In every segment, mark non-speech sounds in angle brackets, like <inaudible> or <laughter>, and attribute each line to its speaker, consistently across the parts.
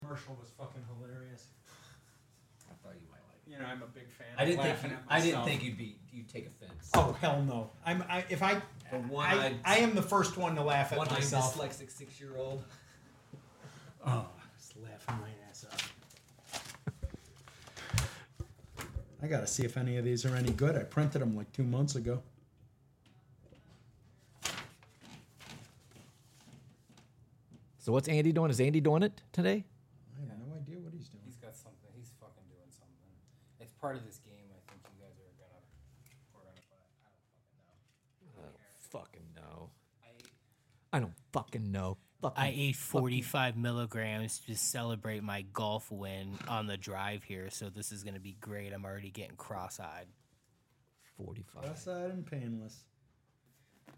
Speaker 1: commercial was fucking hilarious.
Speaker 2: I thought you might like it.
Speaker 1: You know, I'm a big fan.
Speaker 2: I
Speaker 1: of
Speaker 2: didn't think
Speaker 1: laughing
Speaker 2: you,
Speaker 1: at
Speaker 2: I didn't
Speaker 1: myself.
Speaker 2: think you'd be you'd take offense.
Speaker 3: Oh hell no! I'm I, if I
Speaker 2: But one
Speaker 3: I,
Speaker 2: eyed
Speaker 3: I am the first one to laugh at
Speaker 2: one eyed
Speaker 3: myself.
Speaker 2: dyslexic six year old.
Speaker 3: oh, just laughing my ass off. I gotta see if any of these are any good. I printed them like two months ago.
Speaker 4: So what's Andy doing? Is Andy doing it today?
Speaker 3: I have no idea what he's doing.
Speaker 2: He's got something. He's fucking doing something. It's part of this game. I think you guys are gonna. We're gonna. I don't fucking know. I
Speaker 4: I don't fucking know. I don't fucking know. Fucking
Speaker 5: I ate 45 milligrams to celebrate my golf win on the drive here, so this is going to be great. I'm already getting cross eyed.
Speaker 4: 45.
Speaker 3: Outside and painless.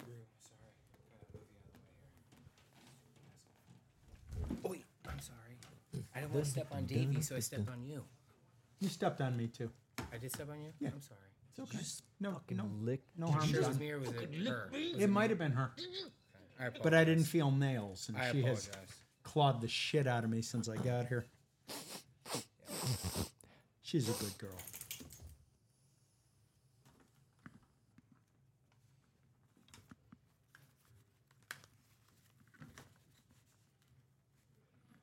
Speaker 2: Drew, sorry. Gotta move you out of the way here. Oi, I'm sorry.
Speaker 5: I didn't want to step on Davey, so I stepped on you.
Speaker 3: You stepped on me too.
Speaker 5: I did step on you?
Speaker 3: Yeah.
Speaker 5: I'm sorry.
Speaker 3: It's okay. No,
Speaker 4: Fucking
Speaker 3: no,
Speaker 4: lick.
Speaker 3: no harm
Speaker 5: Sure it was
Speaker 3: done.
Speaker 5: me or was it her? Was
Speaker 3: It might have been her,
Speaker 5: I
Speaker 3: but I didn't feel nails, and
Speaker 5: I
Speaker 3: she
Speaker 5: apologize.
Speaker 3: has clawed the shit out of me since I got here. She's a good girl.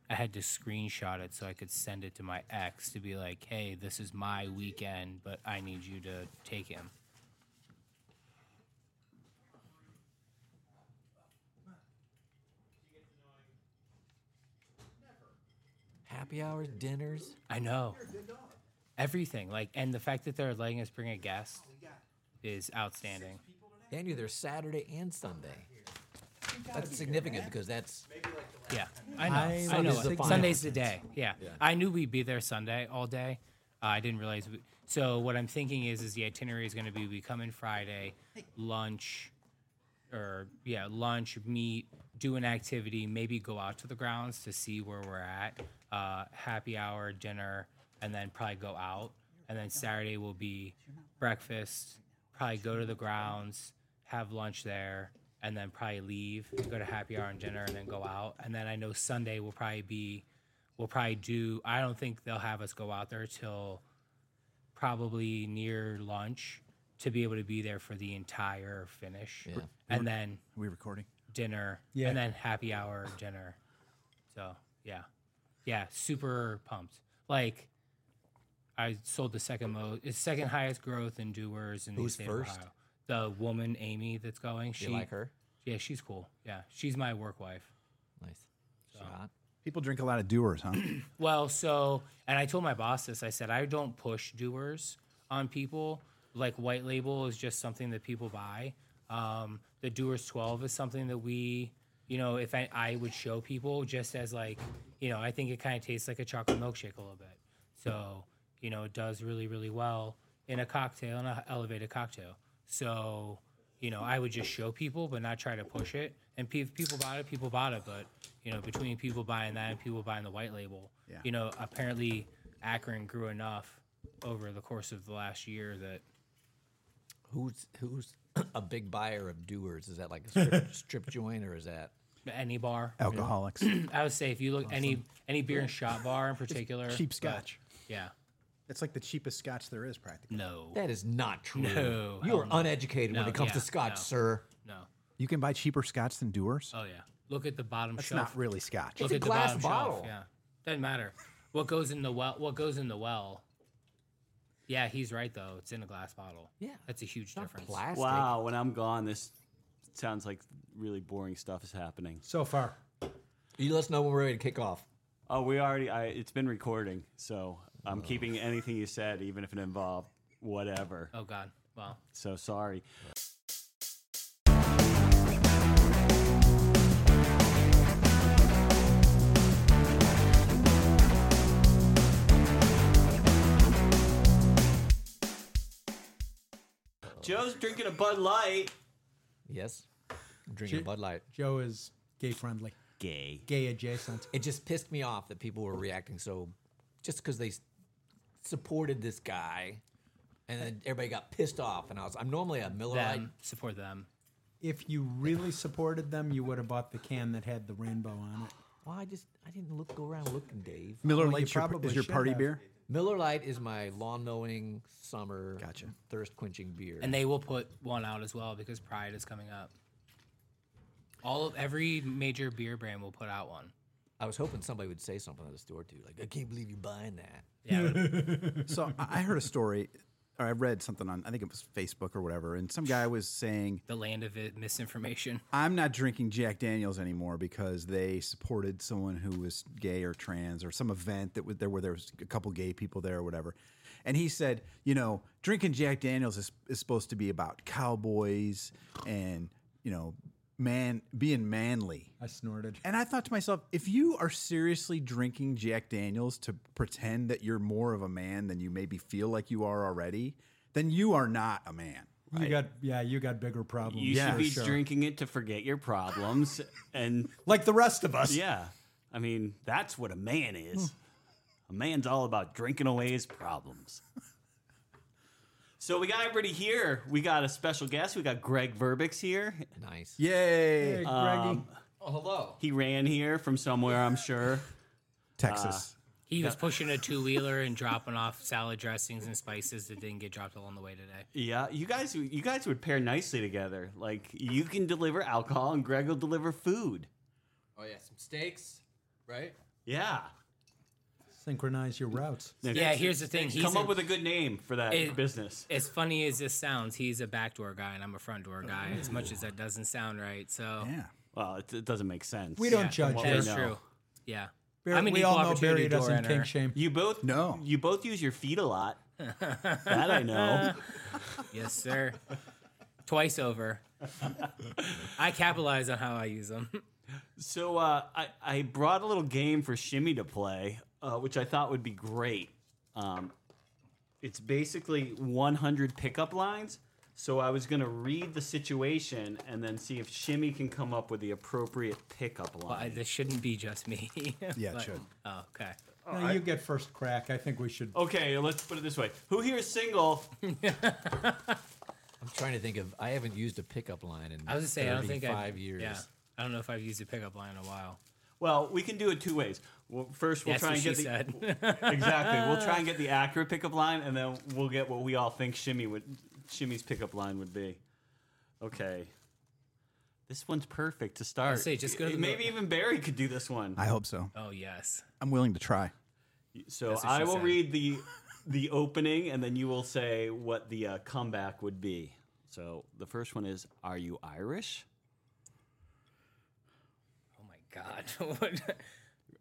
Speaker 5: I had to screenshot it so I could send it to my ex to be like, hey, this is my weekend, but I need you to take him.
Speaker 4: Happy hours, dinners.
Speaker 5: I know. Everything. Like, and the fact that they're letting us bring a guest is outstanding.
Speaker 4: And you're there Saturday and Sunday. That's significant because that's
Speaker 5: Yeah, I know. I,
Speaker 4: I
Speaker 5: know.
Speaker 4: was the
Speaker 5: it.
Speaker 4: final.
Speaker 5: Sunday's the day. Yeah. I knew we'd be there Sunday all day. Uh, I didn't realize. We, so what I'm thinking is, is the itinerary is going to be we come in Friday, lunch, or yeah, lunch, meet, do an activity, maybe go out to the grounds to see where we're at, uh, happy hour, dinner, and then probably go out. And then Saturday will be breakfast, probably go to the grounds, have lunch there, and then probably leave, go to happy hour and dinner, and then go out. And then I know Sunday will probably be, we'll probably do, I don't think they'll have us go out there till probably near lunch to be able to be there for the entire finish.
Speaker 4: Yeah.
Speaker 5: And then
Speaker 6: Are we recording?
Speaker 5: dinner
Speaker 3: Yeah.
Speaker 5: and then happy hour dinner so yeah yeah super pumped like i sold the second most it's second highest growth in doers in
Speaker 4: Who's
Speaker 5: the state
Speaker 4: first?
Speaker 5: of ohio the woman amy that's going she
Speaker 4: you like her.
Speaker 5: yeah she's cool yeah she's my work wife
Speaker 4: Nice. Shot.
Speaker 6: People drink a lot of doers, <clears throat> huh?
Speaker 5: Well, so, and I told my boss this. I said, I don't push doers on people. Like, white label is just something that people buy. Um, the Doers 12 is something that we, you know, if I, I would show people just as, like, you know, I think it kind of tastes like a chocolate milkshake a little bit. So, you know, it does really, really well in a cocktail, in a elevated cocktail. So, you know, I would just show people, but not try to push it. And pe- if people bought it, people bought it. But you know, between people buying that and people buying the white label,
Speaker 6: Yeah.
Speaker 5: you know, apparently Akron grew enough over the course of the last year that
Speaker 4: Who's who's <clears throat> a big buyer of doers? Is that like a strip, strip joint or is that
Speaker 5: any bar,
Speaker 6: Alcoholics.
Speaker 5: I would say, if you look any any beer and shot bar in particular,
Speaker 6: Cheap
Speaker 5: but-
Speaker 6: scotch.
Speaker 5: yeah,
Speaker 6: It's like the cheapest scotch there is, practically.
Speaker 5: no,
Speaker 4: that is not true?
Speaker 5: No,
Speaker 4: you
Speaker 5: hell
Speaker 4: are
Speaker 5: no.
Speaker 4: uneducated when
Speaker 5: No,
Speaker 4: it comes to
Speaker 5: yeah,
Speaker 4: Scotch,
Speaker 5: no.
Speaker 4: sir.
Speaker 5: no,
Speaker 6: You can buy cheaper scotch than doers.
Speaker 5: oh yeah, look at the bottom
Speaker 6: That's
Speaker 5: shelf.
Speaker 6: Uh, not really scotch.
Speaker 5: Look
Speaker 4: a
Speaker 5: at the
Speaker 4: glass
Speaker 5: bottom
Speaker 4: bottle.
Speaker 5: Shelf. Yeah, doesn't matter. What goes in the well? What goes in the well? Yeah, he's right though. It's in a glass bottle.
Speaker 4: Yeah.
Speaker 5: that's a huge
Speaker 4: Not
Speaker 5: difference.
Speaker 4: plastic.
Speaker 7: Wow, when I'm gone, this sounds like really boring stuff is happening.
Speaker 3: So far,
Speaker 4: You let us know when we're ready to kick off.
Speaker 7: Oh, we already, I, it's been recording, so I'm keeping anything you said, even if it involved whatever.
Speaker 5: Oh God. Well,
Speaker 7: So sorry. Joe's drinking a Bud Light.
Speaker 4: Yes. I'm drinking
Speaker 3: Ju-
Speaker 4: Bud Light.
Speaker 3: Joe is gay friendly,
Speaker 7: Gay.
Speaker 3: gay adjacent.
Speaker 4: It just pissed me off that people were reacting so just because they s- supported this guy and then everybody got pissed off and I was I'm normally a Miller Lite
Speaker 5: them support them.
Speaker 3: If you really supported them, you would have bought the can that had the rainbow on it.
Speaker 4: Well, I just I didn't look go around looking, Dave.
Speaker 6: Miller
Speaker 3: Well, you
Speaker 6: Lite's your,
Speaker 3: probably
Speaker 6: is your
Speaker 3: should
Speaker 6: party
Speaker 3: have.
Speaker 6: beer?
Speaker 4: Miller Lite is my lawn mowing summer thirst quenching beer.
Speaker 5: and they will put one out as well because Pride is coming up. All of every major beer brand will put out one.
Speaker 4: I was hoping somebody would say something at the store too, like I can't believe you're buying that.
Speaker 5: Yeah,
Speaker 4: <laughs>
Speaker 6: So I I heard a story, or I read something on, I think it was Facebook or whatever, and some guy was saying,
Speaker 5: the land of it, misinformation.
Speaker 6: I'm not drinking Jack Daniels anymore because they supported someone who was gay or trans or some event that was there where there was a couple gay people there or whatever. And he said, you know, drinking Jack Daniels is, is supposed to be about cowboys and, you know, man being manly.
Speaker 3: I snorted.
Speaker 6: And I thought to myself, if you are seriously drinking Jack Daniels to pretend that you're more of a man than you maybe feel like you are already, then you are not a man.
Speaker 3: You got yeah, you got bigger problems.
Speaker 7: You
Speaker 6: Yeah,
Speaker 7: should be
Speaker 3: sure.
Speaker 7: drinking it to forget your problems, and
Speaker 3: like the rest of us.
Speaker 7: yeah, I mean that's what a man is. a man's all about drinking away his problems. So we got everybody here. We got a special guest. We got Greg Verbix here.
Speaker 4: Nice.
Speaker 6: Yay.
Speaker 3: Hey, Greggy.
Speaker 7: Um,
Speaker 4: Oh, hello.
Speaker 7: He ran here from somewhere, I'm sure.
Speaker 6: Texas.
Speaker 5: He was pushing a two wheeler and dropping off salad dressings and spices that didn't get dropped along the way today.
Speaker 7: Yeah, you guys, you guys would pair nicely together. Like you can deliver alcohol, and Greg will deliver food.
Speaker 2: Oh yeah, some steaks, right?
Speaker 7: Yeah.
Speaker 3: Synchronize your routes.
Speaker 5: Yeah, here's the thing. He's
Speaker 7: Come up
Speaker 5: a-
Speaker 7: with a good name for that
Speaker 5: It-
Speaker 7: business.
Speaker 5: as funny as this sounds, he's a backdoor guy and I'm a front door guy. As much as that doesn't sound right,
Speaker 3: Ah.
Speaker 5: so
Speaker 6: Yeah.
Speaker 7: Well, it, it doesn't make sense.
Speaker 3: We don't judge
Speaker 7: what
Speaker 5: that
Speaker 7: we
Speaker 5: is
Speaker 7: know.
Speaker 5: true. Yeah,
Speaker 3: Barry-
Speaker 5: I'm an
Speaker 3: we
Speaker 5: equal
Speaker 3: all know
Speaker 5: opportunity
Speaker 3: Barry doesn't
Speaker 5: door
Speaker 3: kink
Speaker 5: enterer.
Speaker 3: shame.
Speaker 7: You both
Speaker 6: No.
Speaker 7: You both use your feet a
Speaker 5: <laughs>
Speaker 7: lot. that I know.
Speaker 5: Yes, sir.
Speaker 3: <laughs>
Speaker 5: Twice over. I capitalize on how I use them.
Speaker 7: So uh, I I brought a little game for Shimmy to play, uh, which I thought would be great. Um, it's basically 100 pickup lines. So I was gonna read the situation and then see if Shimmy can come up with the appropriate pickup line.
Speaker 5: I, this shouldn't be just me. <laughs>
Speaker 6: Yeah, it
Speaker 5: But-
Speaker 6: should.
Speaker 5: Oh, okay.
Speaker 3: No, you get first crack. I think we should.
Speaker 7: Okay, let's put it this way. Who here is single?
Speaker 4: I'm trying to think of. I haven't used a pickup line in.
Speaker 5: I was gonna say I don't think I've-
Speaker 4: five years.
Speaker 5: Yeah, I don't know if I've used a pickup line in a while.
Speaker 7: Well, we can do it two ways. Well, first, we'll
Speaker 5: That's
Speaker 7: try
Speaker 5: what
Speaker 7: and
Speaker 5: she
Speaker 7: get the
Speaker 5: said.
Speaker 7: exactly. We'll try and get the accurate pickup line, and then we'll get what we all think Shimmy would Shimmy's pickup line would be. Okay, this one's perfect to start.
Speaker 5: say, just go to the
Speaker 7: Maybe
Speaker 5: mo-
Speaker 7: even Barry could do this one.
Speaker 6: I hope so.
Speaker 5: oh yes.
Speaker 6: I'm willing to try.
Speaker 7: So
Speaker 5: what
Speaker 7: I
Speaker 5: she
Speaker 7: will
Speaker 5: said.
Speaker 7: read the the opening, and then you will say what the uh, comeback would be. So the first one is: Are you Irish?
Speaker 5: Oh my God. <laughs> What-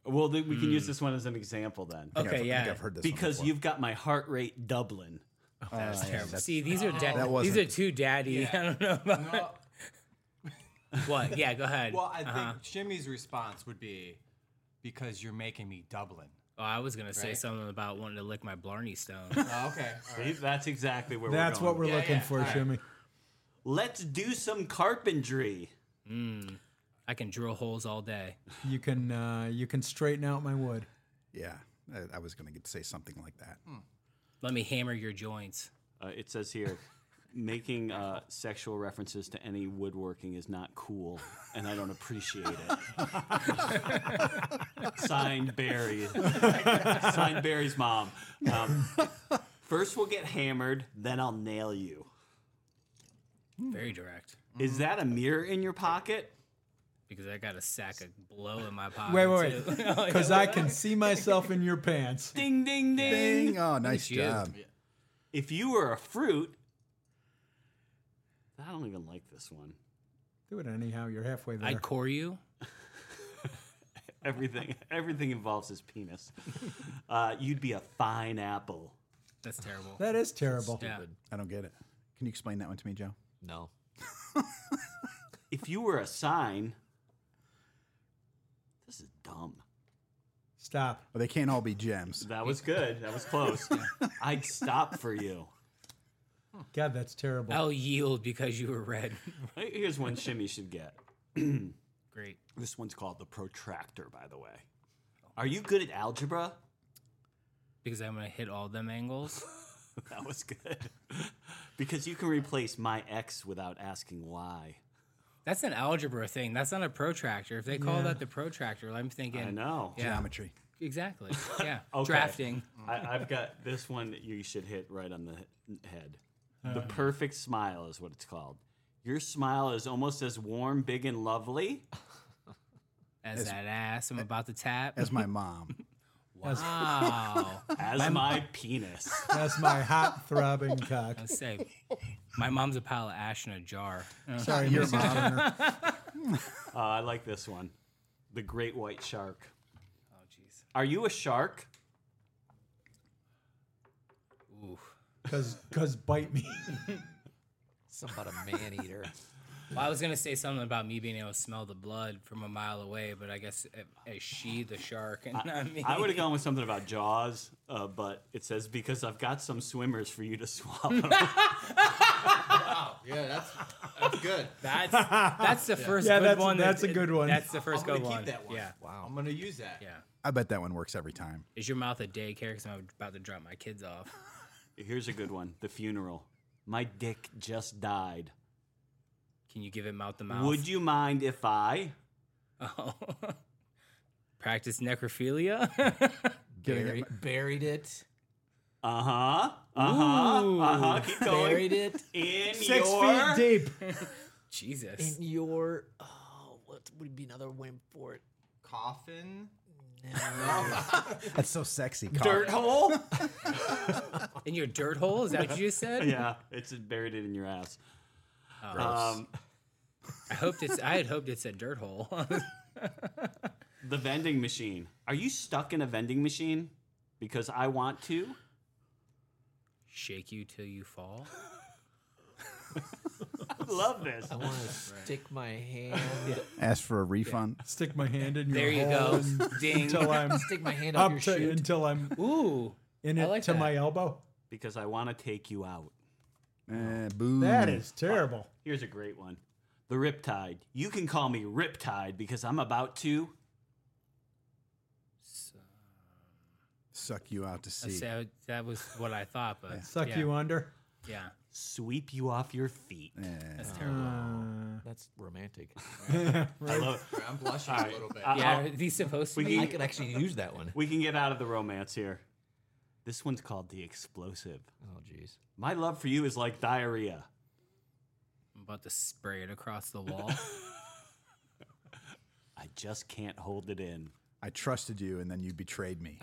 Speaker 7: Well, th- we can
Speaker 5: Hmm.
Speaker 7: use this one as an example then,
Speaker 6: I
Speaker 5: okay.
Speaker 6: think
Speaker 5: Yeah.
Speaker 6: I've heard this one
Speaker 7: because
Speaker 6: before.
Speaker 7: you've got my heart rate doubling.
Speaker 5: That's
Speaker 3: Oh,
Speaker 5: terrible. See, these are da-
Speaker 6: That
Speaker 5: these
Speaker 6: wasn't-
Speaker 5: are two daddy. <laughs> I don't know about
Speaker 2: No,
Speaker 5: <laughs> what. Yeah. Go ahead.
Speaker 2: well, I think
Speaker 5: Uh-huh.
Speaker 2: Shimmy's response would be because you're making me
Speaker 5: <laughs>
Speaker 2: Dublin.
Speaker 5: oh, I was gonna say
Speaker 2: Right.
Speaker 5: something about wanting to lick my Blarney Stone.
Speaker 2: Oh, okay. all right.
Speaker 7: See, That's exactly where
Speaker 3: That's
Speaker 7: we're
Speaker 3: what
Speaker 7: going.
Speaker 3: we're
Speaker 2: Yeah,
Speaker 3: looking
Speaker 2: yeah,
Speaker 3: for,
Speaker 2: all right.
Speaker 3: Jimmy.
Speaker 7: Let's do some carpentry.
Speaker 5: I can drill holes all day.
Speaker 3: You can uh, you can straighten out my wood.
Speaker 6: Yeah, I, I was going to get to say something like that.
Speaker 3: Hmm.
Speaker 5: Let me hammer your joints.
Speaker 7: Uh, it says here, making uh, sexual references to any woodworking is not cool, and I don't appreciate it. Signed Barry. Signed Barry's mom. Um, first, we'll get hammered, then I'll nail you.
Speaker 5: Very direct.
Speaker 7: Is that a mirror in your pocket?
Speaker 5: Because I got a sack of blow in my pocket.
Speaker 3: Wait, wait,
Speaker 5: too.
Speaker 3: wait. Because I can see myself in your pants.
Speaker 7: Ding, ding, ding.
Speaker 6: Ding! Oh, nice
Speaker 5: you.
Speaker 6: job.
Speaker 7: If you were a fruit, I don't even like this one.
Speaker 3: Do it anyhow. You're halfway there.
Speaker 5: I core you.
Speaker 7: Everything, everything involves his penis. Uh, you'd be a fine apple.
Speaker 5: That's terrible.
Speaker 3: that is terrible.
Speaker 5: Yeah.
Speaker 6: I don't get it. Can you explain that one to me, Joe?
Speaker 4: No.
Speaker 7: If you were a sign, this is dumb.
Speaker 3: Stop.
Speaker 6: Well, Oh, they can't all be gems.
Speaker 7: That was good. That was close. I'd stop for you.
Speaker 3: God, that's terrible.
Speaker 5: I'll yield because you were red.
Speaker 7: Hey, Here's one Shimmy should get.
Speaker 5: Great.
Speaker 7: This one's called the protractor, by the way. Are you good at algebra?
Speaker 5: Because I'm gonna hit all them angles.
Speaker 7: <laughs> That <laughs> was good. because you can replace my X without asking why.
Speaker 5: That's an algebra thing. That's not a protractor. If they call that the protractor, I'm thinking.
Speaker 7: I know.
Speaker 5: Yeah,
Speaker 6: <laughs> Geometry.
Speaker 5: exactly. Yeah,
Speaker 7: Okay.
Speaker 5: drafting.
Speaker 7: I, I've got this one that you should hit right on the he- head. The perfect smile is what it's called. Your smile is almost as warm, big, and lovely.
Speaker 5: As, that ass I'm about to tap. Oh.
Speaker 6: As
Speaker 3: <laughs>
Speaker 6: my mom.
Speaker 5: wow.
Speaker 7: As my penis.
Speaker 3: That's my hot throbbing cock.
Speaker 5: Let's say, my mom's a pile of ash in a jar. Uh,
Speaker 3: Sorry, your mom.
Speaker 7: Uh, I like this one. The great white shark.
Speaker 5: Oh, jeez.
Speaker 7: Are you a shark?
Speaker 5: Ooh.
Speaker 3: Cause, cause bite me. <laughs>
Speaker 4: Something about a man <laughs> eater.
Speaker 5: Well, I was gonna say something about me being able to smell the blood from a mile away, but I guess a- as she the shark <laughs> and not me.
Speaker 7: I would have gone with something about Jaws, uh, but it says because I've got some swimmers for you to <laughs> swallow.
Speaker 2: Yeah, that's that's good.
Speaker 5: That's that's the first
Speaker 3: Yeah,
Speaker 5: good
Speaker 3: that's-
Speaker 5: one.
Speaker 3: that's a good one.
Speaker 5: That's the 1st
Speaker 2: I'm
Speaker 5: good
Speaker 2: gonna keep
Speaker 5: one.
Speaker 2: that one.
Speaker 5: Yeah,
Speaker 2: I'm gonna use that.
Speaker 5: yeah.
Speaker 6: I bet that one works every time.
Speaker 5: Is your mouth a daycare? Because I'm about to drop my kids off.
Speaker 7: Here's a good one. The funeral. My dick just died.
Speaker 5: Can you give it mouth to mouth?
Speaker 7: Would you mind if I?
Speaker 5: <laughs> Oh. Practice necrophilia.
Speaker 4: Buried, buried <laughs> it.
Speaker 7: Uh huh. Uh huh. Uh huh. Keep going.
Speaker 4: Buried it
Speaker 7: In
Speaker 3: Six
Speaker 7: your
Speaker 3: feet deep.
Speaker 5: <laughs> Jesus.
Speaker 4: in your. Oh, what would be another win for it?
Speaker 2: Coffin.
Speaker 6: That's so sexy. Cock.
Speaker 7: dirt hole.
Speaker 5: In your dirt hole? Is that what you just said?
Speaker 7: yeah, it's buried it in your ass.
Speaker 5: Oh.
Speaker 7: Um,
Speaker 5: I hoped it's. I had hoped it said dirt hole. <laughs>
Speaker 7: the vending machine. Are you stuck in a vending machine? Because I want to.
Speaker 5: Shake you till you fall.
Speaker 7: Love this.
Speaker 4: I want to stick my hand.
Speaker 6: Ask for a refund.
Speaker 3: Stick my hand in your
Speaker 5: There you
Speaker 3: hole
Speaker 5: <laughs> go. Ding.
Speaker 3: until I'm
Speaker 4: Stick my hand up,
Speaker 3: up
Speaker 4: your
Speaker 3: to,
Speaker 4: shoot.
Speaker 3: until I'm
Speaker 5: Ooh.
Speaker 3: in
Speaker 5: I
Speaker 3: it
Speaker 5: like
Speaker 3: to
Speaker 5: that.
Speaker 3: my elbow.
Speaker 7: Because I want to take you out.
Speaker 6: Eh, boo.
Speaker 3: Oh. That is terrible.
Speaker 7: Here's a great one. The Riptide. You can call me Riptide because I'm about to.
Speaker 6: suck you out to
Speaker 5: I
Speaker 6: sea.
Speaker 5: said that was what I thought, but
Speaker 3: Suck
Speaker 5: yeah,
Speaker 3: you under.
Speaker 5: Yeah,
Speaker 7: sweep you off your feet.
Speaker 6: Eh.
Speaker 5: that's terrible.
Speaker 4: That's romantic.
Speaker 7: I love it.
Speaker 2: <laughs> I'm blushing a little bit.
Speaker 7: I-
Speaker 5: yeah,
Speaker 7: I'll-
Speaker 5: are these supposed to
Speaker 7: uh, we
Speaker 5: be?
Speaker 4: I could actually use that <laughs> one.
Speaker 7: we can get out of the romance here. This one's called The Explosive.
Speaker 4: Oh, jeez.
Speaker 7: My love for you is like diarrhea.
Speaker 5: I'm about to spray it across the wall.
Speaker 7: I just can't hold it in.
Speaker 6: I trusted you, and then you betrayed me.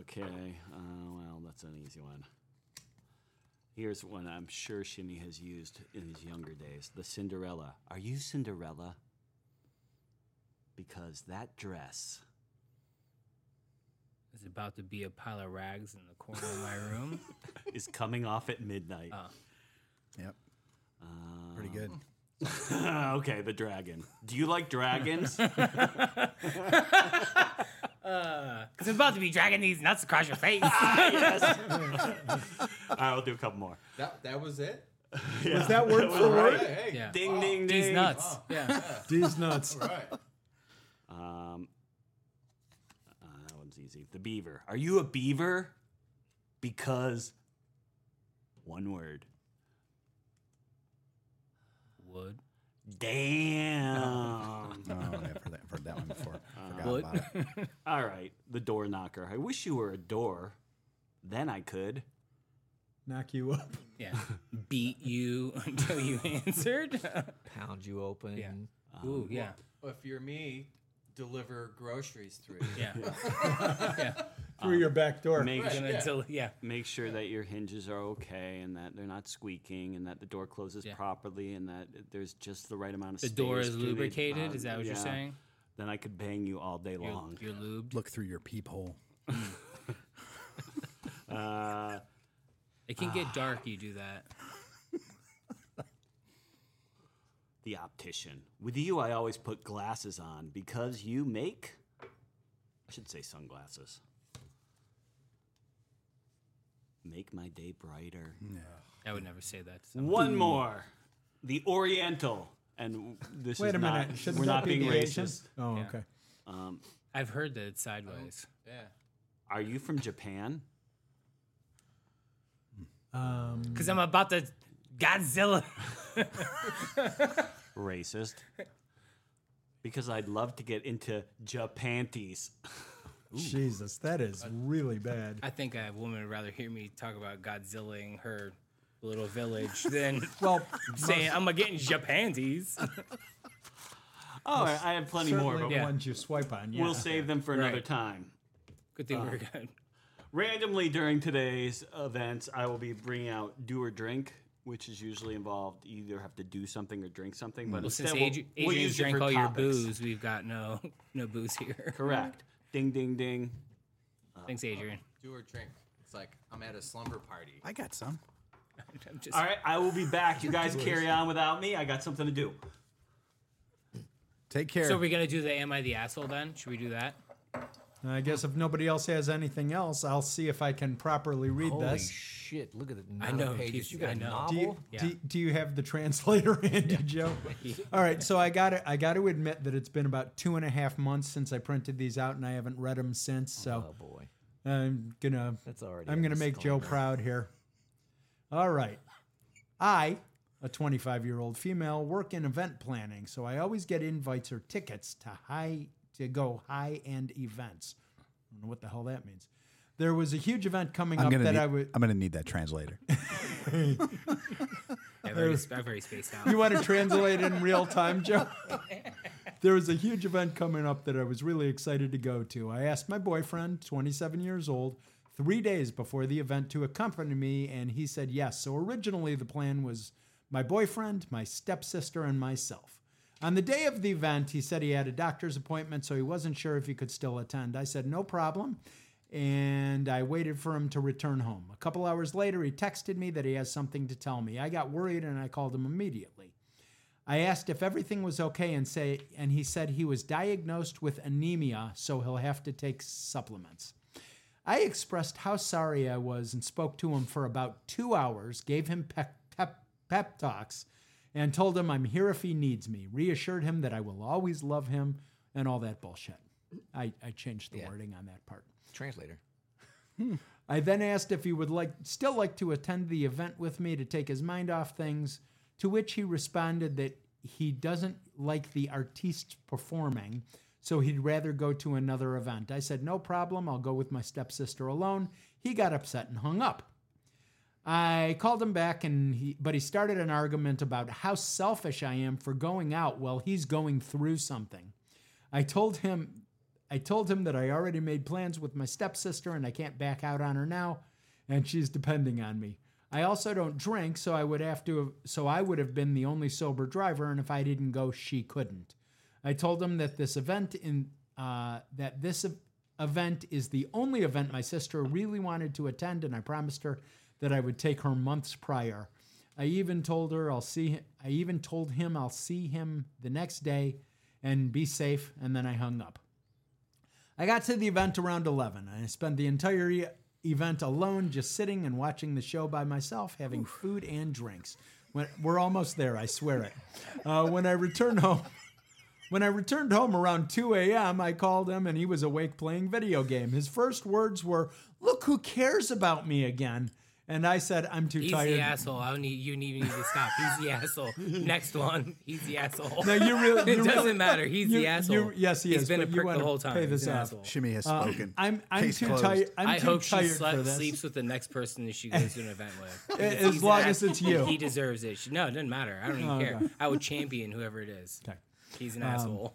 Speaker 7: Okay. Uh, well, that's an easy one. Here's one I'm sure Shimmy has used in his younger days The Cinderella. Are you Cinderella? Because that dress.
Speaker 5: There's about to be a pile of rags in the corner of my room. <laughs>
Speaker 7: is coming off at midnight.
Speaker 6: Yep.
Speaker 3: Uh,
Speaker 6: Pretty good.
Speaker 7: <laughs>
Speaker 5: Uh.
Speaker 7: okay, the dragon. Do you like dragons?
Speaker 5: <laughs> Because I'm about to be dragging these nuts across your face.
Speaker 7: All right, we'll do a couple more.
Speaker 2: That that was it.
Speaker 3: Is that word
Speaker 6: <laughs>
Speaker 3: for
Speaker 2: Hey,
Speaker 3: word?
Speaker 2: hey.
Speaker 5: yeah,
Speaker 7: Ding, ding, ding.
Speaker 5: these nuts. Yeah,
Speaker 3: These nuts.
Speaker 2: All right.
Speaker 7: Um, uh, that one's easy. The beaver. Are you a beaver? Because one word.
Speaker 5: wood. <laughs>
Speaker 7: Damn.
Speaker 6: Oh, yeah, I've heard that, heard that one
Speaker 3: <laughs>
Speaker 6: before.
Speaker 3: Uh-huh.
Speaker 6: Forgot
Speaker 5: What?
Speaker 6: about it.
Speaker 7: All right, the door knocker. I wish you were a door. Then I could.
Speaker 3: Knock you up. <laughs>
Speaker 5: Yeah, beat you <laughs> until you answered.
Speaker 4: Pound you open.
Speaker 5: Yeah. Ooh, yeah,
Speaker 2: Well, if you're me, deliver groceries through.
Speaker 5: yeah.
Speaker 3: Through your back door.
Speaker 7: Make,
Speaker 5: Gonna
Speaker 2: Yeah.
Speaker 5: del- yeah.
Speaker 7: make sure that your hinges are okay and that they're not squeaking and that the door closes
Speaker 5: Yeah.
Speaker 7: properly and that there's just the right amount of
Speaker 5: The door
Speaker 7: space
Speaker 5: is
Speaker 7: to the-
Speaker 5: lubricated.
Speaker 7: uh,
Speaker 5: Is that what you're
Speaker 7: yeah.
Speaker 5: saying?
Speaker 7: Then I could bang you all day
Speaker 5: You're,
Speaker 7: long.
Speaker 5: you're lubed.
Speaker 6: Look through your peephole.
Speaker 7: Uh,
Speaker 5: It can get dark. You do that.
Speaker 7: the optician. With you, I always put glasses on because you make. I should say sunglasses. Make my day brighter.
Speaker 5: I would never say that. To someone.
Speaker 7: One more. The Oriental. And this
Speaker 3: Wait
Speaker 7: is
Speaker 3: a
Speaker 7: not,
Speaker 3: minute. Shouldn't
Speaker 7: we're
Speaker 3: that
Speaker 7: not
Speaker 3: be
Speaker 7: being
Speaker 3: the Asian?
Speaker 7: racist.
Speaker 3: Oh,
Speaker 5: Yeah.
Speaker 3: okay.
Speaker 7: Um,
Speaker 5: I've heard that it's sideways.
Speaker 2: Yeah.
Speaker 7: are you from Japan?
Speaker 5: Because Oh. I'm about to Godzilla.
Speaker 7: Racist. Because I'd love to get into Japanties.
Speaker 3: Jesus, that is really bad.
Speaker 5: I think a woman would rather hear me talk about Godzillaing her little <laughs> village than
Speaker 3: Well,
Speaker 5: saying I'm gonna get in Japanties.
Speaker 7: Oh, I I have plenty more,
Speaker 3: certainly
Speaker 7: but
Speaker 3: the
Speaker 5: yeah.
Speaker 3: ones you swipe on. Yeah.
Speaker 7: we'll save them for another
Speaker 5: Right.
Speaker 7: time.
Speaker 5: Good thing we're good.
Speaker 7: Randomly during today's events, I will be bringing out do or drink, which is usually involved you either have to do something or drink something. But
Speaker 5: Well,
Speaker 7: instead,
Speaker 5: since
Speaker 7: we'll,
Speaker 5: Adri-
Speaker 7: we'll
Speaker 5: Adrian's
Speaker 7: use it
Speaker 5: drank
Speaker 7: for
Speaker 5: all your
Speaker 7: topics.
Speaker 5: booze, we've got no <laughs> no booze <laughs> here.
Speaker 7: Correct. Ding, ding, ding.
Speaker 5: Thanks, Adrian.
Speaker 2: Do or drink. It's like I'm at a slumber party.
Speaker 6: I got some.
Speaker 5: I'm just
Speaker 7: All right, I will be back. You guys carry on without me. I got something to do.
Speaker 6: Take care.
Speaker 5: So are we gonna do the "Am I the asshole?" Then should we do that?
Speaker 3: I guess if nobody else has anything else, I'll see if I can properly read
Speaker 4: Holy
Speaker 3: this.
Speaker 4: shit! Look at the
Speaker 5: I
Speaker 4: amount of
Speaker 5: know,
Speaker 4: pages.
Speaker 5: geez,
Speaker 4: you got
Speaker 5: I
Speaker 4: a
Speaker 5: know.
Speaker 4: novel.
Speaker 3: do you,
Speaker 5: Yeah.
Speaker 3: do, do you have the translator <laughs> handy, Joe? All right, so I got to I got to admit that it's been about two and a half months since I printed these out, and I haven't read them since. So
Speaker 4: oh boy,
Speaker 3: I'm gonna
Speaker 4: that's already.
Speaker 3: I'm
Speaker 4: a
Speaker 3: gonna make Joe
Speaker 4: disclaimer.
Speaker 3: proud here. All right, I, a 25 year old female, work in event planning, so I always get invites or tickets to high to go high end events. I don't know what the hell that means. There was a huge event coming
Speaker 6: I'm
Speaker 3: up
Speaker 6: gonna.
Speaker 3: that
Speaker 6: Need,
Speaker 3: I would.
Speaker 6: I'm gonna need that translator.
Speaker 3: <laughs>
Speaker 5: I've already, I've already <laughs> spaced out.
Speaker 3: You want to translate in real time, Joe? There was a huge event coming up that I was really excited to go to. I asked my boyfriend, 27 years old, three days before the event to accompany me, and he said yes. So originally, the plan was my boyfriend, my stepsister, and myself. On the day of the event, he said he had a doctor's appointment, so he wasn't sure if he could still attend. I said, no problem. And I waited for him to return home. A couple hours later, he texted me that he has something to tell me. I got worried and I called him immediately. I asked if everything was okay and say and he said he was diagnosed with anemia, so he'll have to take supplements. I expressed how sorry I was and spoke to him for about two hours, gave him pep, pep, pep talks, and told him I'm here if he needs me, reassured him that I will always love him and all that bullshit. I, I changed the wording on that part.
Speaker 4: Translator.
Speaker 3: I then asked if he would like still like to attend the event with me to take his mind off things, to which he responded that he doesn't like the artiste performing, so he'd rather go to another event. I said, "No problem, I'll go with my stepsister alone." He got upset and hung up. I called him back and he but he started an argument about how selfish I am for going out while he's going through something. I told him I told him that I already made plans with my stepsister and I can't back out on her now and she's depending on me. I also don't drink so I would have to have, so I would have been the only sober driver and if I didn't go she couldn't. I told him that this event in uh, that this ev- event is the only event my sister really wanted to attend, and I promised her that I would take her months prior. I even told her I'll see. hi- I even told him I'll see him the next day, and be safe. And then I hung up. I got to the event around 11. and I spent the entire e- event alone, just sitting and watching the show by myself, having food and drinks. When, we're almost there, I swear it. Uh, when I returned home, <laughs> when I returned home around 2 a.m., I called him and he was awake playing video game. His first words were, "Look who cares about me again." And I said, "I'm too
Speaker 5: He's
Speaker 3: tired."
Speaker 5: the asshole. I don't need you. Need, need to stop. He's
Speaker 3: <laughs>
Speaker 5: the asshole. Next one. He's the asshole.
Speaker 3: No, you really.
Speaker 5: <laughs> it
Speaker 3: you
Speaker 5: doesn't
Speaker 3: really-
Speaker 5: matter. He's
Speaker 3: you-
Speaker 5: the
Speaker 3: you-
Speaker 5: asshole.
Speaker 3: yes, he
Speaker 5: He's
Speaker 3: is,
Speaker 5: been a
Speaker 3: but you
Speaker 5: prick
Speaker 3: wanna
Speaker 5: the whole time.
Speaker 3: pay this
Speaker 5: He's an
Speaker 3: off.
Speaker 5: asshole.
Speaker 6: Shimmy has spoken.
Speaker 3: Uh, I'm I'm
Speaker 6: Case
Speaker 3: too
Speaker 6: closed.
Speaker 3: tired. I'm
Speaker 5: I
Speaker 3: too
Speaker 5: hope she
Speaker 3: tired
Speaker 5: sle-
Speaker 3: for this.
Speaker 5: sleeps with the next person that she goes to an event
Speaker 3: <laughs>
Speaker 5: with. Because
Speaker 3: as
Speaker 5: he's
Speaker 3: long
Speaker 5: an
Speaker 3: as
Speaker 5: ass-
Speaker 3: it's you. Oh,
Speaker 5: He deserves it. She- No, it doesn't matter. I don't even care. I would champion whoever it is.
Speaker 3: Okay. Um,
Speaker 5: He's an asshole.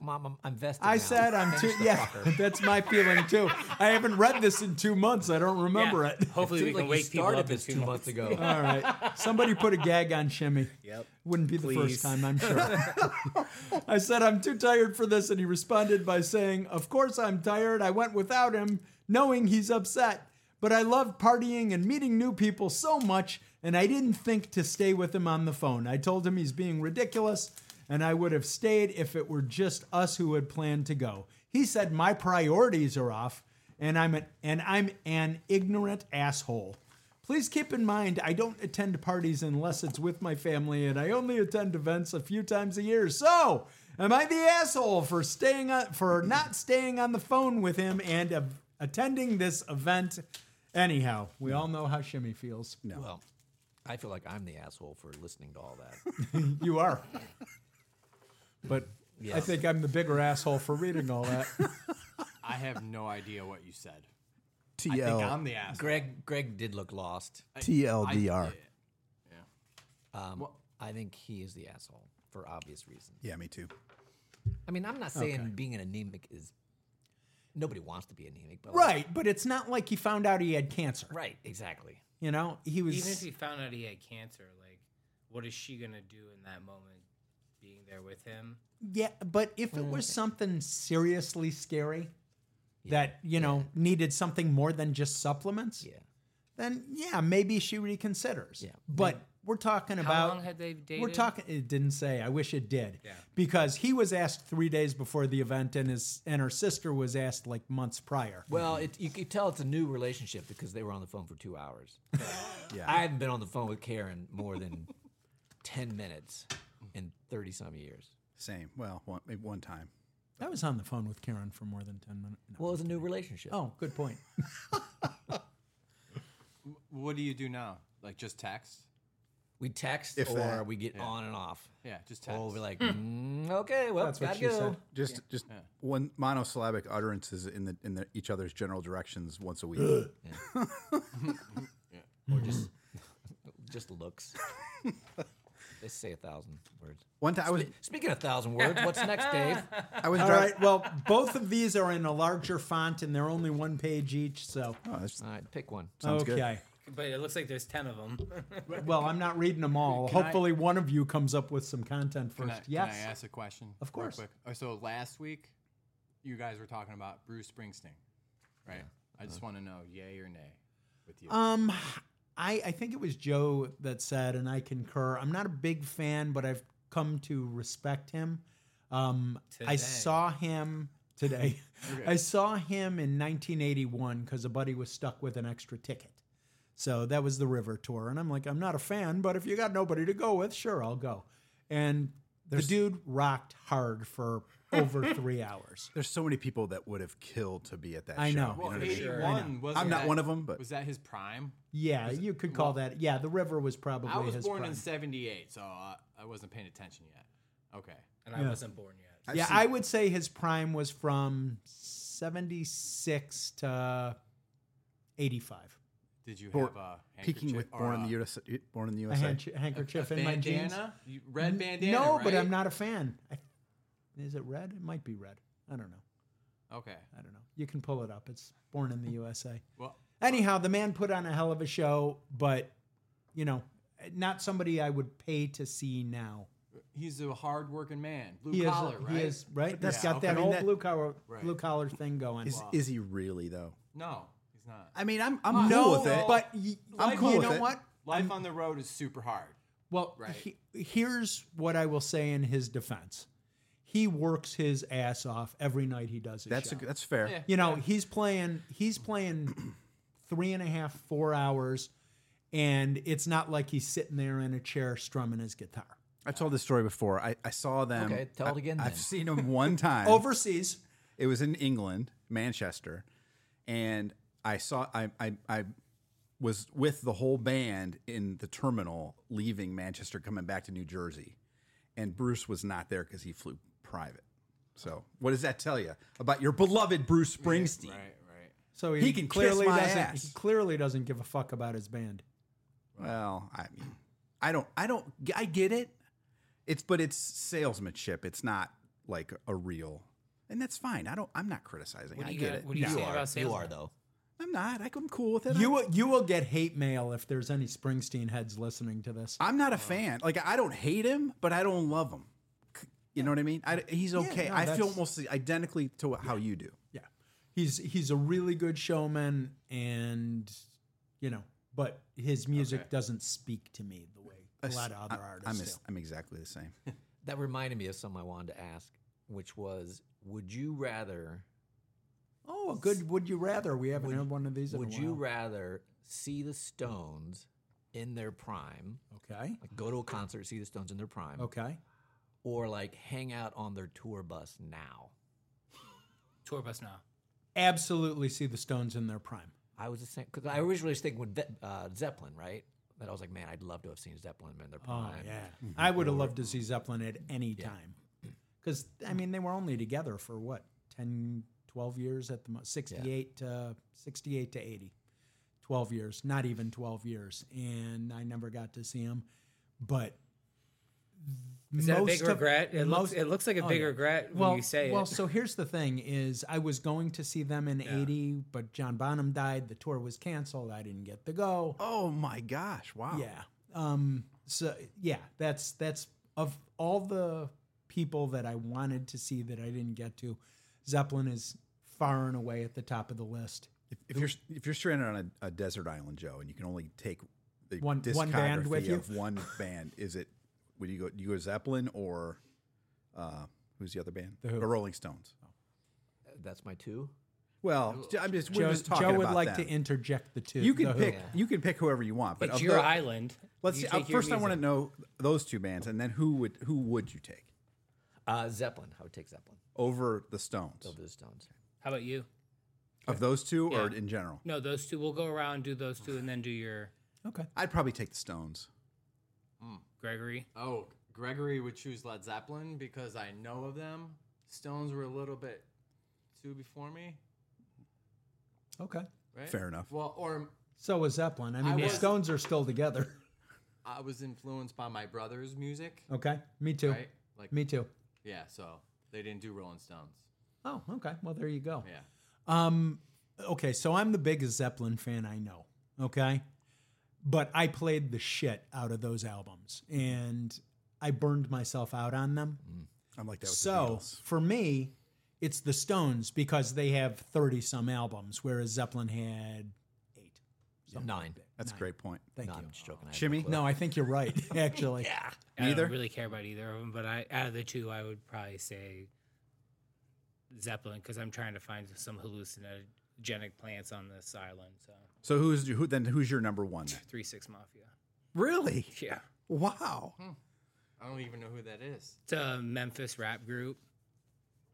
Speaker 4: Come on, I'm, I'm vested.
Speaker 3: I
Speaker 4: now.
Speaker 3: said I'm too.
Speaker 4: Finish the
Speaker 3: Yeah,
Speaker 4: fucker.
Speaker 3: that's my feeling too. I haven't read this in two months. I don't remember
Speaker 5: Yeah.
Speaker 3: it.
Speaker 5: Hopefully we
Speaker 4: Seems
Speaker 5: can
Speaker 4: like you
Speaker 5: wake people
Speaker 4: started
Speaker 5: up in
Speaker 4: this
Speaker 5: two
Speaker 4: two
Speaker 5: months.
Speaker 4: months
Speaker 5: <laughs>
Speaker 4: ago.
Speaker 3: All right, somebody put a gag on Shimmy.
Speaker 5: Yep.
Speaker 3: Wouldn't be the first
Speaker 5: Please.
Speaker 3: time, I'm sure.
Speaker 5: <laughs>
Speaker 3: I said I'm too tired for this, and he responded by saying, "Of course I'm tired. I went without him, knowing he's upset." But I loved partying and meeting new people so much, and I didn't think to stay with him on the phone. I told him he's being ridiculous, and I would have stayed if it were just us who had planned to go. He said my priorities are off, and I'm an, and I'm an ignorant asshole. Please keep in mind I don't attend parties unless it's with my family, and I only attend events a few times a year. So, am I the asshole for staying on, for not staying on the phone with him and uh, attending this event? Anyhow, we all know how Shimmy feels.
Speaker 4: Well, I feel like I'm the asshole for listening to all that. <laughs>
Speaker 3: You are. But I
Speaker 4: Yes.
Speaker 3: think I'm the bigger asshole for reading all that.
Speaker 8: I have no idea what you said. I think I'm
Speaker 6: TL,
Speaker 8: the ass.
Speaker 4: Greg Greg did look lost.
Speaker 6: TLDR.
Speaker 4: Um, I think he is the asshole for obvious reasons.
Speaker 6: Yeah, me too.
Speaker 4: I mean, I'm not saying being an anemic is nobody wants to be anemic, but like-
Speaker 3: right, but it's not like he found out he had cancer.
Speaker 4: right, exactly.
Speaker 3: You know, he was.
Speaker 5: Even if he found out he had cancer, like, what is she gonna do in that moment? Being there with him,
Speaker 3: Yeah, but if it was something seriously scary that, you know, needed something more than just supplements,
Speaker 4: Yeah,
Speaker 3: then yeah, maybe she reconsiders.
Speaker 4: Yeah.
Speaker 3: But we're talking
Speaker 5: how
Speaker 3: about
Speaker 5: long had they dated?
Speaker 3: we're talking it didn't say. I wish it did. Yeah. Because he was asked 3 days before the event and his and her sister was asked like months prior.
Speaker 4: Well, it, you could tell it's a new relationship because they were on the phone for two hours. yeah. I haven't been on the phone with Karen more than <laughs> 10 minutes in 30 some years.
Speaker 6: Same. Well, one, maybe one time.
Speaker 3: I was on the phone with Karen for more than 10 minutes. No.
Speaker 4: Well, it's a new relationship.
Speaker 3: Oh, good <laughs> point.
Speaker 8: What do you do now? Like just text?
Speaker 4: We text
Speaker 6: If
Speaker 4: or
Speaker 6: that.
Speaker 4: we get on and off.
Speaker 8: Yeah, just text.
Speaker 4: Or we're like, mm, okay, well,
Speaker 3: That's what
Speaker 4: gotta
Speaker 3: she
Speaker 4: go.
Speaker 3: said.
Speaker 6: Just just one monosyllabic utterances in the in the, each other's general directions once a week.
Speaker 4: Or just, just looks. <laughs> They say a thousand words.
Speaker 6: one time I was
Speaker 3: <laughs>
Speaker 4: Speaking of thousand words, what's next, Dave?
Speaker 6: I was
Speaker 3: All
Speaker 6: driving.
Speaker 3: right. Well, both of these are in a larger font and they're only one page each, so
Speaker 6: Oh, that's-
Speaker 4: <laughs> All right, pick one.
Speaker 6: Sounds good.
Speaker 3: okay.
Speaker 5: but it looks like there's ten of them.
Speaker 3: Well, I'm not reading them all. Hopefully, one of you comes up with some content first.
Speaker 8: Can I,
Speaker 3: yes.
Speaker 8: Can I ask a question?
Speaker 3: Of
Speaker 8: real
Speaker 3: course.
Speaker 8: quick? Uh, So last week, you guys were talking about Bruce Springsteen, right? I just want to know, yay or nay, with you.
Speaker 3: Um, I I think it was Joe that said, and I concur. I'm not a big fan, but I've come to respect him. Um, I
Speaker 5: Today.
Speaker 3: saw him
Speaker 8: <laughs>
Speaker 3: today. I saw him in 1981 because a buddy was stuck with an extra ticket. So that was the River Tour, and I'm like, I'm not a fan, but if you got nobody to go with, sure, I'll go. And the dude rocked hard for over
Speaker 8: <laughs>
Speaker 3: three hours.
Speaker 6: There's so many people that would have killed to be at that
Speaker 3: I
Speaker 6: show.
Speaker 3: know.
Speaker 6: you
Speaker 8: well,
Speaker 6: what I mean?
Speaker 8: 81 was
Speaker 6: I'm not one of 'em, but-
Speaker 8: was that his prime?
Speaker 3: Yeah, you could call that. Yeah, the river was probably
Speaker 8: I was
Speaker 3: his
Speaker 8: born in
Speaker 3: prime.
Speaker 8: '78, so I, I wasn't paying attention yet. Okay,
Speaker 5: and I wasn't born yet.
Speaker 3: yeah, I would say his prime was from 76 to 85.
Speaker 8: did you
Speaker 6: Bor-
Speaker 8: have a
Speaker 6: Peaking
Speaker 8: handkerchief
Speaker 6: with
Speaker 8: or
Speaker 6: born in
Speaker 8: a-
Speaker 6: the US, born in the
Speaker 3: A
Speaker 6: USA.
Speaker 3: hand- handkerchief in my jeans.
Speaker 8: bandana? You- red bandana?
Speaker 3: no, but
Speaker 8: right?
Speaker 3: I'm not a fan. I, is it red? It might be red. I don't know.
Speaker 8: Okay,
Speaker 3: I don't know. You can pull it up. It's born in the USA.
Speaker 8: well,
Speaker 3: Anyhow, the man put on a hell of a show, but you know, not somebody I would pay to see now.
Speaker 8: he's a hard-working man, blue
Speaker 3: He is,
Speaker 8: collar, right?
Speaker 3: he is right. He's
Speaker 6: that's-
Speaker 3: got
Speaker 6: I
Speaker 3: that
Speaker 6: mean,
Speaker 3: old
Speaker 6: that-
Speaker 3: blue collar,
Speaker 8: Right.
Speaker 3: blue collar thing going.
Speaker 6: Is, is he really though?
Speaker 8: No, he's not.
Speaker 6: I mean, I'm I'm
Speaker 8: Wow.
Speaker 6: cool
Speaker 3: no,
Speaker 6: with it.
Speaker 3: but y-
Speaker 6: I'm cool
Speaker 3: You
Speaker 6: with
Speaker 3: know
Speaker 6: it.
Speaker 3: what?
Speaker 8: Life on the road is super hard.
Speaker 3: Well,
Speaker 8: Right.
Speaker 3: he- here's what I will say in his defense: he works his ass off every night he does. His
Speaker 6: that's a,
Speaker 3: show.
Speaker 6: that's fair.
Speaker 8: Yeah.
Speaker 3: you know he's playing he's playing <clears throat> three and a half four hours, and it's not like he's sitting there in a chair strumming his guitar
Speaker 6: I've told this story before. I, I saw them.
Speaker 4: Okay, tell it again
Speaker 6: I,
Speaker 4: then.
Speaker 6: have seen them
Speaker 4: <laughs>
Speaker 6: one time.
Speaker 3: overseas.
Speaker 6: It was in England, Manchester, and I saw I I, I was with the whole band in the terminal leaving Manchester, coming back to New Jersey, and Bruce was not there because he flew private. So what does that tell you about your beloved Bruce Springsteen?
Speaker 8: Right, right.
Speaker 3: So he,
Speaker 6: He can kiss
Speaker 3: clearly
Speaker 6: my
Speaker 3: doesn't.
Speaker 6: ass.
Speaker 3: He clearly doesn't give a fuck about his band.
Speaker 6: Well, I mean, I don't, I don't, I get it. It's, but it's salesmanship. It's not like a real, and that's fine. I don't, I'm not criticizing.
Speaker 5: What
Speaker 6: I
Speaker 5: do you
Speaker 6: get
Speaker 5: got-
Speaker 6: it.
Speaker 5: what do you
Speaker 6: No.
Speaker 5: say
Speaker 4: You are,
Speaker 5: about
Speaker 4: you
Speaker 5: sales
Speaker 4: are
Speaker 5: rep?
Speaker 4: though.
Speaker 6: I'm not. I- I'm cool with it.
Speaker 3: You
Speaker 6: I,
Speaker 3: will, you will get hate mail if there's any Springsteen heads listening to this.
Speaker 6: I'm not a fan. Like, I don't hate him, but I don't love him. C- You know what I mean? I, he's okay.
Speaker 3: no,
Speaker 6: I feel
Speaker 3: that's-
Speaker 6: almost identically to what- how you do.
Speaker 3: Yeah. He's he's a really good showman and you know, but his music doesn't speak to me the way a lot of other
Speaker 6: I'm,
Speaker 3: artists
Speaker 6: as- I'm exactly the same.
Speaker 4: That reminded me of something I wanted to ask, which was would you rather
Speaker 3: do. Oh, a good would you rather. We haven't had one of these in
Speaker 4: would
Speaker 3: a
Speaker 4: you
Speaker 3: while.
Speaker 4: rather see the Stones in their prime,
Speaker 3: okay.
Speaker 4: like go to a concert, see the Stones in their prime,
Speaker 3: Okay.
Speaker 4: or like hang out on their tour bus now?
Speaker 5: Tour bus now.
Speaker 3: Absolutely see the Stones in their prime.
Speaker 4: I was the same because I originally was thinking with Ve- uh, Zeppelin, right? That I was like, man, I'd love to have seen Zeppelin in their prime.
Speaker 3: I would have loved to see Zeppelin at any time. Because, I mean, they were only together for what, 10, 12 years at the most, 68, to, 68 to 80. 12 years, not even 12 years. And I never got to see him. But
Speaker 5: Is that a
Speaker 3: most
Speaker 5: big
Speaker 3: of-
Speaker 5: regret? It looks
Speaker 3: most-
Speaker 5: it looks like a
Speaker 3: oh,
Speaker 5: big
Speaker 3: yeah.
Speaker 5: regret when
Speaker 3: well,
Speaker 5: you say
Speaker 3: well,
Speaker 5: it.
Speaker 3: so here's the thing: is I was going to see them in '80, but John Bonham died. The tour was canceled. I didn't get to go.
Speaker 6: Oh my gosh! Wow.
Speaker 3: Yeah. Um. So yeah, that's that's of all the people that I wanted to see that I didn't get to, Zeppelin is far and away at the top of the list.
Speaker 6: If, if you're if you're stranded on a, a desert island, Joe, and you can only take the
Speaker 3: One- one band with
Speaker 6: discography
Speaker 3: you?
Speaker 6: of one band, is it? Would you go? Do you go Zeppelin or uh, who's the other band? The, Rolling Stones.
Speaker 4: That's my two.
Speaker 6: Well, j- I'm just we're
Speaker 3: Joe,
Speaker 6: just talking
Speaker 3: Joe would
Speaker 6: about
Speaker 3: like
Speaker 6: them.
Speaker 3: to interject the two.
Speaker 6: you can
Speaker 3: the Who.
Speaker 6: pick you can pick whoever you want, but
Speaker 5: it's
Speaker 6: of
Speaker 5: your
Speaker 6: tho-
Speaker 5: island.
Speaker 6: Let's
Speaker 5: You
Speaker 6: see, uh,
Speaker 5: take your
Speaker 6: first. I want to
Speaker 5: music.
Speaker 6: know those two bands, and then who would who would you take
Speaker 4: Uh, Zeppelin. I would take Zeppelin
Speaker 6: over the Stones
Speaker 4: over the Stones.
Speaker 5: How about you?
Speaker 6: of those two, or
Speaker 5: Yeah.
Speaker 6: in general?
Speaker 5: No, those two. We'll go around do those two, and then do your
Speaker 3: Okay.
Speaker 6: I'd probably take the Stones.
Speaker 5: Gregory.
Speaker 8: Oh, Gregory would choose Led Zeppelin because I know of them. Stones were a little bit too before me,
Speaker 3: Okay.
Speaker 8: right?
Speaker 6: Fair enough.
Speaker 8: Well, or
Speaker 3: So was Zeppelin. I mean,
Speaker 8: I
Speaker 3: the
Speaker 8: was-
Speaker 3: Stones are still together. <laughs>
Speaker 8: I was influenced by my brother's music,
Speaker 3: Okay. Me too.
Speaker 8: right? Like,
Speaker 3: Me too.
Speaker 8: yeah. So they didn't do Rolling Stones.
Speaker 3: Oh, okay. Well, there you go.
Speaker 8: Yeah.
Speaker 3: Um, okay, so I'm the biggest Zeppelin fan I know. Okay, but I played the shit out of those albums, and I burned myself out on them.
Speaker 6: I'm like that. With the
Speaker 3: So
Speaker 6: Beatles.
Speaker 3: for me, it's the Stones because they have thirty some albums, whereas Zeppelin had eight.
Speaker 4: Nine.
Speaker 6: that's a great point.
Speaker 3: Thank
Speaker 4: No,
Speaker 3: you.
Speaker 4: I'm just joking. I have
Speaker 6: Shimmy,
Speaker 3: No, I think you're right. Actually, yeah.
Speaker 5: I
Speaker 6: Neither?
Speaker 5: don't really care about either of them, but I out of the two, I would probably say Zeppelin because I'm trying to find some hallucinogenic plants on this island. So
Speaker 6: So who's who? Then who's your number one? then?
Speaker 5: three six mafia.
Speaker 6: Really?
Speaker 5: Yeah,
Speaker 6: Wow.
Speaker 8: Hmm. I don't even know who that is.
Speaker 5: it's a Memphis rap group,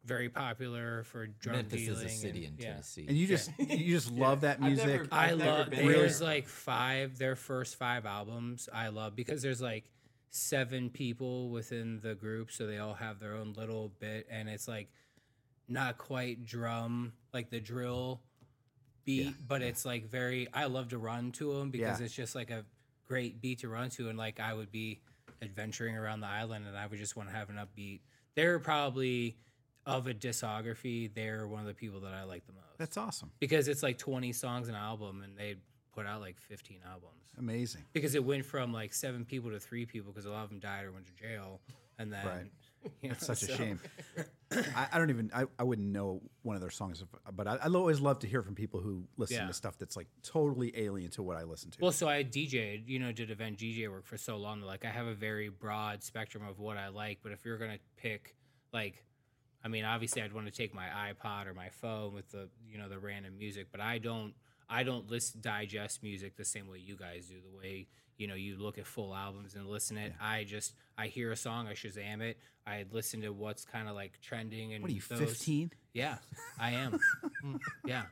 Speaker 5: very popular for drug
Speaker 4: Memphis
Speaker 5: dealing.
Speaker 4: is a city
Speaker 5: and-
Speaker 4: in
Speaker 5: yeah.
Speaker 4: Tennessee.
Speaker 6: And you just
Speaker 8: <laughs>
Speaker 6: you just love that
Speaker 8: I've
Speaker 6: music.
Speaker 8: never-
Speaker 5: I
Speaker 8: I've never
Speaker 5: love.
Speaker 8: been
Speaker 5: There's
Speaker 8: there.
Speaker 5: like five. Their first five albums, I love because there's like seven people within the group, so they all have their own little bit, and it's like not quite drum like the drill beat, but it's like very. I love to run to them because
Speaker 6: Yeah.
Speaker 5: it's just like a great beat to run to, and like I would be adventuring around the island, and I would just want to have an upbeat. They're probably of a discography. They're one of the people that I like the most
Speaker 6: That's awesome.
Speaker 5: because it's like 20 songs an album and they put out like 15 albums
Speaker 6: Amazing.
Speaker 5: because it went from like seven people to three people because a lot of them died or went to jail and then
Speaker 6: Right.
Speaker 5: you know,
Speaker 6: It's such
Speaker 5: so-
Speaker 6: a shame. I, I don't even I, I wouldn't know one of their songs, if- but I, I always love to hear from people who listen
Speaker 5: Yeah.
Speaker 6: to stuff that's like totally alien to what I listen to.
Speaker 5: well so i dj'd you know did event dj work for so long that like i have a very broad spectrum of what i like but if you're gonna pick like i mean obviously i'd want to take my ipod or my phone with the you know the random music but i don't i don't list digest music the same way you guys do the way you know you look at full albums and listen it i just i hear a song i shazam it i listen to what's kind of like trending and
Speaker 6: what are you,
Speaker 5: those-
Speaker 6: fifteen?
Speaker 5: yeah, I am. Mm, yeah.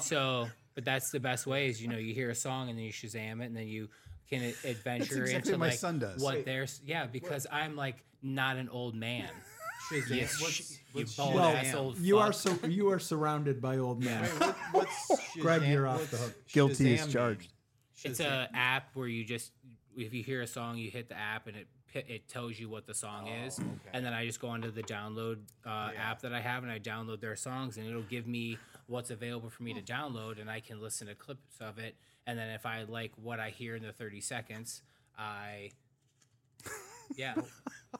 Speaker 5: So, but that's the best way is you know you hear a song and then you Shazam it and then you can a- adventure
Speaker 6: exactly
Speaker 5: into
Speaker 6: what my
Speaker 5: like
Speaker 6: son does.
Speaker 5: what there's yeah because I'm like not an old
Speaker 6: <laughs>
Speaker 5: man. You, sh- you bald
Speaker 3: Well,
Speaker 5: ass old
Speaker 3: you are
Speaker 5: fuck.
Speaker 3: so you are surrounded by old
Speaker 8: <laughs>
Speaker 3: men.
Speaker 8: What, what's Shazam?
Speaker 3: Greg, you're off
Speaker 8: what's
Speaker 3: the hook.
Speaker 6: Guilty is
Speaker 8: Shazam mean?
Speaker 6: charged.
Speaker 5: It's a app where you just if you hear a song you hit the app and it pi- it tells you what the song is and then I just go onto the download uh, app that I have and I download their songs and it'll give me what's available for me to download and I can listen to clips of it and then if I like what I hear in the 30 seconds I yeah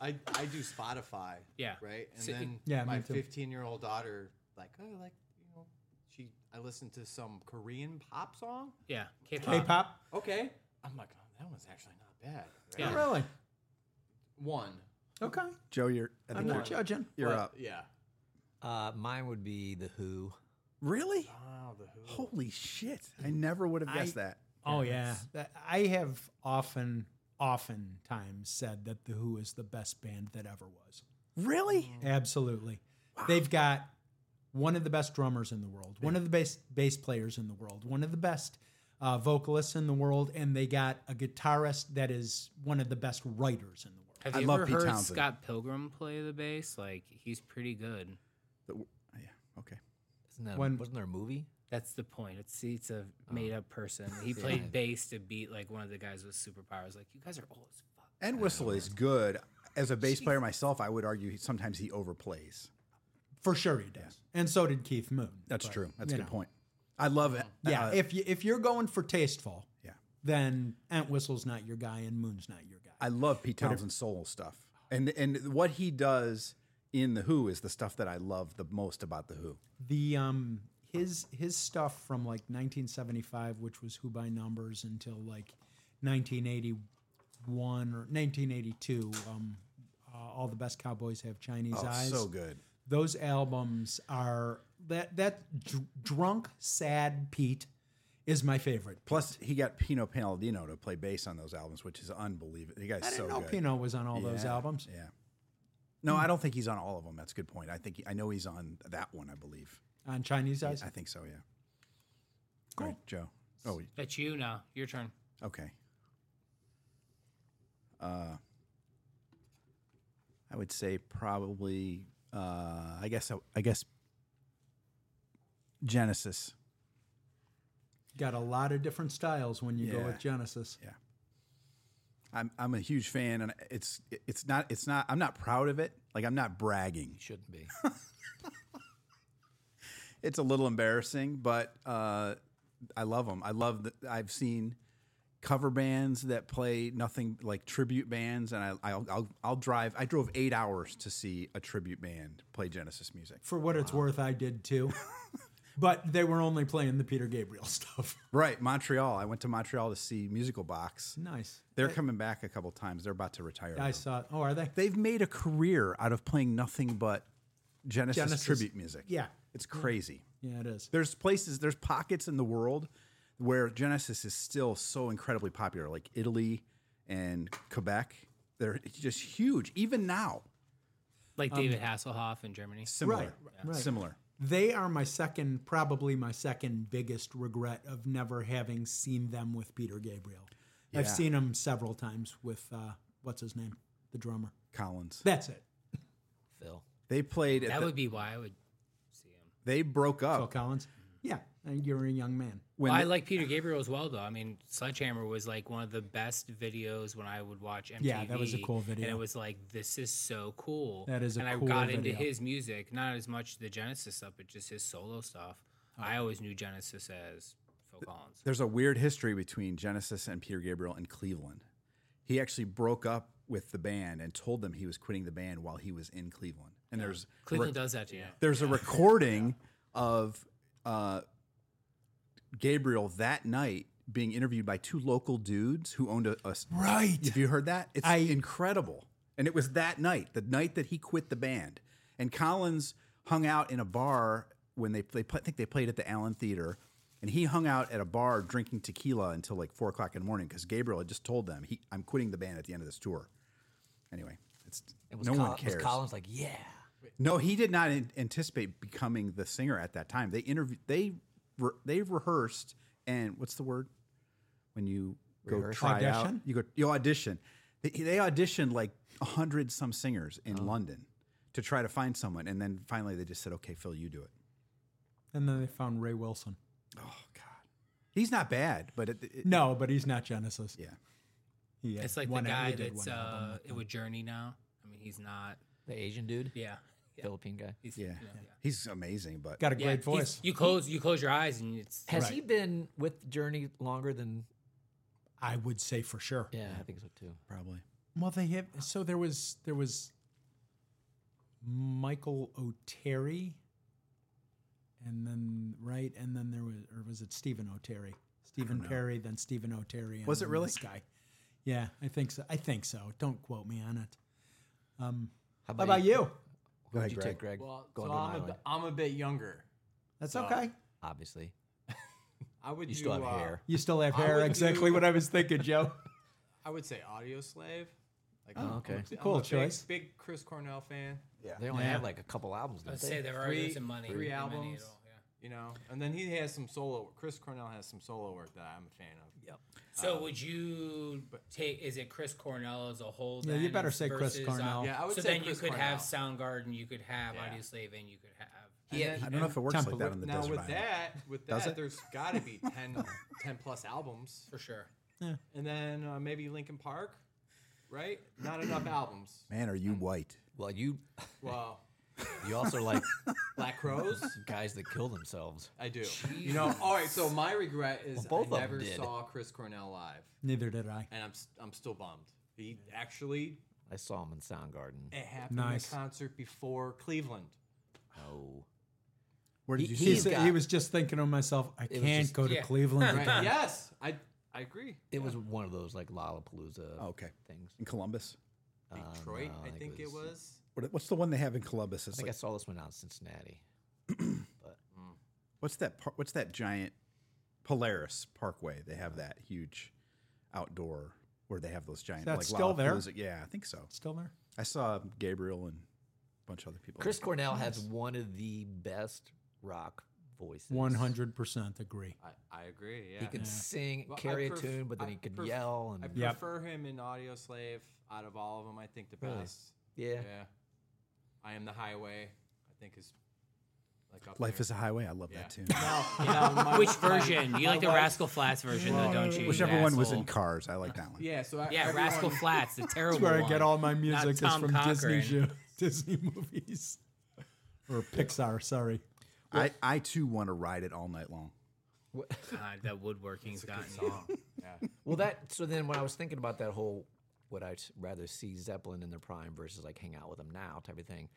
Speaker 8: I, I do Spotify.
Speaker 5: Yeah.
Speaker 8: Right. And
Speaker 5: So-
Speaker 8: then
Speaker 3: Yeah, me
Speaker 8: my
Speaker 3: too.
Speaker 8: 15 year old daughter, like, oh, like, you know, she, I listened to some Korean pop song.
Speaker 5: yeah K-pop.
Speaker 3: K-pop.
Speaker 8: Okay. I'm like, oh, that one's actually not bad. Right?
Speaker 5: Yeah.
Speaker 3: Really?
Speaker 8: One.
Speaker 3: Okay.
Speaker 6: Joe, you're I
Speaker 3: I'm
Speaker 6: think
Speaker 3: not judging.
Speaker 6: you're, you're
Speaker 8: But,
Speaker 6: up.
Speaker 8: Yeah.
Speaker 4: Uh, mine would be the Who.
Speaker 6: Really?
Speaker 8: Oh, the who.
Speaker 6: Holy shit! I never would have guessed that.
Speaker 3: Oh yeah, That- I have often, often times said that the Who is the best band that ever was.
Speaker 6: Really?
Speaker 3: Absolutely, they've got one of the best drummers in the world, one of the best bass players in the world, one of the best uh, vocalists in the world, and they got a guitarist that is one of the best writers in the world.
Speaker 5: Have
Speaker 6: I
Speaker 5: you
Speaker 6: love
Speaker 5: ever
Speaker 6: Pete
Speaker 5: heard
Speaker 6: Townsend.
Speaker 5: Scott Pilgrim play the bass? Like he's pretty good.
Speaker 6: The- Oh, yeah. Okay.
Speaker 4: Isn't that,
Speaker 3: When-
Speaker 4: wasn't there a movie?
Speaker 5: That's the point. It's it's a
Speaker 3: Oh.
Speaker 5: made up person. He played bass to beat like one of the guys with superpowers. Like you guys are old as fuck.
Speaker 6: And whistle is good. As a bass player myself, I would argue he, sometimes he overplays.
Speaker 3: For sure he does. And so did Keith Moon.
Speaker 6: That's
Speaker 3: But,
Speaker 6: true. That's a
Speaker 3: you
Speaker 6: good
Speaker 3: know.
Speaker 6: point. I love it.
Speaker 3: Yeah,
Speaker 6: Uh,
Speaker 3: if you if you're going for tasteful,
Speaker 6: yeah.
Speaker 3: then Entwistle's not your guy and Moon's not your guy.
Speaker 6: I love Pete Townsend's solo stuff, and and what he does in the Who is the stuff that I love the most about the Who.
Speaker 3: the um his his stuff from like 1975 which was who by numbers until like 1981 or 1982 um uh, all the best cowboys have chinese
Speaker 6: Oh,
Speaker 3: eyes
Speaker 6: so good.
Speaker 3: those albums are that that dr- drunk sad pete is my favorite
Speaker 6: Plus, he got Pino Palladino to play bass on those albums, which is unbelievable. The guy's
Speaker 3: i
Speaker 6: so
Speaker 3: didn't know
Speaker 6: good.
Speaker 3: pino was on all those
Speaker 6: Yeah,
Speaker 3: albums
Speaker 6: Yeah. No, I don't think he's on all of them. That's a good point. I think he, I know he's on that one. I believe.
Speaker 3: on chinese eyes
Speaker 6: I think so. Yeah. All right, Joe. Oh, wait,
Speaker 5: That's you now. Your turn.
Speaker 6: okay. Uh, I would say probably. Uh, I guess. I guess. Genesis.
Speaker 3: got a lot of different styles when you go
Speaker 6: Yeah.
Speaker 3: with genesis
Speaker 6: Yeah. I'm I'm a huge fan, and it's it's not it's not I'm not proud of it. Like I'm not bragging.
Speaker 4: Shouldn't be.
Speaker 6: It's a little embarrassing, but uh, I love them. I love that I've seen cover bands that play nothing like tribute bands, and I I'll, I'll I'll drive. I drove eight hours to see a tribute band play Genesis music.
Speaker 3: for what it's worth i did too
Speaker 6: <laughs>
Speaker 3: but they were only playing the peter gabriel <laughs> stuff
Speaker 6: Right, Montreal. I went to Montreal to see Musical Box.
Speaker 3: Nice.
Speaker 6: They're coming back a couple times. They're about to retire.
Speaker 3: I
Speaker 6: now.
Speaker 3: saw. it. Oh, are they?
Speaker 6: They've made a career out of playing nothing but Genesis,
Speaker 3: Genesis.
Speaker 6: tribute music.
Speaker 3: Yeah.
Speaker 6: It's crazy.
Speaker 3: Yeah, it is.
Speaker 6: There's places, there's pockets in the world where Genesis is still so incredibly popular, like Italy and Quebec. They're just huge, even now.
Speaker 5: Like
Speaker 3: Um,
Speaker 5: David Hasselhoff in Germany.
Speaker 6: Similar.
Speaker 3: Right, right.
Speaker 6: Similar.
Speaker 3: They are my second, probably my second biggest regret of never having seen them with Peter Gabriel. I've
Speaker 6: Yeah.
Speaker 3: seen them several times with uh, what's his name, the drummer.
Speaker 6: Collins.
Speaker 3: That's it.
Speaker 4: Phil.
Speaker 6: They played at
Speaker 5: That
Speaker 6: the-
Speaker 5: would be why I would.
Speaker 6: they broke up.
Speaker 3: Phil Collins. Yeah, and you're a young man.
Speaker 6: When
Speaker 5: Well, I
Speaker 6: the-
Speaker 5: like Peter Gabriel as well, though. I mean, Sledgehammer was like one of the best videos when I would watch MTV.
Speaker 3: Yeah, that was a cool video.
Speaker 5: And it was like, this is so cool.
Speaker 3: That is a
Speaker 5: and
Speaker 3: cool
Speaker 5: I got into
Speaker 3: video.
Speaker 5: his music, not as much the Genesis stuff, but just his solo stuff.
Speaker 3: Oh.
Speaker 5: I always knew Genesis as Phil Collins.
Speaker 6: There's a weird history between Genesis and Peter Gabriel in Cleveland. He actually broke up with the band and told them he was quitting the band while he was in Cleveland. And there's
Speaker 5: Cleveland does that to you.
Speaker 6: there's a recording of uh, Gabriel that night being interviewed by two local dudes who owned a, a
Speaker 3: Right.
Speaker 6: Have you heard that? It's
Speaker 3: I-
Speaker 6: incredible. And it was that night, the night that he quit the band, and Collins hung out in a bar when they they pla- I think they played at the Allen Theater, and he hung out at a bar drinking tequila until like four o'clock in the morning because Gabriel had just told them he I'm quitting the band at the end of this tour. Anyway, it's
Speaker 4: And was
Speaker 6: no
Speaker 4: Col-
Speaker 6: one cares.
Speaker 4: Was Collins like, yeah.
Speaker 6: No, he did not an- anticipate becoming the singer at that time. They interviewed, they re- they rehearsed, and what's the word when you go try
Speaker 3: Audition?
Speaker 6: out? You go you audition. They, they auditioned like a hundred some singers in London to try to find someone, and then finally they just said, "Okay, Phil, you do it."
Speaker 3: And then they found Ray Wilson.
Speaker 6: Oh God, he's not bad, but it, it-
Speaker 3: No, but he's not Genesis.
Speaker 6: yeah,
Speaker 3: He had
Speaker 5: It's like
Speaker 3: one-
Speaker 5: the
Speaker 3: he
Speaker 5: guy
Speaker 3: did
Speaker 5: that's
Speaker 3: one album
Speaker 5: uh,
Speaker 3: with
Speaker 5: it
Speaker 3: them.
Speaker 5: would journey now. I mean, he's not.
Speaker 4: The Asian dude?
Speaker 5: Yeah, yeah,
Speaker 4: Philippine guy.
Speaker 5: he's,
Speaker 6: yeah,
Speaker 5: you know, yeah.
Speaker 6: he's amazing, but
Speaker 3: got a
Speaker 5: Yeah,
Speaker 3: great
Speaker 5: he's-
Speaker 3: voice.
Speaker 5: You close you close your eyes and it's
Speaker 4: Has he been with Journey longer than?
Speaker 3: I would say for sure.
Speaker 4: Yeah, I think so too.
Speaker 6: probably
Speaker 3: Well, they have. So there was there was Michael O'Terry, and then right, and then there was, or was it Stephen O'Terry? Stephen Perry, then Stephen O'Terry. And
Speaker 6: Was it
Speaker 3: then
Speaker 6: really?
Speaker 3: this guy? Yeah, I think so. I think so. Don't quote me on it.
Speaker 4: How
Speaker 3: How about you?
Speaker 4: Who would
Speaker 6: ahead,
Speaker 4: you take, Greg?
Speaker 8: Well,
Speaker 4: Going
Speaker 8: so
Speaker 4: to an
Speaker 8: I'm a,
Speaker 4: island,
Speaker 8: bit- I'm a bit younger.
Speaker 3: That's
Speaker 8: So-
Speaker 3: okay.
Speaker 4: obviously.
Speaker 8: I would
Speaker 4: You
Speaker 8: do,
Speaker 4: still have
Speaker 8: uh,
Speaker 4: hair.
Speaker 3: You still have
Speaker 8: I
Speaker 3: hair.
Speaker 8: would
Speaker 3: Exactly
Speaker 8: do-
Speaker 3: what I was thinking, Joe.
Speaker 8: I would say Audio Slave. Like,
Speaker 4: Oh, okay.
Speaker 8: I'm a
Speaker 3: Cool
Speaker 8: big-
Speaker 3: choice.
Speaker 8: Big Chris Cornell fan.
Speaker 4: Yeah. They only
Speaker 3: Yeah.
Speaker 4: had like a couple albums. Didn't
Speaker 5: Let's
Speaker 4: they?
Speaker 5: say there are
Speaker 8: Three-
Speaker 5: some money.
Speaker 8: three
Speaker 5: and money at
Speaker 8: albums.
Speaker 5: all, yeah.
Speaker 8: You know, and then he has some solo. Chris Cornell has some solo work that I'm a fan of.
Speaker 4: Yep.
Speaker 3: Um,
Speaker 5: So would you take? Is it Chris Cornell as a whole?
Speaker 3: Yeah, you
Speaker 5: then
Speaker 3: better say Chris
Speaker 5: versus,
Speaker 3: Cornell.
Speaker 5: um,
Speaker 8: Yeah, I would
Speaker 5: so
Speaker 8: say
Speaker 5: then
Speaker 8: Chris
Speaker 5: you could have Soundgarden, you could have
Speaker 8: Yeah.
Speaker 5: Audio Slave, and you could have.
Speaker 8: Yeah,
Speaker 6: I don't know if it works like that
Speaker 3: Temple-
Speaker 6: on the
Speaker 8: now
Speaker 6: desert
Speaker 8: with
Speaker 6: island.
Speaker 8: that, with
Speaker 6: Does
Speaker 8: that,
Speaker 6: it?
Speaker 8: there's got to be 10, 10 plus albums,
Speaker 5: for sure.
Speaker 8: and then uh, maybe Linkin Park, right? Not enough albums.
Speaker 6: Man, are you white?
Speaker 4: Well, you
Speaker 8: Well,
Speaker 4: you also like <laughs>
Speaker 8: Black Crows,
Speaker 4: guys that kill themselves.
Speaker 8: I do. You know, all right. So my regret is
Speaker 4: Well, both
Speaker 8: I
Speaker 4: of 'em
Speaker 8: never
Speaker 4: did.
Speaker 8: saw Chris Cornell live,
Speaker 3: Neither did I.
Speaker 8: and I'm s- I'm still bummed. He actually
Speaker 4: I saw him in Soundgarden.
Speaker 8: it happened
Speaker 3: Nice.
Speaker 8: in a concert before Cleveland.
Speaker 4: No.
Speaker 6: Where did
Speaker 4: He-
Speaker 6: you
Speaker 3: He,
Speaker 6: see
Speaker 4: he's
Speaker 6: it?
Speaker 3: said,
Speaker 4: got-
Speaker 3: he was just thinking to myself, I
Speaker 4: was
Speaker 3: can't
Speaker 4: just-
Speaker 3: go to
Speaker 5: yeah.
Speaker 8: <laughs>
Speaker 3: Cleveland.
Speaker 8: Right? yes, I I agree.
Speaker 4: It was one of those like Lollapalooza
Speaker 6: Oh, okay.
Speaker 4: things.
Speaker 6: In Columbus?
Speaker 8: Detroit,
Speaker 4: no,
Speaker 8: I, think it was.
Speaker 6: What, what's the one they have in Columbus?
Speaker 4: I
Speaker 6: It's
Speaker 4: think
Speaker 6: like,
Speaker 4: I saw this one out in Cincinnati.
Speaker 6: what's that? Par- what's that giant Polaris Parkway? They have that huge outdoor where they have those giant.
Speaker 3: That's still there?
Speaker 6: Lollapalooza- Yeah, I think so.
Speaker 3: Still there?
Speaker 6: I saw Gabriel and a bunch of other people.
Speaker 4: Chris Cornell has one of the best rock voices.
Speaker 3: 100% agree.
Speaker 8: I, I agree. Yeah.
Speaker 4: He could sing,
Speaker 8: Well, I
Speaker 4: carry
Speaker 8: pref-
Speaker 4: a tune, but then
Speaker 8: I
Speaker 4: he could
Speaker 8: pref-
Speaker 4: yell
Speaker 8: I
Speaker 4: and
Speaker 3: Yep.
Speaker 8: prefer him in Audio Slave out of all of them. I think the
Speaker 4: Really?
Speaker 8: best.
Speaker 4: yeah.
Speaker 8: Yeah. I am the highway. I think is like up
Speaker 6: Life
Speaker 8: there.
Speaker 6: is a highway. I love
Speaker 8: Yeah.
Speaker 6: that tune.
Speaker 8: No, no, my-
Speaker 5: Which
Speaker 8: my-
Speaker 5: version? You like the
Speaker 8: wife's-
Speaker 5: Rascal Flats version, though, <laughs> don't you?
Speaker 6: Whichever one was in
Speaker 5: asshole?
Speaker 6: Cars, I like that one.
Speaker 8: Yeah. So I,
Speaker 5: Yeah,
Speaker 8: everyone-
Speaker 5: Rascal Flats, the terrible
Speaker 3: That's where I
Speaker 5: one.
Speaker 3: get all my music is
Speaker 5: Tom
Speaker 3: from Disney
Speaker 5: Cochran.
Speaker 3: show, <laughs> Disney movies or Pixar. Sorry.
Speaker 6: I, I too want to ride it all night long.
Speaker 5: God, that woodworking's gotten you.
Speaker 4: Well, that so then when I was thinking about that whole would I s- rather see Zeppelin in their prime versus like hang out with them now type of thing,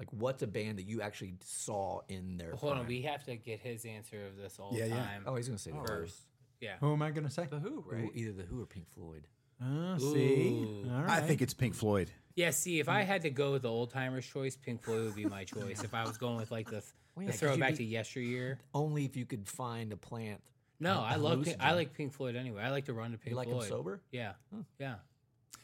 Speaker 4: like what's a band that you actually saw in their
Speaker 5: Hold on,
Speaker 4: prime?
Speaker 5: we have to get his answer of this all
Speaker 6: Yeah, yeah.
Speaker 5: time
Speaker 4: oh, he's gonna say the Who,
Speaker 5: first. Yeah.
Speaker 3: Who am I going to say?
Speaker 8: The Who, right?
Speaker 4: Either the Who or Pink Floyd.
Speaker 3: Uh, see? All right.
Speaker 6: I think it's Pink Floyd.
Speaker 5: Yeah, see, if I had to go with the old timer's choice, Pink Floyd would be my choice. if I was going with like the, th-
Speaker 4: Well, yeah,
Speaker 5: the
Speaker 4: 'cause you'd
Speaker 5: throwback
Speaker 4: be-
Speaker 5: to yesteryear.
Speaker 4: Only if you could find a plant.
Speaker 5: No, I love Pink, I
Speaker 4: hallucinogen.
Speaker 5: like Pink Floyd anyway. I like to run to Pink
Speaker 4: You like
Speaker 5: Floyd.
Speaker 4: them sober?
Speaker 5: Yeah, yeah,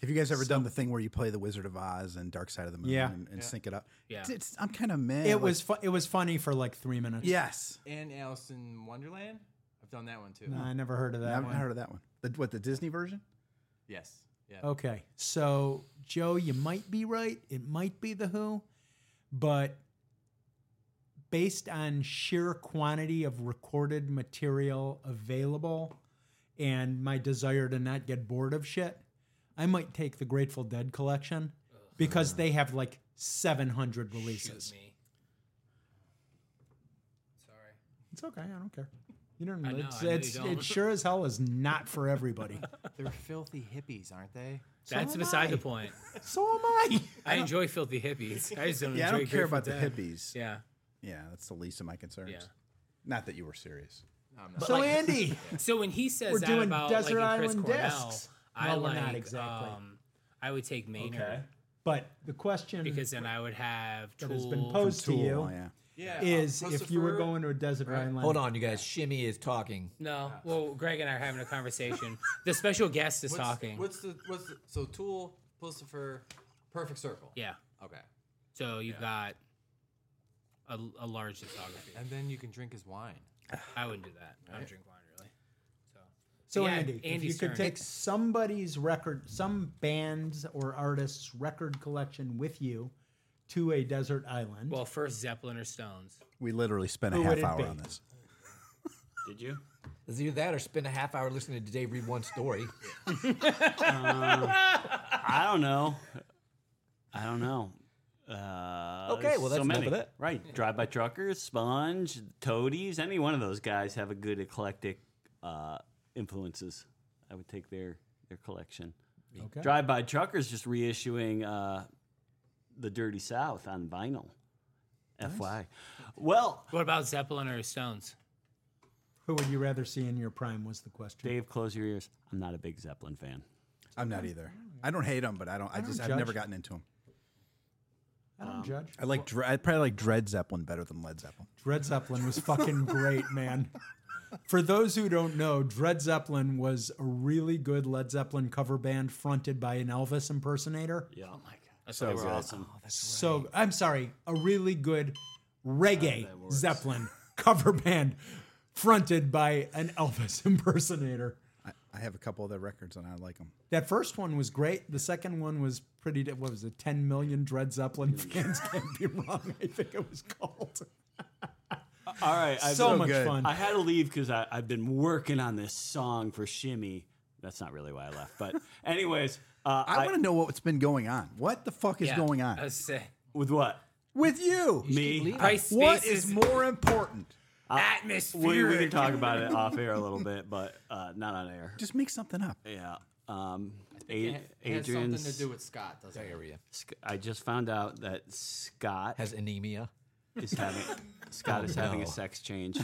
Speaker 6: Have you guys ever done the thing where you play The Wizard of Oz and Dark Side of the Moon
Speaker 3: Yeah.
Speaker 6: and, and sync it up?
Speaker 5: Yeah.
Speaker 6: It's- it's- I'm kind of mad.
Speaker 3: It
Speaker 6: like-
Speaker 3: was fu- it was funny for like three minutes.
Speaker 6: Yes.
Speaker 8: And Alice in Wonderland. I've done that one too.
Speaker 3: No, I never heard of that
Speaker 6: I haven't
Speaker 3: one.
Speaker 6: heard of that one. The, what, the Disney version?
Speaker 8: Yes. Yeah.
Speaker 3: Okay. So, Joe, you might be right. It might be The Who, but based on sheer quantity of recorded material available and my desire to not get bored of shit, I might take the Grateful Dead collection because they have like 700 releases.
Speaker 5: me. Sorry.
Speaker 3: It's okay. I don't care. You don't
Speaker 5: I know,
Speaker 3: it's,
Speaker 5: I know you
Speaker 3: it's,
Speaker 5: don't.
Speaker 3: It sure as hell is not for everybody.
Speaker 8: They're filthy hippies, aren't they?
Speaker 5: <laughs> That's
Speaker 3: am
Speaker 5: beside
Speaker 3: I.
Speaker 5: the point.
Speaker 3: so am
Speaker 5: <laughs>
Speaker 3: I.
Speaker 5: I, enjoy filthy hippies. I just don't
Speaker 6: Yeah, I
Speaker 5: enjoy
Speaker 6: don't care
Speaker 5: Grateful
Speaker 6: about the
Speaker 5: Dead.
Speaker 6: hippies. Yeah.
Speaker 5: Yeah.
Speaker 6: that's the least of my concerns.
Speaker 5: Yeah.
Speaker 6: Not that you were serious.
Speaker 3: so,
Speaker 5: <laughs>
Speaker 3: Andy.
Speaker 5: So when he says
Speaker 3: We're
Speaker 5: that
Speaker 3: doing
Speaker 5: about
Speaker 3: Desert
Speaker 5: like in Chris
Speaker 3: Island
Speaker 5: Cornell,
Speaker 3: Discs.
Speaker 5: I
Speaker 3: Well, we're
Speaker 5: like
Speaker 3: not exactly.
Speaker 5: um, I would take Maynard
Speaker 3: But the question
Speaker 5: because then I would have
Speaker 3: Mm. that
Speaker 5: Tool.
Speaker 3: has been posed to
Speaker 6: Tool,
Speaker 3: you
Speaker 6: oh, yeah.
Speaker 8: Yeah.
Speaker 3: is
Speaker 5: Oh,
Speaker 3: if you were going to a desert island.
Speaker 4: Hold on, you guys. Shimmy is talking.
Speaker 5: No, well, Greg and I are having
Speaker 3: <laughs>
Speaker 5: a conversation. the special guest is talking.
Speaker 8: What's the what's the, so Tool, Pulsifer, Perfect Circle.
Speaker 5: yeah.
Speaker 8: Okay.
Speaker 5: So you've got a, a large discography.
Speaker 8: And then you can drink his wine.
Speaker 5: I wouldn't do that. I don't drink wine really.
Speaker 3: So
Speaker 5: Yeah,
Speaker 3: Andy, if
Speaker 5: Andy's
Speaker 3: you could
Speaker 5: turn.
Speaker 3: take somebody's record, some band's or artist's record collection with you to a desert island,
Speaker 5: Well, first Zeppelin or Stones.
Speaker 6: We literally spent a
Speaker 3: Who would
Speaker 6: half
Speaker 3: it
Speaker 6: hour
Speaker 3: be?
Speaker 6: on this.
Speaker 7: Did you?
Speaker 4: It's either that or spend a half hour listening to Dave read one story.
Speaker 7: I don't know. I don't know. Uh,
Speaker 4: Okay,
Speaker 7: there's
Speaker 4: well, that's
Speaker 7: so
Speaker 4: enough
Speaker 7: many.
Speaker 4: of that.
Speaker 7: Right, Drive By Truckers, Sponge, Toadies, any one of those guys have a good eclectic uh, influences. I would take their their collection.
Speaker 3: Okay.
Speaker 7: Drive By Truckers just reissuing uh, the Dirty South on vinyl. FY. Well,
Speaker 5: What about Zeppelin or Stones?
Speaker 3: who would you rather see in your prime was the question.
Speaker 7: Dave, close your ears. I'm not a big Zeppelin fan.
Speaker 6: I'm not either. I don't hate them, but I don't. I, just
Speaker 3: judge.
Speaker 6: I've never gotten into them.
Speaker 3: I don't judge.
Speaker 6: I like. Dre- I probably like Dread Zeppelin better than Led Zeppelin.
Speaker 3: Dred Zeppelin was fucking great, man. For those who don't know, Dred Zeppelin was a really good Led Zeppelin cover band fronted by an Elvis impersonator.
Speaker 7: Yeah. Oh my god.
Speaker 5: That's
Speaker 6: So
Speaker 7: They were
Speaker 6: good.
Speaker 7: awesome.
Speaker 3: So I'm sorry, a really good
Speaker 7: Ah,
Speaker 3: reggae Zeppelin <laughs> cover band fronted by an Elvis <laughs> impersonator.
Speaker 6: I, I have a couple of their records and I like them.
Speaker 3: That first one was great. The second one was pretty. di- What was it? Ten million Dread Zeppelin fans <laughs> can't be wrong. I think it was called.
Speaker 7: All right, I've-
Speaker 3: so much
Speaker 6: good.
Speaker 3: fun.
Speaker 7: I had to leave because I've been working on this song for Shimmy. That's not really why I left, but anyways, uh,
Speaker 6: I,
Speaker 7: I-
Speaker 6: want to know what's been going on. What the fuck is
Speaker 5: Yeah,
Speaker 6: going on
Speaker 5: I was say,
Speaker 7: with what
Speaker 6: with you?
Speaker 7: me.
Speaker 5: price
Speaker 6: What
Speaker 5: spaces,
Speaker 6: is more important?
Speaker 5: atmosphere.
Speaker 7: We, we can talk about it off air a little bit, but uh, not on air.
Speaker 6: Just make something up.
Speaker 7: Yeah. Um,
Speaker 8: It
Speaker 7: A-
Speaker 8: has something to
Speaker 7: Adrian's.
Speaker 8: do with Scott, doesn't it?
Speaker 4: Diarrhea
Speaker 7: Sc- I just found out that Scott
Speaker 4: has anemia.
Speaker 7: is having Scott is having a
Speaker 4: no.
Speaker 7: sex change.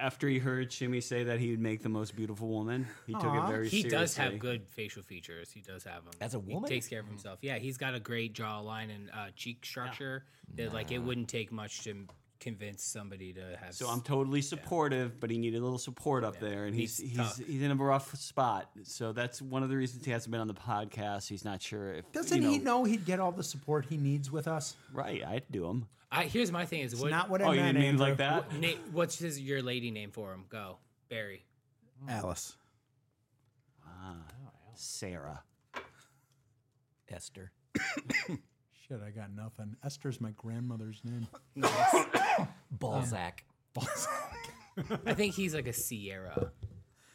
Speaker 7: After he heard Shimmy say that he would make the most beautiful woman, he took it very
Speaker 5: He
Speaker 7: seriously.
Speaker 5: does have good facial features. He does have them.
Speaker 4: As a woman?
Speaker 5: he takes care of himself. Yeah, he's got a great jawline and uh, cheek structure. That like it wouldn't take much to m- convince somebody to have.
Speaker 7: So I'm totally supportive, but he needed a little support up there, and he's
Speaker 5: He's
Speaker 7: he's
Speaker 5: tough.
Speaker 7: he's, in a rough spot. So that's one of the reasons he hasn't been on the podcast. He's not sure if
Speaker 3: Doesn't
Speaker 7: you know,
Speaker 3: he know he'd get all the support he needs with us?
Speaker 7: Right, I'd do him.
Speaker 5: I, here's my thing: is what,
Speaker 3: Not what I
Speaker 7: Oh, you
Speaker 3: meant.
Speaker 7: didn't mean like
Speaker 3: Andrew.
Speaker 7: that?
Speaker 5: na- what's his your lady name for him? Go Barry.
Speaker 6: Alice.
Speaker 7: Sarah.
Speaker 4: Esther.
Speaker 3: Shit, I got nothing. Esther's my grandmother's
Speaker 7: <laughs>
Speaker 3: name.
Speaker 4: Balzac.
Speaker 7: Um,
Speaker 5: I think he's like a Sierra.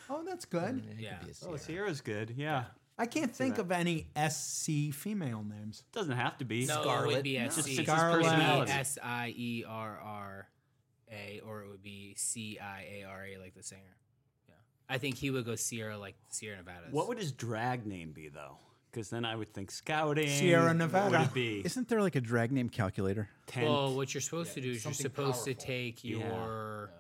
Speaker 3: Oh, that's good.
Speaker 5: Yeah.
Speaker 7: Oh, Sarah's good. Yeah,
Speaker 3: I can't think of any SC female names.
Speaker 7: doesn't have to be.
Speaker 5: No, it would be S
Speaker 7: Just
Speaker 5: C
Speaker 7: fix his personality.
Speaker 5: S I E R R A, or it would be C I A R A, like the singer. Yeah, I think he would go Sierra, like Sierra Nevada.
Speaker 7: What would his drag name be though? Because then I would think scouting.
Speaker 3: Sierra
Speaker 7: What would
Speaker 3: Nevada.
Speaker 7: it be?
Speaker 6: Isn't there like a drag name calculator?
Speaker 7: Tent.
Speaker 5: Well, what you're supposed to do is you're
Speaker 8: something
Speaker 5: supposed to
Speaker 8: powerful.
Speaker 5: take your,
Speaker 7: Yeah.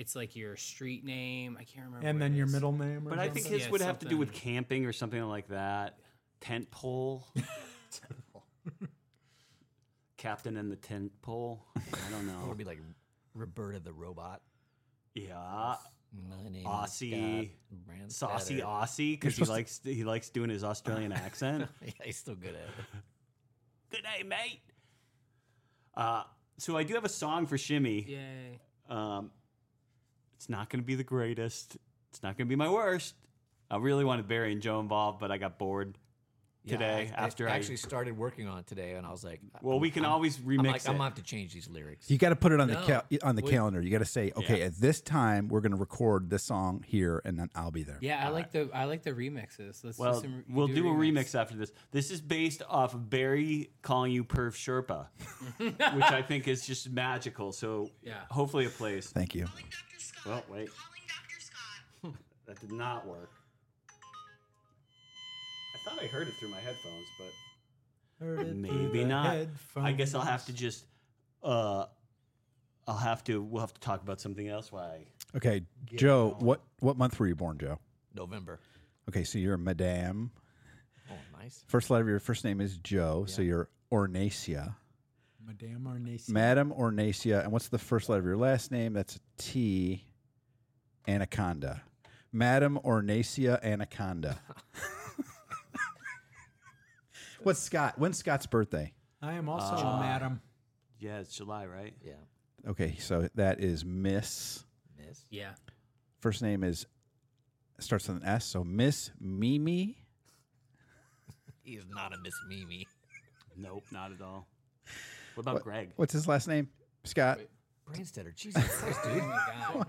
Speaker 5: it's like your street name. I can't remember.
Speaker 3: And
Speaker 5: what
Speaker 3: then
Speaker 5: it
Speaker 3: your
Speaker 5: is.
Speaker 3: middle name. Or
Speaker 7: but I think
Speaker 3: something.
Speaker 7: his
Speaker 5: Yeah,
Speaker 7: would have to do with
Speaker 5: something.
Speaker 7: camping or something like that.
Speaker 4: <laughs>
Speaker 7: Tent pole. Captain and the tent pole. I don't
Speaker 4: <laughs> Or
Speaker 7: know.
Speaker 4: it'd be like Roberta the robot.
Speaker 7: Yeah,
Speaker 4: My name is
Speaker 7: Aussie.
Speaker 4: Scott Branstetter.
Speaker 7: saucy Aussie because he likes he likes doing his Australian accent.
Speaker 4: <laughs> Yeah, he's still good at it.
Speaker 7: Good day, mate. Uh, so I do have a song for Shimmy.
Speaker 5: Yay!
Speaker 7: Um, it's not going to be the greatest. It's not going to be my worst. I really wanted Barry and Joe involved, but I got bored
Speaker 4: Yeah,
Speaker 7: today
Speaker 4: I,
Speaker 7: after
Speaker 4: I
Speaker 7: I.
Speaker 4: actually started working on it today, and I was like,
Speaker 7: well, we can always remix
Speaker 4: I'm like,
Speaker 7: it.
Speaker 4: I'm gonna have to change these lyrics.
Speaker 6: You got to put it on the
Speaker 5: No.
Speaker 6: cal- on the
Speaker 5: Wait.
Speaker 6: calendar. You got to say, okay, at this time we're going to record this song here, and then I'll be there.
Speaker 5: Yeah, I like the I like the remixes. Let's do
Speaker 7: Uh, well,
Speaker 5: some. you
Speaker 7: we'll do, a remix. after this. This is based off of Barry calling you Perv <laughs> Sherpa, which I think is just magical. So
Speaker 5: Yeah.
Speaker 7: hopefully it
Speaker 9: <laughs>
Speaker 7: plays.
Speaker 6: Thank you.
Speaker 9: Calling Dr. Scott.
Speaker 7: Well, wait.
Speaker 9: Calling Dr. Scott.
Speaker 7: <laughs> That did not work. I thought I heard it through my headphones, but
Speaker 3: Heard it through
Speaker 7: maybe
Speaker 3: the
Speaker 7: not. I guess I'll
Speaker 3: headphones.
Speaker 7: have to just uh I'll have to we'll have to talk about something else why
Speaker 6: Okay, Joe. What what month were you born, Joe?
Speaker 4: November.
Speaker 6: Okay, so you're a Madame.
Speaker 4: Oh, nice.
Speaker 6: First letter of your first name is Joe, so you're Ornacia.
Speaker 3: Madame Arnacea.
Speaker 6: Madam Ornacia. And what's the first letter of your last name? That's a T. Anaconda. Madam Ornacia Anaconda. <laughs> what's Scott? When's Scott's birthday?
Speaker 3: I am also
Speaker 7: Ah.
Speaker 3: a madam.
Speaker 7: Yeah, it's July, right?
Speaker 4: Yeah,
Speaker 6: Okay, so that is Miss.
Speaker 4: miss.
Speaker 5: Yeah,
Speaker 6: First name is starts with an S, so Miss Mimi
Speaker 4: He is not a Miss Mimi.
Speaker 7: Nope, not at <laughs> all. What about Greg?
Speaker 6: What's his last name? Scott
Speaker 4: Branstetter. Jesus Christ, dude.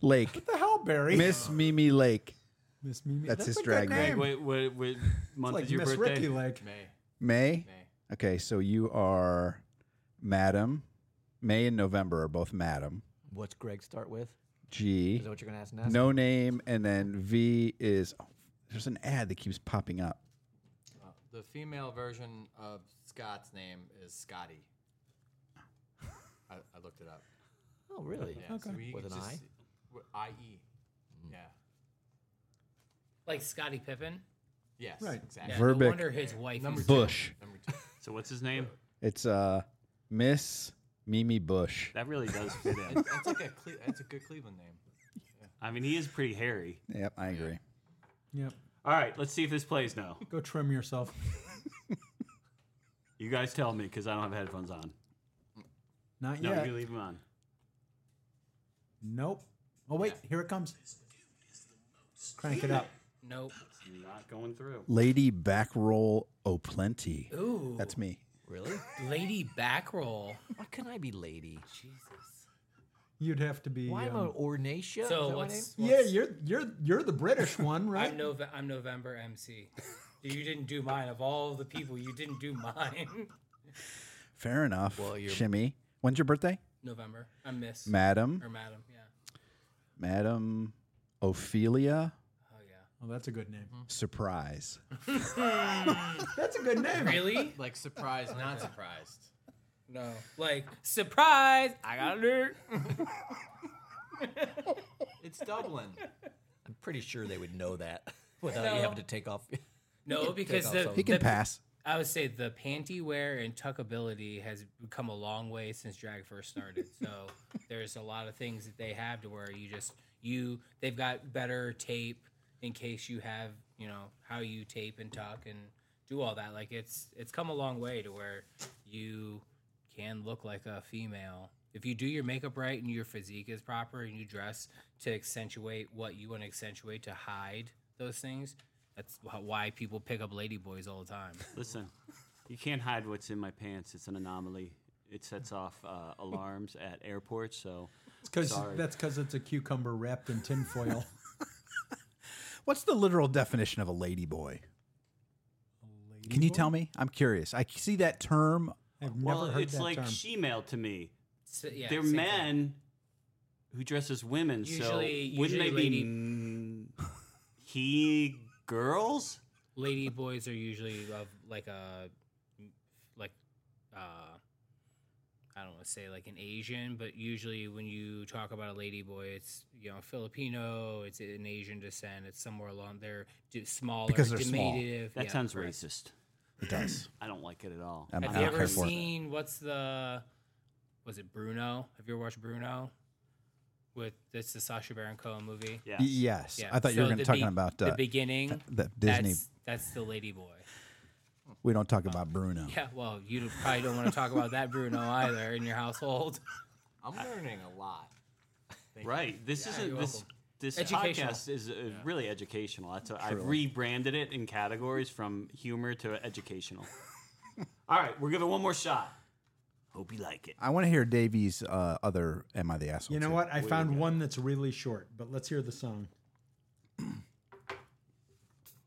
Speaker 6: Lake.
Speaker 3: The hell, Barry?
Speaker 6: Miss Mimi Lake.
Speaker 3: Miss Mimi.
Speaker 6: That's his
Speaker 3: a good
Speaker 6: drag name.
Speaker 7: Greg, what what, what month
Speaker 3: Like
Speaker 7: is your
Speaker 3: Miss
Speaker 7: birthday?
Speaker 3: Ricky Lake.
Speaker 8: May.
Speaker 6: May?
Speaker 8: May.
Speaker 6: Okay, so you are Madam. May and November are both Madam.
Speaker 4: What's Greg start with?
Speaker 6: G.
Speaker 4: Is that what you're gonna ask next?
Speaker 6: No name, and then V is. oh, there's an ad that keeps popping up.
Speaker 8: Uh, the female version of Scott's name is Scotty. I, I looked it up.
Speaker 4: Oh, really?
Speaker 8: Yeah, so we
Speaker 4: With an
Speaker 8: just-
Speaker 4: I? Hmm.
Speaker 8: w- I-E. Yeah.
Speaker 5: like Scottie Pippen.
Speaker 8: Yes.
Speaker 3: Right.
Speaker 8: Exactly.
Speaker 5: Yeah,
Speaker 6: Verbeck.
Speaker 5: No wonder his wife.
Speaker 8: Number
Speaker 5: is-
Speaker 8: two.
Speaker 6: Bush.
Speaker 8: Number two.
Speaker 7: So what's his name?
Speaker 6: It's uh, Miss Mimi Bush.
Speaker 7: That really does fit
Speaker 5: <laughs>
Speaker 7: in.
Speaker 8: It's- <laughs> That's like a Cle- that's a good Cleveland name.
Speaker 7: I mean, he is pretty hairy.
Speaker 6: Yep, I agree.
Speaker 3: Yep.
Speaker 7: All right, let's see if this plays now.
Speaker 3: Go trim yourself.
Speaker 7: You guys tell me because I don't have headphones on.
Speaker 3: Not
Speaker 7: <laughs> No,
Speaker 3: yet.
Speaker 7: you leave them on.
Speaker 3: Nope. Oh wait, here it comes. Crank it
Speaker 7: <laughs>
Speaker 3: up.
Speaker 5: Nope.
Speaker 7: Not going through.
Speaker 6: Lady Backroll O'Plenty.
Speaker 5: Ooh.
Speaker 6: That's me.
Speaker 4: Really?
Speaker 5: Lady Backroll.
Speaker 4: Why couldn't I be lady?
Speaker 3: You'd have to be.
Speaker 4: Why am I
Speaker 3: um,
Speaker 4: ornacea?
Speaker 5: So
Speaker 4: Is that my name?
Speaker 5: what's,
Speaker 3: yeah, you're you're you're the
Speaker 4: <laughs>
Speaker 3: British one, right?
Speaker 5: I'm, Nove- I'm November MC. You didn't do mine. Of all the people, you didn't do mine. <laughs>
Speaker 6: Fair enough.
Speaker 4: Well, you're-
Speaker 6: Shimmy. When's your birthday?
Speaker 5: November. I'm Miss.
Speaker 6: Madam.
Speaker 5: or Madam. Yeah.
Speaker 6: Madam Ophelia
Speaker 5: Oh, yeah.
Speaker 3: Oh, that's a good name.
Speaker 4: Mm-hmm.
Speaker 6: Surprise.
Speaker 3: That's a good name.
Speaker 5: Really?
Speaker 8: Like surprised, not surprised.
Speaker 5: No. Like, surprise! I got a nerd.
Speaker 8: <laughs> It's Dublin.
Speaker 4: I'm pretty sure they would know that <laughs> without
Speaker 5: No.
Speaker 4: you having to take off. <laughs>
Speaker 5: No, because
Speaker 4: off
Speaker 5: the,
Speaker 4: some.
Speaker 6: He can
Speaker 5: the-
Speaker 6: pass.
Speaker 5: I would say the panty wear and tuckability has come a long way since drag first started. So there's a lot of things that they have to where you just you they've got better tape in case you have you know how you tape and tuck and do all that. Like it's it's come a long way to where you can look like a female if you do your makeup right and your physique is proper and you dress to accentuate what you want to accentuate to hide those things. That's wh- why people pick up ladyboys all the time.
Speaker 7: Listen, you can't hide what's in my pants. It's an anomaly. It sets off uh, alarms at airports. So
Speaker 3: Because
Speaker 7: Sorry.
Speaker 3: that's because it's a cucumber wrapped in
Speaker 7: <laughs>
Speaker 3: tinfoil. <laughs>
Speaker 6: What's the literal definition of a lady boy? Can you tell me? I'm curious. I see that term.
Speaker 3: I've never
Speaker 7: well,
Speaker 3: heard
Speaker 7: it's
Speaker 3: that
Speaker 7: like
Speaker 3: term.
Speaker 7: she-male to me.
Speaker 5: So, yeah,
Speaker 7: They're
Speaker 5: same thing.
Speaker 7: men who dress as women.
Speaker 5: Usually-
Speaker 7: so wouldn't they
Speaker 5: usually lady-
Speaker 7: be mm, <laughs> he girls?
Speaker 5: Lady boys are usually of like a like uh I don't want to say like an Asian, but usually when you talk about a lady boy, it's you know Filipino, it's an Asian descent, it's somewhere along there, d- smaller,
Speaker 6: Because they're small.
Speaker 5: diminutive.
Speaker 7: That
Speaker 5: yeah,
Speaker 7: sounds
Speaker 5: correct.
Speaker 7: racist.
Speaker 6: It does.
Speaker 7: I don't like it at all.
Speaker 6: I'm,
Speaker 5: Have
Speaker 6: I
Speaker 5: you
Speaker 6: don't care
Speaker 5: ever
Speaker 6: for it.
Speaker 5: seen what's the was it Bruno? Have you ever watched Bruno? With it's the Sasha Baron Cohen movie.
Speaker 7: Yeah.
Speaker 6: Y- Yes.
Speaker 5: Yeah,
Speaker 6: I thought you were
Speaker 5: so
Speaker 6: gonna,
Speaker 5: the
Speaker 6: talking
Speaker 5: be-
Speaker 6: about uh,
Speaker 5: the beginning.
Speaker 6: the Disney.
Speaker 5: That's, that's the lady boy.
Speaker 6: we don't talk about Bruno.
Speaker 5: Yeah, well, you probably don't want to talk about that Bruno either in your household.
Speaker 8: I'm learning a lot.
Speaker 7: Right. This isn't
Speaker 5: you're
Speaker 7: this.
Speaker 5: welcome.
Speaker 7: This
Speaker 5: Educational.
Speaker 7: podcast is uh, really educational. That's what- I've rebranded it in categories from humor to educational. <laughs> All right, we're giving one more shot. Hope you like it.
Speaker 6: I want to hear Davey's uh, other "Am I the asshole?"
Speaker 3: You know
Speaker 6: too.
Speaker 3: what? I found one that's really short, but let's hear the song.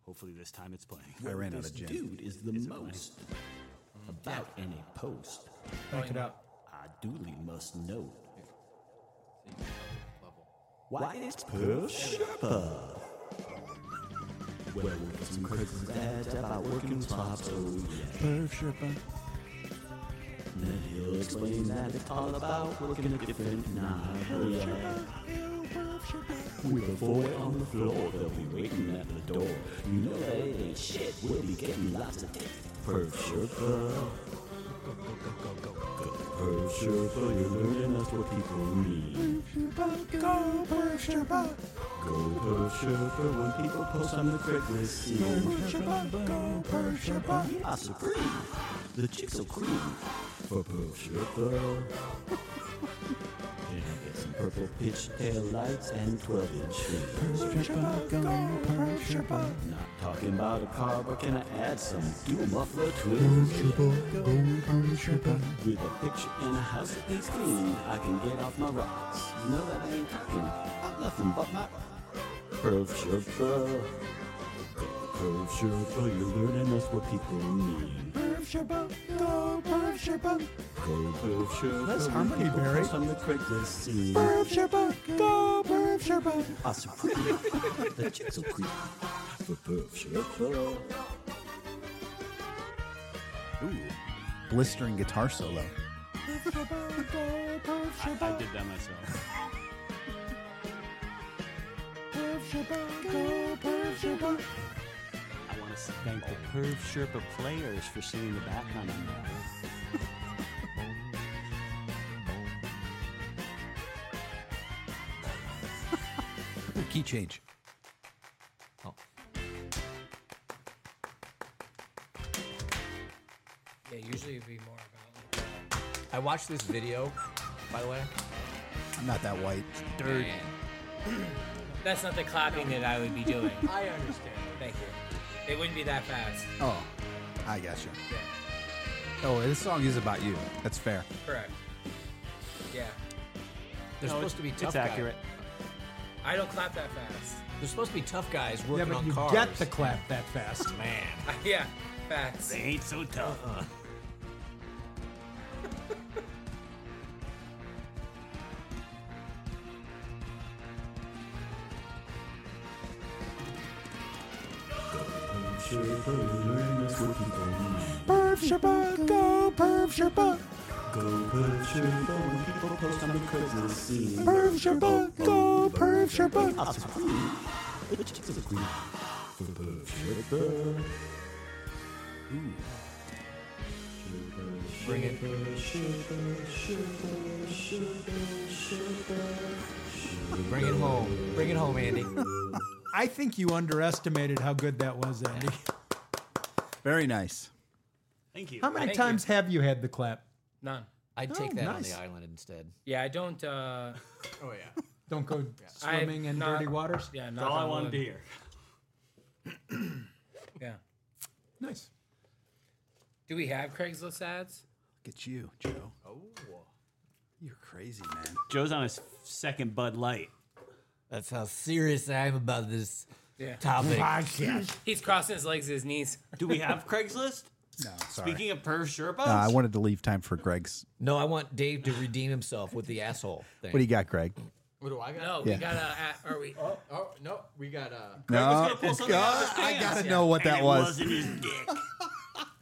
Speaker 7: Hopefully this time it's playing.
Speaker 6: I ran out of gin.
Speaker 9: Dude is the most about any post.
Speaker 3: Crank it up.
Speaker 9: I duly must note. Why is push Well, with some crazy dads about working tops, oh yeah. Then he'll explain that it's all about working a different night, oh yeah. With a boy on the floor, they'll be waiting at the door. You know that it ain't shit, we'll be getting lots of dick. Perf Sherpa. Perf Sherpa, you're learning that's what people mean. Go Perf Sherpa, when people post on the Craigslist scene. Perf Sherpa, go Perf Sherpa. You are supreme, the chicks are cream. For Perf Sherpa. Can I get some purple pitch tail lights and 12 inch shoes? Not talking about a car, but can I add some dual muffler twins? With a picture and a house that needs cleaning, I can get off my rocks. You know that I ain't talking about nothing but my Perv Sherpa. Perv Sherpa, you're learning us what people need. Perv Sherpa, go Perv Sherpa. Go Perv Sherpa. That's
Speaker 3: Harmony Berry.
Speaker 9: From the Craigslist scene. Perv Sherpa, go Perv Sherpa. Awesome creep. Ah, The chicks will creep. For Perv Sherpa.
Speaker 6: blistering guitar solo.
Speaker 7: I did that myself. I want to thank the Perv Sherpa players for singing the background on that.
Speaker 6: Key change.
Speaker 5: <laughs> Yeah, usually usually it'd be more about.
Speaker 4: I watched this video, by the way.
Speaker 6: I'm not that white.
Speaker 4: Dude.
Speaker 5: That's not the clapping that <laughs> I would be doing.
Speaker 4: I understand.
Speaker 5: Thank you. It wouldn't be that fast.
Speaker 6: Oh, I got you. Oh, this song is about you. That's fair.
Speaker 5: Correct. Yeah.
Speaker 4: They're supposed to be tough
Speaker 7: It's
Speaker 4: guys.
Speaker 7: accurate.
Speaker 5: I don't clap that fast. <laughs>
Speaker 4: They're supposed to be tough guys
Speaker 3: Yeah,
Speaker 4: working
Speaker 3: but
Speaker 4: on
Speaker 3: you
Speaker 4: cars.
Speaker 3: get the clap that fast.
Speaker 4: man.
Speaker 5: yeah. Facts.
Speaker 7: They ain't so tough.
Speaker 6: Perf Sherpa, go Perf Sherpa. Perf Sherpa, go Perf Sherpa.
Speaker 4: Bring it. Bring it home. Bring it home, Andy.
Speaker 3: I think you underestimated how good that was, Andy.
Speaker 6: Very nice.
Speaker 7: Thank you.
Speaker 3: How many
Speaker 5: Thank you.
Speaker 3: times have you had the clap?
Speaker 5: None.
Speaker 4: I'd take
Speaker 3: Oh,
Speaker 4: that
Speaker 3: nice.
Speaker 4: on the island instead.
Speaker 5: Yeah, I don't. Uh,
Speaker 8: Oh yeah.
Speaker 3: Don't go
Speaker 5: I-
Speaker 3: swimming in
Speaker 5: not-
Speaker 3: dirty waters.
Speaker 5: yeah,
Speaker 7: That's
Speaker 5: not
Speaker 7: all I wanted to hear.
Speaker 5: Yeah.
Speaker 3: Nice.
Speaker 5: Do we have Craigslist ads?
Speaker 6: Look at you, Joe. Oh. You're crazy, man.
Speaker 7: Joe's on his second Bud Light.
Speaker 4: That's how serious I am about this
Speaker 5: Yeah.
Speaker 4: topic.
Speaker 5: He's crossing his legs, his knees. <laughs>
Speaker 7: Do we have Craigslist?
Speaker 6: No, Oh, sorry.
Speaker 7: Speaking of perv Sherpas,
Speaker 6: Uh, I wanted to leave time for Greg's.
Speaker 4: No, I want Dave to redeem himself with the asshole thing.
Speaker 6: What do you got, Greg?
Speaker 8: What do I got?
Speaker 5: No, we
Speaker 6: Yeah.
Speaker 5: gotta. Uh, are we?
Speaker 8: Oh no, we got uh.
Speaker 7: gonna pull
Speaker 6: it's-
Speaker 7: something out of his
Speaker 6: I
Speaker 7: pants.
Speaker 6: gotta know what
Speaker 7: and
Speaker 6: that
Speaker 7: it
Speaker 6: was.
Speaker 7: wasn't his dick.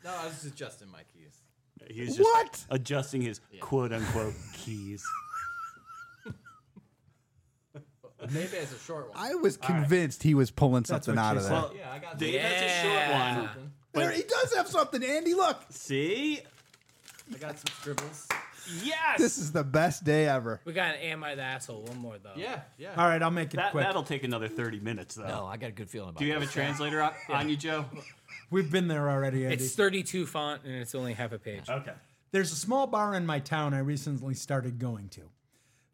Speaker 8: No, I was just adjusting my keys.
Speaker 7: He was just
Speaker 6: What?
Speaker 7: Adjusting his quote unquote keys.
Speaker 8: Maybe it's a short one.
Speaker 6: I was convinced he was pulling something
Speaker 3: what
Speaker 6: out
Speaker 3: she
Speaker 6: of
Speaker 3: said.
Speaker 6: there.
Speaker 7: Well,
Speaker 8: yeah, I got.
Speaker 7: Dave
Speaker 8: that.
Speaker 7: has a short
Speaker 5: Yeah.
Speaker 7: one.
Speaker 6: there. He does have something, Andy. Look,
Speaker 7: See?
Speaker 8: I got some scribbles.
Speaker 7: Yes.
Speaker 6: this is the best day ever.
Speaker 5: We got an "Am I the asshole?" One more though.
Speaker 8: Yeah, yeah.
Speaker 3: All right, I'll make it
Speaker 7: that,
Speaker 3: quick.
Speaker 7: that'll take another 30 minutes, though.
Speaker 4: No, Oh, I got a good feeling about
Speaker 7: Do you have a
Speaker 4: this.
Speaker 7: translator on, on you, Joe?
Speaker 3: We've been there already, Andy.
Speaker 5: It's 32 font and it's only half a page.
Speaker 7: Okay.
Speaker 3: There's a small bar in my town I recently started going to.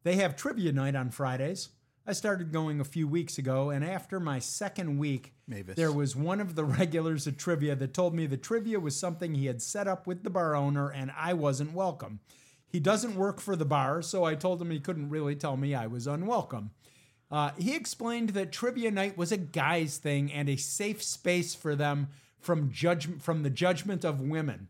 Speaker 3: They have trivia night on Fridays. I started going a few weeks ago, and after my second week,
Speaker 6: Mavis.
Speaker 3: there was one of the <laughs> regulars at trivia that told me the trivia was something he had set up with the bar owner, and I wasn't welcome. He doesn't work for the bar, so I told him he couldn't really tell me I was unwelcome. Uh, he explained that trivia night was a guy's thing and a safe space for them from judgment from the judgment of women.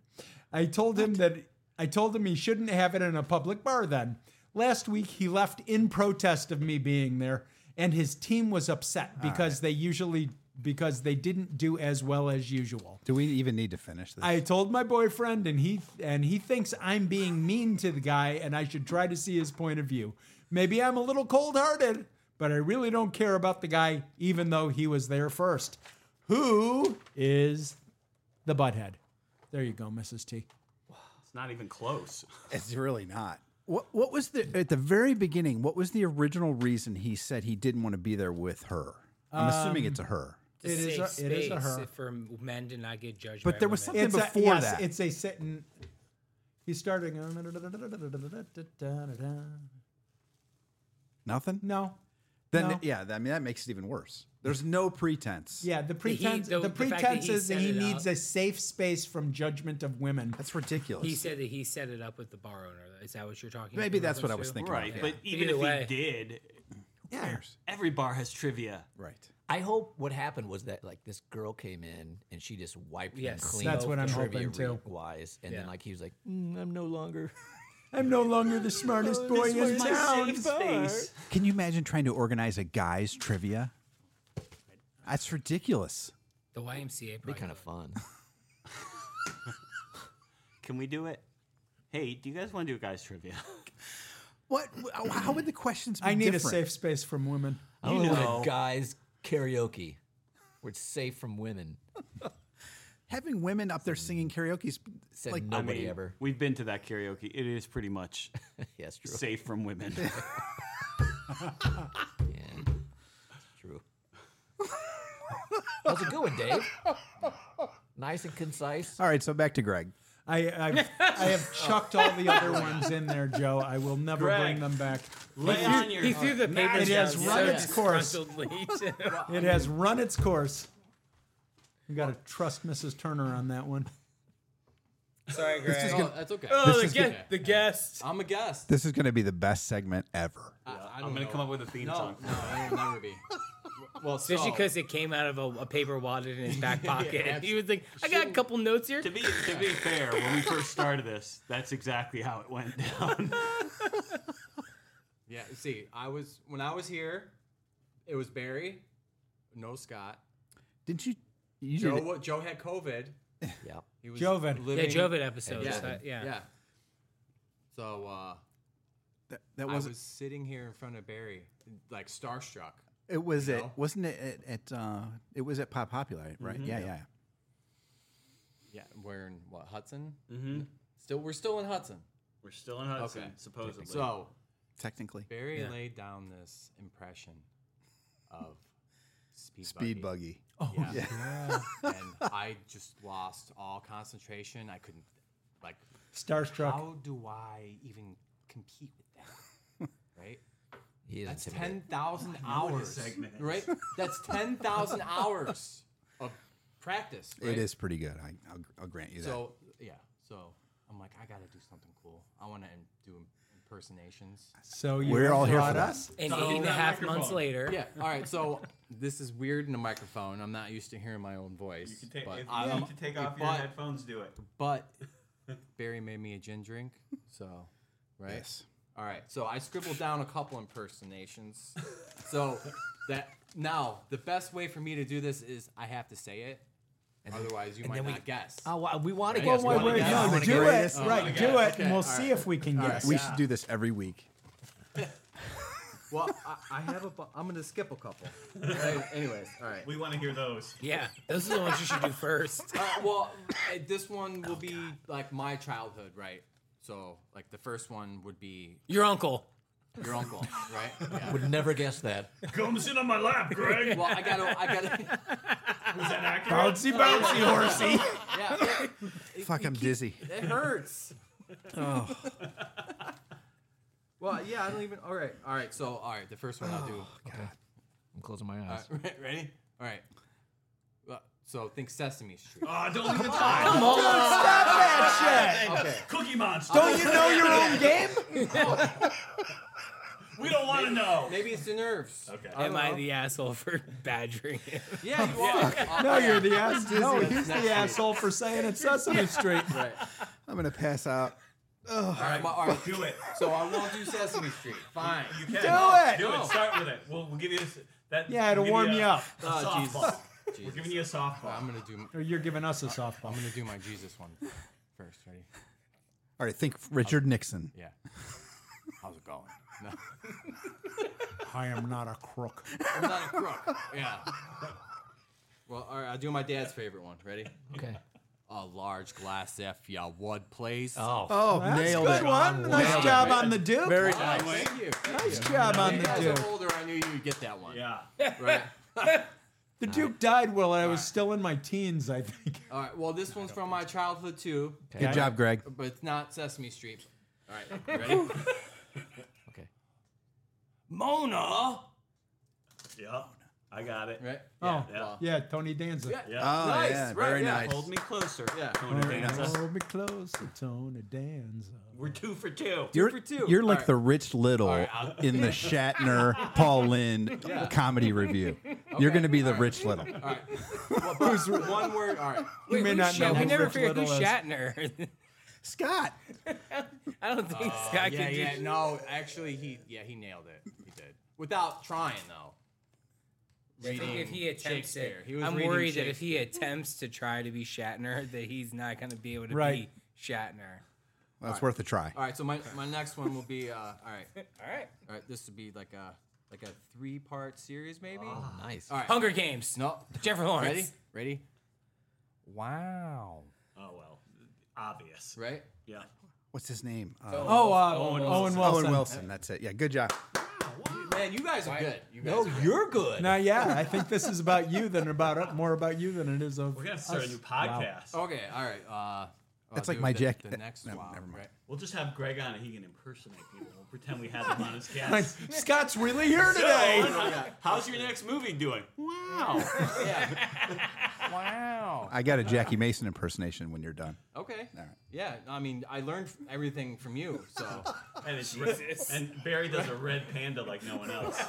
Speaker 3: I told him that I told him he shouldn't have it in a public bar then. Last week he left in protest of me being there and his team was upset because they usually because they didn't do as well as usual.
Speaker 6: Do we even need to finish this?
Speaker 3: I told my boyfriend, and he and he thinks I'm being mean to the guy, and I should try to see his point of view. Maybe I'm a little cold-hearted, but I really don't care about the guy, even though he was there first. Who is the butthead? There you go, Mrs. T.
Speaker 7: It's not even close.
Speaker 6: it's really not. What What was the at the very beginning? What was the original reason he said he didn't want to be there with her? I'm
Speaker 7: Um,
Speaker 6: assuming it's a her.
Speaker 5: It's
Speaker 3: it
Speaker 5: a
Speaker 3: is
Speaker 5: safe
Speaker 3: a- it is a
Speaker 5: space
Speaker 3: her.
Speaker 5: for men to not get judged.
Speaker 6: But
Speaker 5: by
Speaker 6: there was
Speaker 5: women.
Speaker 6: something
Speaker 3: It's a-
Speaker 6: before
Speaker 3: yes,
Speaker 6: that.
Speaker 3: It's a sitting. He's starting. um,
Speaker 6: Nothing.
Speaker 3: No.
Speaker 6: Then
Speaker 3: No.
Speaker 6: yeah, I mean that makes it even worse. There's no pretense.
Speaker 3: Yeah, the pretense.
Speaker 5: the-
Speaker 3: the,
Speaker 5: the fact that
Speaker 3: pretense
Speaker 5: he
Speaker 3: is that
Speaker 5: set
Speaker 3: he
Speaker 5: it
Speaker 3: needs
Speaker 5: up.
Speaker 3: a safe space from judgment of women.
Speaker 6: that's ridiculous.
Speaker 5: He said that he set it up with the bar owner. Is that what you're talking?
Speaker 6: Maybe
Speaker 5: in
Speaker 6: that's what I
Speaker 5: reference
Speaker 6: was
Speaker 5: to?
Speaker 6: thinking.
Speaker 7: Right.
Speaker 6: about.
Speaker 7: But even
Speaker 5: Either
Speaker 7: if
Speaker 5: way.
Speaker 7: he did,
Speaker 6: Yeah.
Speaker 7: every bar has trivia.
Speaker 6: Right.
Speaker 4: I hope what happened was that like this girl came in and she just wiped
Speaker 5: Yes.
Speaker 4: him clean.
Speaker 5: That's
Speaker 3: what I'm
Speaker 4: trivia
Speaker 3: hoping, too.
Speaker 4: re- Wise, and then
Speaker 5: Yeah.
Speaker 4: like he was like, "Mm, I'm no longer.
Speaker 3: I'm no longer the smartest boy in
Speaker 7: My
Speaker 3: town.
Speaker 7: safe space.
Speaker 6: Can you imagine trying to organize a guy's trivia? That's ridiculous.
Speaker 5: The
Speaker 4: Be
Speaker 5: YMCA. Probably
Speaker 4: kind of fun.
Speaker 7: Can we do it? Hey, do you guys want to do a guy's trivia?
Speaker 6: What? How would the questions be
Speaker 3: I need
Speaker 6: different?
Speaker 3: a safe space from women.
Speaker 4: I
Speaker 7: You
Speaker 4: don't
Speaker 7: know.
Speaker 4: want a guys karaoke. Where it's safe from women.
Speaker 6: Having women up there singing karaoke is
Speaker 4: Said
Speaker 6: like
Speaker 4: nobody
Speaker 7: mean,
Speaker 4: ever.
Speaker 7: We've been to that karaoke. It is pretty much
Speaker 4: Yes, true.
Speaker 7: safe from women.
Speaker 4: Yeah, it's true. That's a good one, Dave. Nice and concise.
Speaker 6: All right, so back to Greg.
Speaker 3: I I've, I
Speaker 8: <laughs>
Speaker 3: have chucked all the other ones in there, Joe. I will never
Speaker 7: Greg.
Speaker 3: bring them back.
Speaker 7: <laughs> Lay on your.
Speaker 5: He threw the paper
Speaker 3: It has run its course.
Speaker 5: course.
Speaker 3: It has run its course. You got to trust Mrs. Turner on that one.
Speaker 5: Sorry, Greg.
Speaker 8: Oh, that's okay.
Speaker 5: Oh, the,
Speaker 6: is
Speaker 5: gue-
Speaker 8: good.
Speaker 5: the guest.
Speaker 8: I'm a guest.
Speaker 6: This is going to be the best segment ever.
Speaker 8: I, I
Speaker 7: I'm
Speaker 8: don't
Speaker 7: gonna
Speaker 8: know.
Speaker 7: come up with a theme
Speaker 8: No,
Speaker 7: song.
Speaker 8: no, it will never be. Well,
Speaker 5: Especially
Speaker 8: so-
Speaker 5: because it came out of a, a paper wallet in his back pocket. <laughs>
Speaker 8: Yeah,
Speaker 5: he was like, I got a couple notes here.
Speaker 7: To be to be fair, when we first started this, that's exactly how it went down.
Speaker 8: Yeah, see, I was when I was here, it was Barry, no Scott.
Speaker 6: Didn't you? you
Speaker 8: Joe,
Speaker 6: did it.
Speaker 8: wa- Joe had COVID.
Speaker 4: Yeah.
Speaker 8: He was
Speaker 3: Joven.
Speaker 5: Yeah,
Speaker 8: living-
Speaker 5: Jovid episode.
Speaker 8: Yeah,
Speaker 5: Yeah. yeah.
Speaker 8: yeah. So uh,
Speaker 6: That, that
Speaker 8: I
Speaker 6: was,
Speaker 8: was sitting here in front of Barry, like starstruck.
Speaker 6: it. Was it?
Speaker 8: know?
Speaker 6: Wasn't it at? at uh, it was at Pop Popular, right? Yeah, yeah, yeah.
Speaker 8: Yeah, we're in what Hudson?
Speaker 7: Mhm.
Speaker 8: Still, we're still in Hudson.
Speaker 7: We're still in Hudson,
Speaker 8: Okay.
Speaker 7: supposedly.
Speaker 8: So
Speaker 6: Technically,
Speaker 8: Barry
Speaker 5: Yeah.
Speaker 8: laid down this impression of speed
Speaker 6: speed
Speaker 8: buggy.
Speaker 6: buggy.
Speaker 3: Oh,
Speaker 8: yeah. and I just lost all concentration. I couldn't, like,
Speaker 3: Starstruck.
Speaker 8: how do I even compete with that? <laughs> Right?
Speaker 4: He is
Speaker 8: That's
Speaker 4: intimidating.
Speaker 7: <laughs>
Speaker 8: 10,000 hours.
Speaker 7: segment is.
Speaker 8: Right? That's <laughs> 10,000 hours of practice. Right?
Speaker 6: It is pretty good. I, I'll, I'll grant you that.
Speaker 8: So, yeah. So I'm like, I got to do something cool. I want to do im- impersonations.
Speaker 3: So you
Speaker 6: We're all here
Speaker 3: brought
Speaker 6: for that.
Speaker 3: us.
Speaker 5: And eight and a
Speaker 7: that
Speaker 5: half months
Speaker 7: microphone.
Speaker 5: later,
Speaker 8: Yeah. All right. So <laughs> this is weird in a microphone. I'm not used to hearing my own voice.
Speaker 7: you can take,
Speaker 8: but
Speaker 7: if you
Speaker 8: I'm-
Speaker 7: need to take off your
Speaker 8: but-
Speaker 7: headphones, do it.
Speaker 8: But
Speaker 7: <laughs>
Speaker 8: Barry made me a gin drink, so right.
Speaker 6: Yes.
Speaker 8: All right. So I scribbled down a couple impersonations. so that now the best way for me to do this is I have to say it, otherwise you might
Speaker 4: then we-
Speaker 8: not guess.
Speaker 4: Oh, well, we want to
Speaker 8: Right?
Speaker 4: guess.
Speaker 8: Well,
Speaker 4: we wanna
Speaker 8: wait,
Speaker 4: guess,
Speaker 8: no,
Speaker 4: we
Speaker 3: No,
Speaker 4: wanna
Speaker 3: do
Speaker 4: guess.
Speaker 3: it. Right, do
Speaker 8: Okay,
Speaker 3: it, and we'll
Speaker 8: all
Speaker 3: see
Speaker 8: right.
Speaker 3: if we can guess.
Speaker 6: we should do this every week.
Speaker 8: Well, I, I have a. bu- I'm gonna skip
Speaker 7: <laughs>
Speaker 8: a couple. Right, Anyways, all right.
Speaker 7: We want to hear those.
Speaker 5: yeah, those are the ones you should do first.
Speaker 8: <laughs> Uh, well, uh, this one will be like my childhood, right? So like the first one would be
Speaker 5: Your uncle.
Speaker 8: your uncle, right? Yeah.
Speaker 4: Would never guess that.
Speaker 7: Come sit on my lap, Greg.
Speaker 8: Well, I gotta, I gotta, <laughs>
Speaker 7: Is that accurate?
Speaker 3: Bouncy, bouncy, horsey.
Speaker 8: yeah.
Speaker 6: Fuck, I'm dizzy.
Speaker 8: It hurts. Well, yeah, I don't even. All right, all right. So, all right, the first one I'll do.
Speaker 4: I'm closing my eyes.
Speaker 8: All <laughs> right, ready? All right. Well, So think Sesame Street.
Speaker 7: Aw, Ah, don't leave the time. Ah. <laughs>
Speaker 8: Okay.
Speaker 7: Cookie Monster.
Speaker 3: Don't you know your own game?
Speaker 7: <laughs> we don't want to know.
Speaker 8: Maybe it's the nerves.
Speaker 7: Okay.
Speaker 5: Am
Speaker 8: Uh-huh.
Speaker 5: I the asshole for <laughs> badgering him?
Speaker 8: Yeah, you are. Uh,
Speaker 3: No, Oh, you're
Speaker 8: <laughs>
Speaker 3: the ass. No, he's
Speaker 8: next
Speaker 3: the
Speaker 8: week.
Speaker 3: asshole for saying
Speaker 8: <laughs>
Speaker 3: it's Sesame Street.
Speaker 8: right.
Speaker 6: I'm gonna pass out.
Speaker 8: All right, my, all right.
Speaker 7: Do it.
Speaker 8: So I won't do Sesame Street. Fine.
Speaker 7: You can.
Speaker 3: it.
Speaker 7: Do
Speaker 8: No.
Speaker 7: it. Start with it. We'll, we'll give you this. That,
Speaker 3: Yeah, to
Speaker 7: we'll give
Speaker 3: warm
Speaker 7: you
Speaker 3: you
Speaker 7: a-
Speaker 3: up.
Speaker 7: a
Speaker 8: Oh,
Speaker 7: softball.
Speaker 8: Jesus.
Speaker 7: We're giving you a softball.
Speaker 8: I'm gonna do.
Speaker 3: Or you're giving us a softball.
Speaker 8: I'm gonna do my Jesus one first. Ready?
Speaker 6: All right, think Richard Nixon.
Speaker 8: Yeah. How's it going? No,
Speaker 3: I am not a crook.
Speaker 8: I'm not a crook. Yeah. Well, all right. I'll do my dad's favorite one. Ready?
Speaker 4: Okay.
Speaker 8: A large glass if ya would, please.
Speaker 4: Oh,
Speaker 6: Oh,
Speaker 3: That's a
Speaker 6: nailed
Speaker 3: good
Speaker 6: it.
Speaker 3: one. Nice job on the Duke. Very
Speaker 8: Wow, thank you.
Speaker 3: nice job on
Speaker 8: You
Speaker 3: the
Speaker 8: guys are
Speaker 3: Duke.
Speaker 8: older. I knew you'd get that one.
Speaker 7: yeah.
Speaker 8: Right.
Speaker 3: The Duke died while I was still in my teens, I think. <laughs>
Speaker 8: All right. Well, this one's from my childhood too,
Speaker 6: Good job, Greg.
Speaker 8: but it's not Sesame Street. All right. you Ready?
Speaker 4: okay.
Speaker 8: Mona.
Speaker 7: Yeah. I got it.
Speaker 8: Right.
Speaker 3: Oh,
Speaker 7: Yeah.
Speaker 3: yeah, Tony Danza.
Speaker 8: Yeah.
Speaker 7: Yeah.
Speaker 6: Oh,
Speaker 8: Nice,
Speaker 6: yeah,
Speaker 8: right,
Speaker 6: very
Speaker 8: yeah.
Speaker 6: nice.
Speaker 7: Hold me closer.
Speaker 8: Yeah.
Speaker 7: Tony Danza.
Speaker 3: Hold me close to Tony Danza.
Speaker 7: We're two for two.
Speaker 6: You're,
Speaker 8: for two.
Speaker 6: you're like
Speaker 8: All right.
Speaker 6: the Rich Little
Speaker 8: All right, I'll- <laughs>
Speaker 6: in the Shatner Paul Lynn comedy
Speaker 8: <laughs>
Speaker 6: review. You're going to be the Rich Little.
Speaker 4: <laughs>
Speaker 8: All right. Well, but one word. All right.
Speaker 5: Wait,
Speaker 3: may
Speaker 5: who's
Speaker 3: not know
Speaker 5: Shat-
Speaker 3: who
Speaker 5: We never
Speaker 3: Rich
Speaker 5: figured who
Speaker 3: Little is.
Speaker 5: Shatner. <laughs>
Speaker 6: Scott.
Speaker 5: I don't think
Speaker 8: Yeah,
Speaker 5: Scott
Speaker 8: yeah,
Speaker 5: can do
Speaker 8: no, actually, he yeah he nailed it. He did without trying though.
Speaker 5: I think if he attempts it,
Speaker 8: Shakespeare. He was
Speaker 5: I'm
Speaker 8: reading
Speaker 5: worried that if he attempts to try to be Shatner, <laughs> that he's not going to be able to
Speaker 3: Right.
Speaker 5: be Shatner.
Speaker 6: Well, it's worth a try.
Speaker 8: All right, so my, my next one will <laughs> be uh, all right,
Speaker 5: All right.
Speaker 8: all right. This would be like a like a three part series maybe.
Speaker 4: Nice.
Speaker 8: All right,
Speaker 5: Hunger Games.
Speaker 8: no,
Speaker 5: Jennifer Lawrence.
Speaker 8: ready, ready. Wow,
Speaker 7: Oh, well. Obvious.
Speaker 8: right?
Speaker 7: Yeah.
Speaker 6: What's his name? Uh,
Speaker 3: Oh, uh,
Speaker 7: Owen
Speaker 3: Owen,
Speaker 7: Wilson.
Speaker 3: Wilson.
Speaker 6: Owen Wilson. That's it. Yeah, good job.
Speaker 8: Man, you guys are good. You guys
Speaker 4: No,
Speaker 8: are good.
Speaker 4: you're good.
Speaker 3: Now, yeah, I think this is about you than about more about you than it is of.
Speaker 7: We're going to start
Speaker 3: us.
Speaker 8: Oh.
Speaker 7: a new podcast.
Speaker 8: okay. All right, uh, all
Speaker 6: That's
Speaker 8: I'll
Speaker 6: like
Speaker 8: do
Speaker 6: my
Speaker 8: the,
Speaker 6: Jack-
Speaker 8: The next
Speaker 6: no,
Speaker 8: wild,
Speaker 6: never mind.
Speaker 8: right?
Speaker 7: We'll just have Greg on and he can impersonate people. We'll pretend we have him
Speaker 3: <laughs>
Speaker 7: on his cast.
Speaker 6: Scott's really here
Speaker 7: So,
Speaker 6: today.
Speaker 7: how's your next movie doing? Wow.
Speaker 8: <laughs> Wow.
Speaker 6: I got a Jackie Mason impersonation when you're done.
Speaker 8: Okay.
Speaker 6: right.
Speaker 8: Yeah. I mean, I learned f- everything from you. <laughs> So
Speaker 7: And, it's red- and Barry does a red panda like no one else.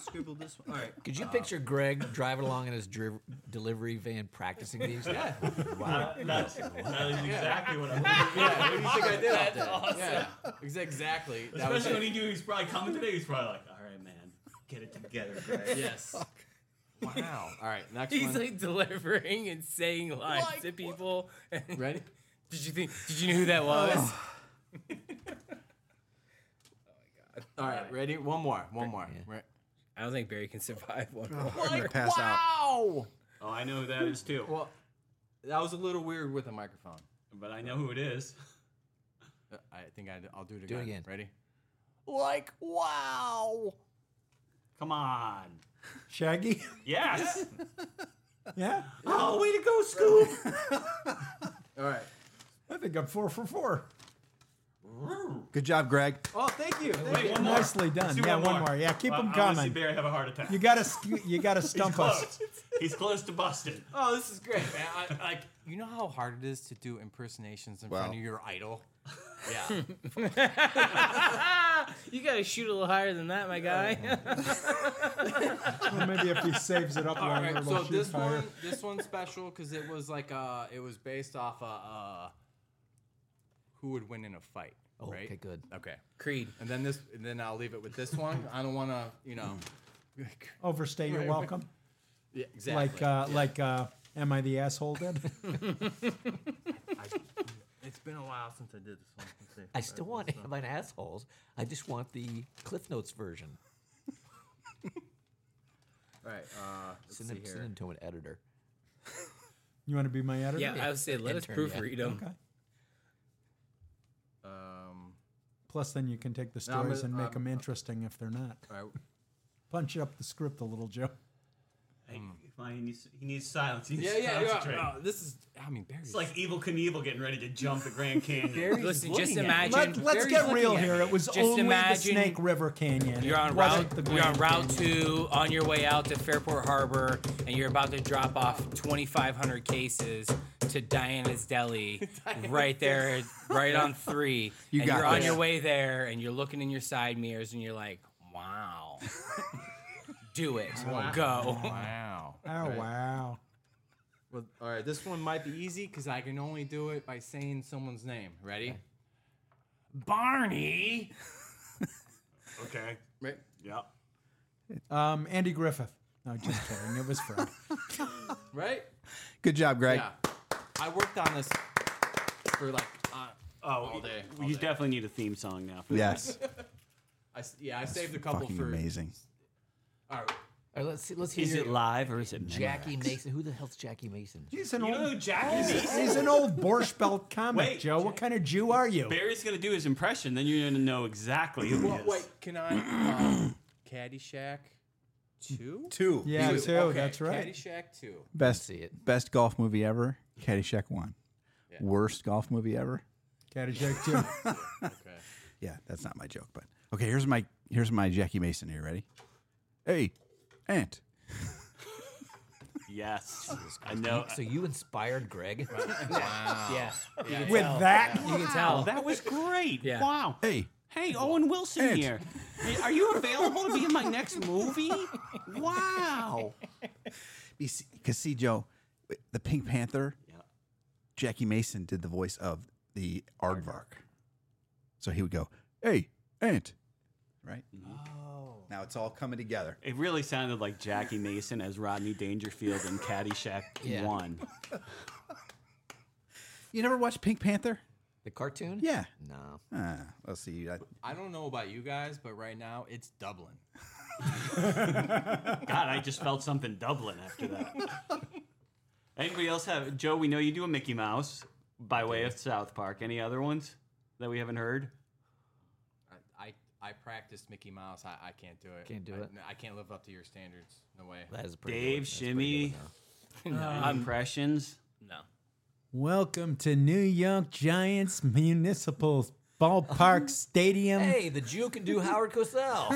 Speaker 1: Scribbled this one.
Speaker 8: all right.
Speaker 4: Could you picture Greg driving along in his dri- delivery van practicing these?
Speaker 8: Yeah.
Speaker 7: That's,
Speaker 8: <laughs>
Speaker 7: that is exactly what I'm
Speaker 8: Yeah. What do you think I did out there? Yeah. ex- Exactly. That was
Speaker 7: Especially when
Speaker 8: it.
Speaker 7: he knew he's probably coming today. He's probably like, all right, man, get it together, Greg.
Speaker 8: <laughs> Yes. Wow. All right. Next
Speaker 5: He's
Speaker 8: one.
Speaker 5: like delivering and saying lines to people. <laughs> did
Speaker 8: Ready?
Speaker 5: you think? Did you know who
Speaker 8: <laughs>
Speaker 5: that was?
Speaker 8: Oh. All right. Ready? One more. One more. Right.
Speaker 5: I don't think Barry can
Speaker 8: <laughs>
Speaker 5: survive one.
Speaker 6: I'm gonna pass out.
Speaker 8: Ow!
Speaker 7: Oh, I know who that is too.
Speaker 8: Well, that was a little weird with a microphone.
Speaker 7: But I know who it is.
Speaker 8: Uh, I think I, will do it again.
Speaker 4: it again.
Speaker 8: Ready?
Speaker 6: Like wow.
Speaker 7: Come on.
Speaker 3: Shaggy? <laughs>
Speaker 7: Yes.
Speaker 3: yeah.
Speaker 7: Oh, way to go, Scoop.
Speaker 8: All right.
Speaker 3: I think I'm four for four.
Speaker 6: Good job, Greg.
Speaker 8: Oh, thank you. Thank you.
Speaker 7: Wait, one more.
Speaker 3: Nicely done.
Speaker 7: Let's do
Speaker 3: Yeah, one more. Yeah, keep 'em
Speaker 7: I wanna
Speaker 3: coming.
Speaker 7: See Barry have a heart attack.
Speaker 3: You gotta sc- you gotta
Speaker 7: He's
Speaker 3: stump us.
Speaker 7: close. He's close
Speaker 3: <laughs>
Speaker 7: to busting.
Speaker 8: Oh, this is great, man. I, like, you know how hard it is to do impersonations in front
Speaker 6: Wow.
Speaker 8: of your idol. Yeah.
Speaker 5: <laughs> You gotta shoot a little higher than that, my
Speaker 8: Oh,
Speaker 5: guy.
Speaker 3: Well, maybe if he saves it up
Speaker 8: All
Speaker 3: longer,
Speaker 8: right.
Speaker 3: it'll
Speaker 8: So
Speaker 3: shoot
Speaker 8: this
Speaker 3: higher.
Speaker 8: one, this one's special because it was like, uh, it was based off, uh, uh, who would win in a fight,
Speaker 4: Oh,
Speaker 8: right?
Speaker 4: Okay, good.
Speaker 8: Okay.
Speaker 5: <laughs> Creed.
Speaker 8: And then this, and then I'll leave it with this one. I don't want to, you know.
Speaker 3: Overstay your welcome.
Speaker 8: <laughs> Yeah, exactly.
Speaker 3: Like uh, like uh, am I the asshole did?
Speaker 8: it's been a while since I did this one. Let's see.
Speaker 4: I still want <laughs> Am I an Assholes. I just want the Cliff Notes version.
Speaker 8: All right. Uh, let's
Speaker 4: Send
Speaker 8: see
Speaker 4: them, send
Speaker 8: here.
Speaker 4: them to an editor.
Speaker 3: <laughs> You want to be my editor?
Speaker 5: Yeah, I would say let us
Speaker 4: Intern, yeah.
Speaker 5: proofread them.
Speaker 3: Okay.
Speaker 8: Um,
Speaker 3: Plus, then you can take the
Speaker 8: No, I'm
Speaker 3: stories
Speaker 8: gonna-
Speaker 3: and make
Speaker 8: I'm-
Speaker 3: them interesting if they're not.
Speaker 8: all right.
Speaker 3: Punch up the script a little, Joe.
Speaker 7: Hey, come on, he needs he needs silence. He needs
Speaker 8: Yeah,
Speaker 7: to
Speaker 8: yeah, yeah.
Speaker 7: concentrate.
Speaker 8: Oh, this is. I mean, Barry's
Speaker 7: It's like Evil Knievel getting ready to jump the Grand Canyon.
Speaker 8: <laughs> Barry's
Speaker 5: Listen,
Speaker 8: looking
Speaker 5: just
Speaker 8: at me.
Speaker 5: imagine
Speaker 3: Let, let's
Speaker 8: Barry's
Speaker 3: get
Speaker 8: looking
Speaker 3: real
Speaker 8: at
Speaker 3: here.
Speaker 8: me.
Speaker 3: It was
Speaker 5: Just
Speaker 3: only
Speaker 5: imagine
Speaker 3: the Snake River Canyon.
Speaker 5: You're on
Speaker 3: It wasn't
Speaker 5: route.
Speaker 3: the
Speaker 5: You're on
Speaker 3: Grand
Speaker 5: route
Speaker 3: Canyon.
Speaker 5: two on your way out to Fairport Harbor, and you're about to drop off 2,500 cases to Diana's Deli, right there, right on three.
Speaker 6: You
Speaker 5: and
Speaker 6: got
Speaker 5: you're on
Speaker 6: this.
Speaker 5: your way there, and you're looking in your side mirrors, and you're like, "Wow, do it, go."
Speaker 8: Wow.
Speaker 3: Oh wow!
Speaker 8: Well, all right, this one might be easy because I can only do it by saying someone's name. Ready? Barney.
Speaker 7: Okay.
Speaker 8: Right.
Speaker 7: Yeah.
Speaker 3: Um, Andy Griffith. No, just kidding. It was Fred.
Speaker 8: Right.
Speaker 6: Good job, Greg.
Speaker 8: Yeah. I worked on this for like. Uh,
Speaker 7: Oh, all
Speaker 8: day, all
Speaker 7: you
Speaker 8: day.
Speaker 7: definitely need a theme song now. For
Speaker 6: Yes.
Speaker 8: I s yeah, I saved a couple
Speaker 6: Fucking
Speaker 8: for.
Speaker 6: amazing.
Speaker 8: All right.
Speaker 4: All right, let's see. Let's
Speaker 7: that.
Speaker 4: hear
Speaker 7: Is it
Speaker 4: your-
Speaker 7: live or is it
Speaker 4: Jackie Mason. Who the hell's Jackie Mason?
Speaker 3: He's an
Speaker 7: You
Speaker 3: old.
Speaker 7: know who Jackie Mason?
Speaker 3: He's an old Borscht Belt comic,
Speaker 7: Wait,
Speaker 3: Joe. What kind of Jew are you?
Speaker 7: Barry's gonna do his impression, then you're gonna know exactly who
Speaker 8: Well,
Speaker 7: he is.
Speaker 8: wait. Can I? Um, Caddyshack. Two.
Speaker 6: Two.
Speaker 3: Yeah,
Speaker 8: Two,
Speaker 3: too.
Speaker 8: okay,
Speaker 3: That's right.
Speaker 8: Caddyshack two.
Speaker 6: Best
Speaker 4: see it.
Speaker 6: Best golf movie ever. Caddyshack one. Worst golf movie ever.
Speaker 3: Caddyshack too.
Speaker 8: Okay.
Speaker 6: Yeah, that's not my joke, but okay. Here's my here's my Jackie Mason. Here, ready? Hey, Ant.
Speaker 7: Yes. I know.
Speaker 4: So you inspired Greg?
Speaker 5: <laughs> Yeah,
Speaker 3: With that,
Speaker 5: you can tell.
Speaker 7: Oh, That was great.
Speaker 5: Yeah.
Speaker 7: Wow.
Speaker 6: Hey,
Speaker 7: Hey, Owen Wilson
Speaker 6: Ed.
Speaker 7: here. Are you available to be in my next movie? Wow.
Speaker 6: because see, Joe, the Pink Panther.
Speaker 7: Yeah.
Speaker 6: Jackie Mason did the voice of the aardvark, so he would go, "Hey, Ant." Right. Oh. Now it's all coming together.
Speaker 7: It really sounded like Jackie Mason as Rodney Dangerfield in Caddyshack
Speaker 4: Yeah.
Speaker 7: 1.
Speaker 6: You never watched Pink Panther?
Speaker 4: The cartoon?
Speaker 6: Yeah.
Speaker 4: No.
Speaker 6: Uh, let's see. I,
Speaker 8: I don't know about you guys, but right now it's Dublin.
Speaker 7: God, I just felt something doubling after that. Anybody else have Joe? We know you do a Mickey Mouse by way of South Park. Any other ones that we haven't heard?
Speaker 8: I, I practiced Mickey Mouse. I, I can't do it.
Speaker 4: Can't do
Speaker 8: I,
Speaker 4: it?
Speaker 8: I can't live up to your standards. No way.
Speaker 4: That is a pretty.
Speaker 7: Dave
Speaker 4: good. That's a pretty
Speaker 7: Shimmy,
Speaker 4: good one,
Speaker 6: Um,
Speaker 7: impressions.
Speaker 5: No.
Speaker 3: Welcome to New York Giants Municipal Ballpark Stadium.
Speaker 4: Hey, the Jew can do Howard Cosell.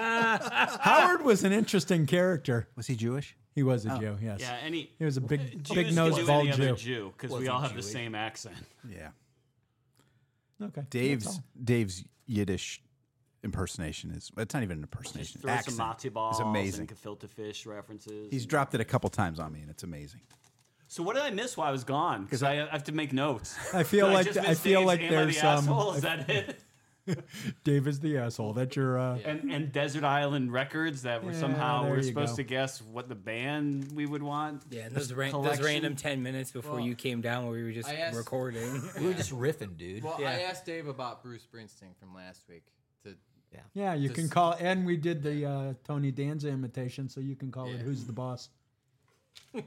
Speaker 3: Howard was an interesting character.
Speaker 6: Was he Jewish?
Speaker 3: He was
Speaker 6: Oh,
Speaker 3: a Jew, yes.
Speaker 7: Yeah, any
Speaker 3: He was a big,
Speaker 7: Jews
Speaker 3: big nose
Speaker 7: can do
Speaker 3: bald
Speaker 7: any other
Speaker 3: Jew.
Speaker 7: Jew because we all have the same accent.
Speaker 6: Yeah.
Speaker 3: Okay, that's
Speaker 6: Dave's
Speaker 3: all.
Speaker 6: Dave's Yiddish impersonation is it's not even an impersonation.
Speaker 7: Throw some
Speaker 6: accent
Speaker 7: matzo balls
Speaker 6: is amazing.
Speaker 7: and gefilte fish references.
Speaker 6: He's dropped it a couple times on me, and it's amazing.
Speaker 7: so what did I miss while I was gone? Because I, have to make notes.
Speaker 3: I
Speaker 7: <laughs>
Speaker 3: feel
Speaker 7: Did
Speaker 3: like-
Speaker 7: just
Speaker 3: I
Speaker 7: miss
Speaker 3: feel
Speaker 7: Dave's
Speaker 3: like
Speaker 7: Am
Speaker 3: there's,
Speaker 7: I
Speaker 3: um,
Speaker 7: the asshole? Is
Speaker 3: <laughs>
Speaker 7: that it?
Speaker 3: Dave is the asshole. That's your. Uh,
Speaker 7: And, and Desert Island Records that were
Speaker 3: Yeah,
Speaker 7: somehow
Speaker 3: there
Speaker 7: we're
Speaker 3: you
Speaker 7: supposed
Speaker 3: go.
Speaker 7: to guess what the band we would want.
Speaker 5: Yeah, and those, ran- those
Speaker 7: collection-
Speaker 5: random 10 minutes before
Speaker 8: Well,
Speaker 5: you came down where we were just
Speaker 8: I asked-
Speaker 5: recording.
Speaker 4: we were just riffing, dude.
Speaker 8: Well, I
Speaker 5: Yeah.
Speaker 8: asked Dave about Bruce Springsteen from last week. To
Speaker 3: Yeah, you can
Speaker 8: Just-
Speaker 3: call. And we did the uh, Tony Danza imitation, so you can call it "Who's the Boss."
Speaker 6: You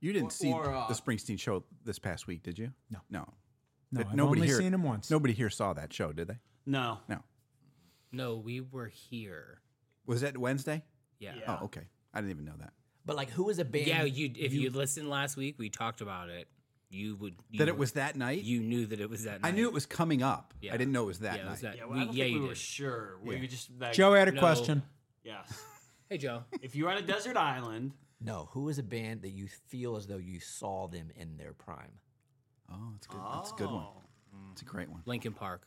Speaker 6: didn't
Speaker 8: Or-
Speaker 6: see
Speaker 8: or, uh,
Speaker 6: the Springsteen show this past week, did you? No, no,
Speaker 3: No,
Speaker 6: Th-
Speaker 3: I've
Speaker 6: nobody
Speaker 3: only
Speaker 6: here-
Speaker 3: seen him once.
Speaker 6: nobody here saw that show, did they?
Speaker 7: No,
Speaker 6: No.
Speaker 5: <laughs> no, we were here.
Speaker 6: Was that Wednesday?
Speaker 5: Yeah. Yeah,
Speaker 6: Oh, okay. I didn't even know that.
Speaker 4: But like, who is a band?
Speaker 5: you if you, listened last week, we talked about it. You would you,
Speaker 6: That it was that night.
Speaker 5: you knew that it was that night.
Speaker 6: I knew it was coming up.
Speaker 5: Yeah.
Speaker 6: I didn't know it was that
Speaker 5: yeah,
Speaker 6: night.
Speaker 5: it was that.
Speaker 7: yeah, well,
Speaker 5: we,
Speaker 7: I don't
Speaker 5: yeah,
Speaker 7: think
Speaker 5: you
Speaker 7: we
Speaker 5: did.
Speaker 7: were sure. Were you just like,
Speaker 3: Joe had a
Speaker 5: No.
Speaker 3: question.
Speaker 7: Yes.
Speaker 5: Hey Joe.
Speaker 7: If you're on a desert island,
Speaker 4: No, who is a band that you feel as though you saw them in their prime?
Speaker 6: Oh, that's good. That's a good one.
Speaker 5: Oh.
Speaker 6: It's a great one.
Speaker 5: Lincoln
Speaker 6: <laughs>
Speaker 5: Park.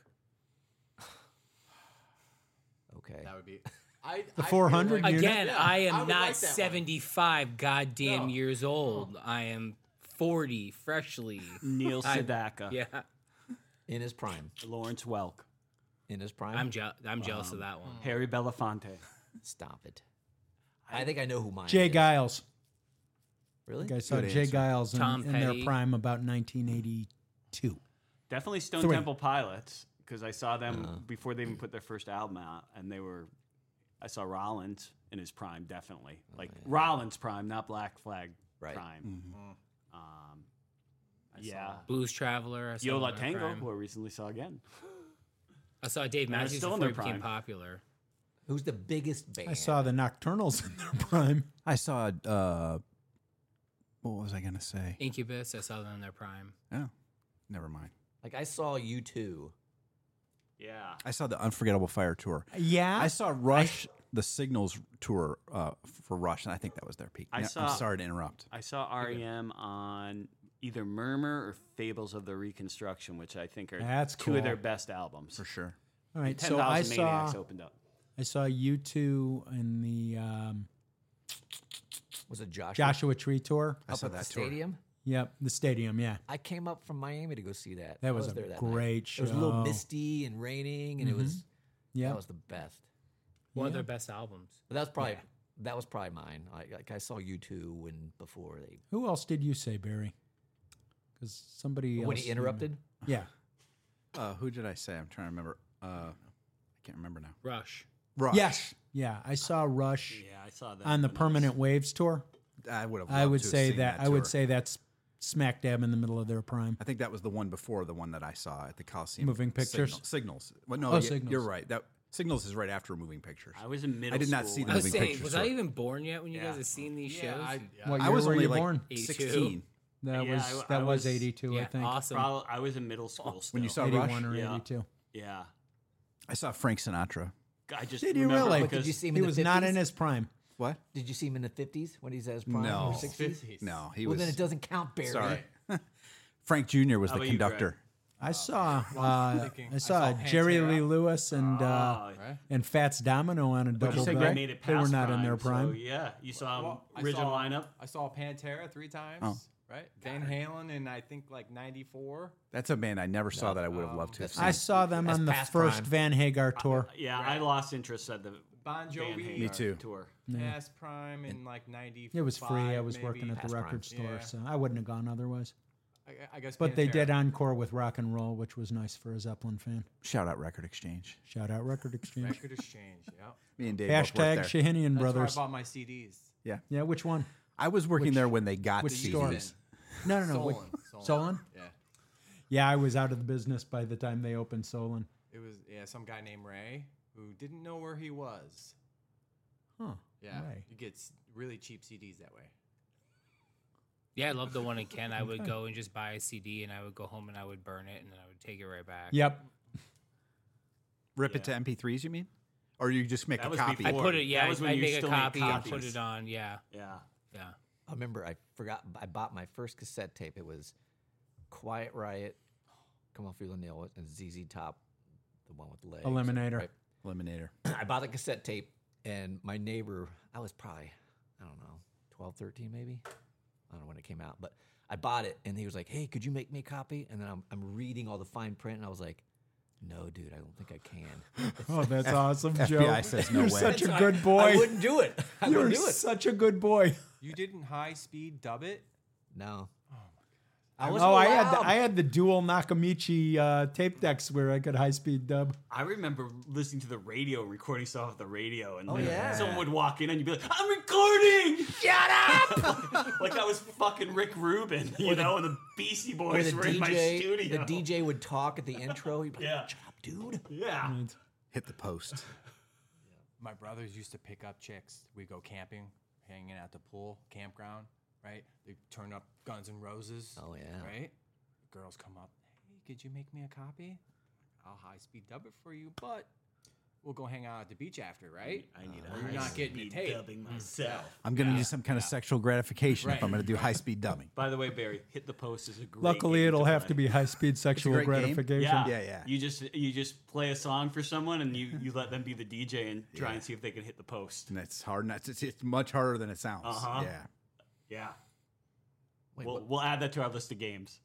Speaker 4: Okay.
Speaker 3: <laughs>
Speaker 8: that would be. I
Speaker 3: The
Speaker 8: I feel
Speaker 3: 400
Speaker 8: like-
Speaker 3: unit?
Speaker 5: Again,
Speaker 8: Yeah,
Speaker 5: I am
Speaker 8: I would
Speaker 5: not
Speaker 8: like that one.
Speaker 5: 75 goddamn
Speaker 8: No.
Speaker 5: years old. I am 40 freshly.
Speaker 7: Neil
Speaker 5: <laughs> I-
Speaker 7: Sedaka,
Speaker 5: yeah.
Speaker 4: In his prime.
Speaker 7: Lawrence Welk,
Speaker 4: In his prime.
Speaker 5: I'm je- I'm jealous
Speaker 6: Um,
Speaker 5: of that one.
Speaker 7: Harry Belafonte.
Speaker 4: Stop it. I, think I know who mine
Speaker 3: Jay
Speaker 4: is.
Speaker 3: Giles.
Speaker 4: Really?
Speaker 3: I saw Jay Giles in,
Speaker 5: Tom
Speaker 3: in their
Speaker 5: Petty.
Speaker 3: prime about 1982.
Speaker 7: Definitely Stone
Speaker 3: Three.
Speaker 7: Temple Pilots because I saw them before they even put their first album out, and they were. I saw Rollins in his prime, definitely like Rollins prime, not Black Flag
Speaker 4: Right.
Speaker 7: prime.
Speaker 3: Mm-hmm.
Speaker 7: Um, yeah,
Speaker 5: Blues Traveler. I saw
Speaker 7: Yo La
Speaker 5: in my
Speaker 7: Tango,
Speaker 5: prime.
Speaker 7: who I recently saw again.
Speaker 5: I saw Dave
Speaker 7: they're
Speaker 5: Matthews
Speaker 7: still in
Speaker 5: before he
Speaker 7: their
Speaker 5: became
Speaker 7: prime.
Speaker 5: popular.
Speaker 4: Who's the biggest band?
Speaker 3: I saw the Nocturnals in their prime.
Speaker 6: I saw. Uh, what was I gonna say?
Speaker 5: Incubus. I saw them in their prime.
Speaker 6: Oh, never mind.
Speaker 4: Like, I saw you two.
Speaker 7: Yeah,
Speaker 6: I saw the Unforgettable Fire tour.
Speaker 3: Uh, Yeah,
Speaker 6: I saw Rush, the Signals tour uh, for Rush, and I think that was their peak.
Speaker 7: I
Speaker 6: Yeah,
Speaker 7: saw-
Speaker 6: I'm sorry to interrupt.
Speaker 7: I saw REM on either Murmur or Fables of the Reconstruction, which I think are
Speaker 3: That's
Speaker 7: two of their
Speaker 3: cool.
Speaker 7: best albums.
Speaker 6: sure.
Speaker 3: All right,
Speaker 7: Ten
Speaker 3: so I
Speaker 7: Thousand
Speaker 3: saw
Speaker 7: Maniacs opened up.
Speaker 3: I saw you two in the um,
Speaker 4: Was it Joshua?
Speaker 3: Joshua Tree tour.
Speaker 4: Up at the stadium?
Speaker 3: Yep, the stadium. Yeah,
Speaker 4: I came up from Miami to go see that.
Speaker 3: That
Speaker 4: I
Speaker 3: was a
Speaker 4: there that
Speaker 3: great
Speaker 4: night. It was a little
Speaker 3: show. Mm-hmm.
Speaker 4: misty and raining, and it was
Speaker 3: yeah.
Speaker 4: that was the best.
Speaker 5: One of their best albums.
Speaker 4: But that was probably that was probably mine. Like, like I saw you two when before they
Speaker 3: Who else did you say, Barry? Because somebody
Speaker 4: when
Speaker 3: else
Speaker 4: he interrupted.
Speaker 3: Yeah,
Speaker 6: Uh, who did I say? I'm trying to remember. Uh, I can't remember now.
Speaker 5: Rush.
Speaker 6: Rush.
Speaker 3: yes, yeah. I saw Rush
Speaker 7: Yeah, I saw that
Speaker 3: on the Permanent Waves tour.
Speaker 6: I would have.
Speaker 3: I
Speaker 6: loved
Speaker 3: would
Speaker 6: to have
Speaker 3: say
Speaker 6: seen
Speaker 3: that, I would
Speaker 6: tour.
Speaker 3: say that's smack dab in the middle of their prime.
Speaker 6: I think that was the one before the one that I saw at the Coliseum.
Speaker 3: Moving
Speaker 6: Signal-
Speaker 3: Pictures?
Speaker 6: Signals. Well, no,
Speaker 3: Oh,
Speaker 6: y-
Speaker 3: Signals.
Speaker 6: you're right. That Signals is right after Moving Pictures.
Speaker 7: I was in middle.
Speaker 6: I did not
Speaker 7: school
Speaker 6: see
Speaker 7: when
Speaker 6: the
Speaker 5: I was
Speaker 6: moving
Speaker 5: saying,
Speaker 6: pictures
Speaker 5: was
Speaker 6: tour.
Speaker 5: I even born yet when you
Speaker 7: Yeah.
Speaker 5: guys had seen these
Speaker 8: Yeah,
Speaker 5: shows?
Speaker 8: I,
Speaker 3: What
Speaker 6: I
Speaker 3: year
Speaker 6: was
Speaker 3: were
Speaker 6: only
Speaker 3: you
Speaker 6: like
Speaker 3: born?
Speaker 5: 82.
Speaker 6: 16
Speaker 3: That
Speaker 7: Yeah,
Speaker 3: was
Speaker 7: I w-
Speaker 3: that
Speaker 7: I
Speaker 3: was,
Speaker 7: was-
Speaker 3: 82, I
Speaker 5: yeah,
Speaker 3: think.
Speaker 5: awesome.
Speaker 7: Prob- I was in middle school still.
Speaker 6: when you saw
Speaker 3: 81
Speaker 6: Rush.
Speaker 3: or
Speaker 7: Yeah.
Speaker 3: 82.
Speaker 7: Yeah,
Speaker 6: I saw Frank Sinatra.
Speaker 7: I just
Speaker 3: Did you
Speaker 7: remember
Speaker 3: really?
Speaker 4: But did
Speaker 7: because-
Speaker 4: you see him?
Speaker 3: He
Speaker 4: in the
Speaker 3: was not in
Speaker 4: 50s?
Speaker 3: his prime.
Speaker 6: What?
Speaker 4: Did you see him in the fifties when he's at his prime? or
Speaker 6: No.
Speaker 4: sixties.
Speaker 6: No, he
Speaker 4: Well,
Speaker 6: was.
Speaker 4: then it doesn't count, Barry.
Speaker 6: sorry. Frank Jr. was
Speaker 7: How about you,
Speaker 6: the
Speaker 7: Greg?
Speaker 6: conductor.
Speaker 3: I saw uh,
Speaker 8: thinking-
Speaker 3: I
Speaker 8: I
Speaker 3: saw
Speaker 8: saw
Speaker 3: Jerry
Speaker 8: Pantera.
Speaker 3: Lee Lewis and uh,
Speaker 7: Oh,
Speaker 8: Right?
Speaker 3: and Fats Domino on a
Speaker 7: you
Speaker 3: double
Speaker 7: said
Speaker 3: bill.
Speaker 7: they made it
Speaker 3: They were
Speaker 7: past
Speaker 3: not in their
Speaker 7: so
Speaker 3: prime.
Speaker 7: yeah, you saw 'em
Speaker 8: Well, I
Speaker 7: original
Speaker 8: saw-
Speaker 7: lineup.
Speaker 8: I saw Pantera three times.
Speaker 3: Oh.
Speaker 8: Right, Van Halen in I think like '94.
Speaker 6: That's a band I never saw that I would have loved to have seen.
Speaker 3: I saw them
Speaker 4: That's
Speaker 3: on the
Speaker 4: past
Speaker 3: first
Speaker 4: prime.
Speaker 3: Van Hagar tour.
Speaker 7: Yeah, I lost interest at the
Speaker 8: Bon
Speaker 7: Van
Speaker 8: Jovi.
Speaker 7: Hagar
Speaker 6: too.
Speaker 7: tour.
Speaker 8: Past prime in like '94.
Speaker 3: It was free. I was working at the
Speaker 4: Past prime.
Speaker 3: record store,
Speaker 8: Yeah.
Speaker 3: so I wouldn't have gone otherwise.
Speaker 8: I, I guess,
Speaker 3: But they
Speaker 8: Pantera.
Speaker 3: did encore with rock and roll, which was nice for a Zeppelin fan.
Speaker 6: Shout out Record Exchange.
Speaker 3: Shout out Record Exchange.
Speaker 8: Record exchange. Yeah.
Speaker 6: Me and Dave both worked
Speaker 3: Hashtag
Speaker 6: there.
Speaker 3: Shahinian <laughs>
Speaker 8: That's
Speaker 3: Brothers.
Speaker 8: where I bought my CDs.
Speaker 3: Yeah, which one?
Speaker 6: I was working there when they got
Speaker 3: which
Speaker 6: CDs.
Speaker 3: store? No, no, no. which-
Speaker 8: Solon.
Speaker 3: Solon?
Speaker 8: Yeah.
Speaker 3: Yeah, I was out of the business by the time they opened Solon.
Speaker 8: It was yeah some guy named Ray who didn't know where he was.
Speaker 3: Huh.
Speaker 8: Yeah.
Speaker 3: Ray.
Speaker 8: You get s- really cheap CDs that way.
Speaker 5: Yeah, I love the one in Ken. I would go and just buy a CD and I would go home and I would burn it and then I would take it right back.
Speaker 3: Yep.
Speaker 6: Rip it to MP3s, you mean? Or you just make
Speaker 7: That
Speaker 6: a
Speaker 7: was
Speaker 6: copy?
Speaker 5: I
Speaker 7: before.
Speaker 5: put it. Yeah,
Speaker 7: That
Speaker 5: I
Speaker 7: was when
Speaker 5: I
Speaker 7: you
Speaker 5: make a
Speaker 7: still made
Speaker 5: copy and put
Speaker 7: copies.
Speaker 5: it on. Yeah,
Speaker 7: Yeah.
Speaker 5: yeah.
Speaker 4: I remember I forgot I bought my first cassette tape. It was Quiet Riot, Come On Feel the Nail, and ZZ Top, the one with the legs.
Speaker 3: Eliminator.
Speaker 4: Right. <clears throat>
Speaker 6: Eliminator.
Speaker 4: I bought the cassette tape, and my neighbor, I was probably, I don't know, 12, 13 maybe. I don't know when it came out, but I bought it, and he was like, hey, could you make me a copy? And then I'm, I'm reading all the fine print, and I was like, no, dude, I don't think I can.
Speaker 3: Oh, that's awesome, Joe.
Speaker 6: FBI says no
Speaker 3: You're
Speaker 6: way.
Speaker 3: such a
Speaker 4: I-
Speaker 3: good boy.
Speaker 4: I wouldn't do it. <laughs> I
Speaker 3: You're
Speaker 4: wouldn't do it.
Speaker 3: such a good boy.
Speaker 8: You didn't high speed dub it.
Speaker 4: No.
Speaker 3: Oh,
Speaker 4: wasn't
Speaker 3: I had the,
Speaker 4: allowed.
Speaker 3: I had the dual Nakamichi uh, tape decks where I could high speed dub.
Speaker 7: I remember listening to the radio, recording stuff off the radio, and like,
Speaker 4: yeah.
Speaker 7: someone would walk in and you'd be like, "I'm recording." Shut up! <laughs> like I was fucking Rick Rubin, you know, and the Beastie
Speaker 4: Where
Speaker 7: Boys
Speaker 4: the
Speaker 7: were in my
Speaker 4: DJ,
Speaker 7: studio.
Speaker 4: the DJ would talk
Speaker 7: <laughs>
Speaker 4: at the intro. He'd be like,
Speaker 7: Yeah.
Speaker 4: "Shut up, dude.
Speaker 7: Yeah.
Speaker 6: Hit the post.
Speaker 8: My brothers used to pick up chicks. We go camping, hanging at the pool, campground, right? They turn up Guns N' Roses.
Speaker 4: Oh, yeah.
Speaker 8: Right? Girls come up. Hey, could you make me a copy? I'll high speed dub it for you, but we'll go hang out at the beach after, right?
Speaker 7: I need
Speaker 8: Well, you're not getting the tape.
Speaker 7: dubbing myself.
Speaker 6: I'm going to do some kind of sexual gratification if
Speaker 8: Right.
Speaker 6: I'm going to do high speed dubbing.
Speaker 7: By the way, Barry, hit the post is a great.
Speaker 3: Luckily,
Speaker 7: game
Speaker 3: it'll have to
Speaker 7: play.
Speaker 3: be high speed sexual
Speaker 6: great game.
Speaker 3: gratification.
Speaker 7: Yeah.
Speaker 6: Yeah, yeah.
Speaker 7: You just you just play a song for someone and you you let them be the DJ and try and see if they can hit the post.
Speaker 6: And it's hard. Not, it's, it's much harder than it sounds.
Speaker 7: Uh-huh.
Speaker 6: Yeah.
Speaker 7: Yeah.
Speaker 4: Wait,
Speaker 7: we'll,
Speaker 4: what-
Speaker 7: we'll add that to our list of
Speaker 4: <laughs>
Speaker 7: games.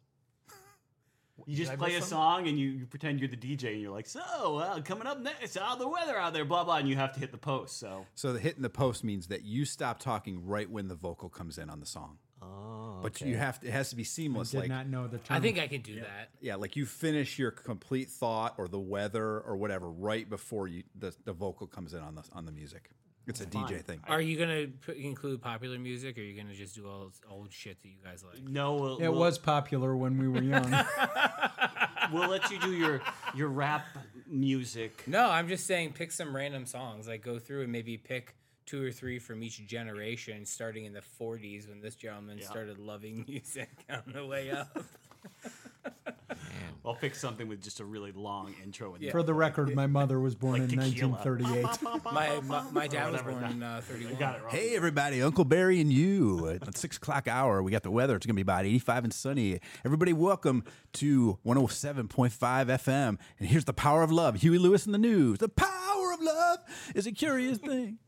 Speaker 7: You
Speaker 4: I
Speaker 7: just play a
Speaker 4: miss something?
Speaker 7: song and you, you pretend you're the DJ and you're like, so well, coming up next, all the weather out there, blah blah, and you have to hit the post. So
Speaker 6: So the hitting the post means that you stop talking right when the vocal comes in on the song.
Speaker 4: Oh,
Speaker 6: But you have to, it has to be seamless.
Speaker 3: Did
Speaker 6: like,
Speaker 3: not know the term.
Speaker 5: I think I can do that.
Speaker 6: yeah, like you finish your complete thought or the weather or whatever right before you the, the vocal comes in on the on the music. It's a DJ thing.
Speaker 5: Are you gonna p- include popular music, or are you gonna just do all this old shit that you guys like?
Speaker 7: no, we'll,
Speaker 3: it
Speaker 7: we'll,
Speaker 3: was popular when we were young.
Speaker 7: we'll let you
Speaker 4: <laughs>
Speaker 7: do your your rap music.
Speaker 5: No, I'm just saying pick some random songs. Like go through and maybe pick two or three from each generation, starting in the 40s when this gentleman started loving <laughs> music on the way up.
Speaker 7: I'll pick something with just a really long intro. And
Speaker 3: For the record, my mother was born
Speaker 7: Like
Speaker 3: in
Speaker 7: tequila. <laughs>
Speaker 3: 1938.
Speaker 5: my, my my dad was
Speaker 7: whatever
Speaker 5: born in uh, 31.
Speaker 7: got it wrong.
Speaker 6: Hey everybody, Uncle Barry and you. At the six o'clock hour, we got the weather. It's gonna be about eighty-five and sunny. Everybody, welcome to one hundred seven point five FM. And here's the power of love. Huey Lewis in the news. The power of love is a curious thing.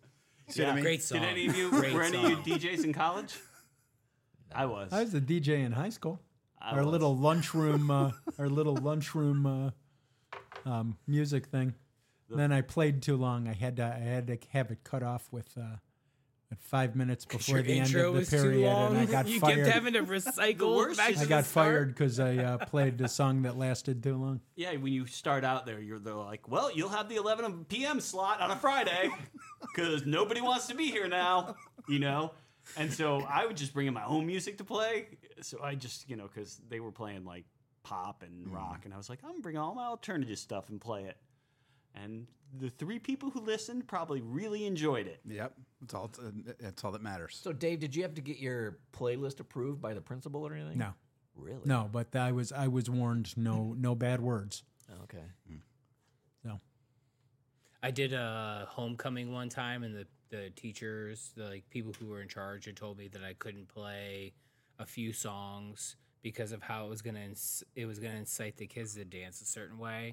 Speaker 6: See what I mean?
Speaker 5: Great song.
Speaker 7: Did any of you
Speaker 5: Great
Speaker 7: were any
Speaker 5: song.
Speaker 7: of you DJs in college? I was.
Speaker 3: I was a DJ in high school.
Speaker 7: I
Speaker 3: Our
Speaker 7: was.
Speaker 3: little lunchroom, uh, our little lunchroom uh, um, music thing. then I played too long. I had to, I had to have it cut off with uh, at five minutes before
Speaker 5: Your
Speaker 3: the end
Speaker 5: intro
Speaker 3: of the
Speaker 5: was too
Speaker 3: period,
Speaker 5: long.
Speaker 3: and I got
Speaker 5: <laughs> you
Speaker 3: fired.
Speaker 5: kept having to recycle.
Speaker 7: worst
Speaker 5: back
Speaker 7: is
Speaker 5: to
Speaker 3: I
Speaker 5: the
Speaker 3: got
Speaker 5: start.
Speaker 3: fired because I uh, played a song that lasted too long.
Speaker 7: Yeah, when you start out there, you're they're like, well, you'll have the 11 p.m. slot on
Speaker 4: <laughs>
Speaker 7: a Friday because nobody wants to be here now, you know? And so I would just bring in my own music to play. So I just, you know, because they were playing like pop and
Speaker 4: Mm-hmm.
Speaker 7: rock. And I was like, I'm going to bring all my alternative stuff and play it. And the three people who listened probably really enjoyed it.
Speaker 6: Yep, that's all. That's all that matters.
Speaker 4: So, Dave, did you have to get your playlist approved by the principal or anything?
Speaker 3: No,
Speaker 4: Really?
Speaker 3: no, but I was I was warned. No, no bad words.
Speaker 4: Oh, Okay.
Speaker 3: No.
Speaker 5: I did a homecoming one time, and the, the teachers, the like people who were in charge, had told me that I couldn't play a few songs because of how it was gonna ins- it was gonna incite the kids to dance a certain way,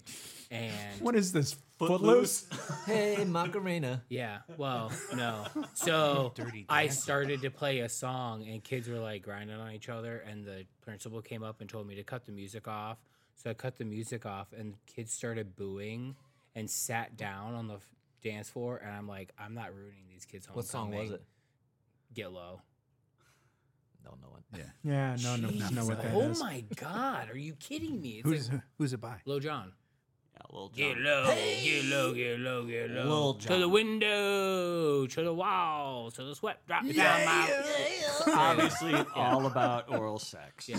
Speaker 5: and
Speaker 3: What is this? Footloose.
Speaker 4: Hey, Macarena.
Speaker 5: yeah, <laughs> well, no. So I started to play a song, and kids were like grinding on each other, and the principal came up and told me to cut the music off. So I cut the music off, and kids started booing and sat down on the f- dance floor, and I'm like, I'm not ruining these kids' homecoming.
Speaker 4: What song was it?
Speaker 5: Get low.
Speaker 4: Don't know it.
Speaker 3: Yeah, no, no, no, know what that
Speaker 5: oh
Speaker 3: is.
Speaker 5: my God, are you kidding me? It's
Speaker 6: Who's
Speaker 5: like
Speaker 6: who's it by?
Speaker 5: Low John.
Speaker 7: Yeah, Lil
Speaker 5: Get
Speaker 7: Jon.
Speaker 5: low, get low, get low, get low.
Speaker 7: Lil
Speaker 5: to the
Speaker 7: Jon.
Speaker 5: window, to the wall, to the sweat drop down my
Speaker 6: <laughs>
Speaker 7: Obviously, all about oral sex.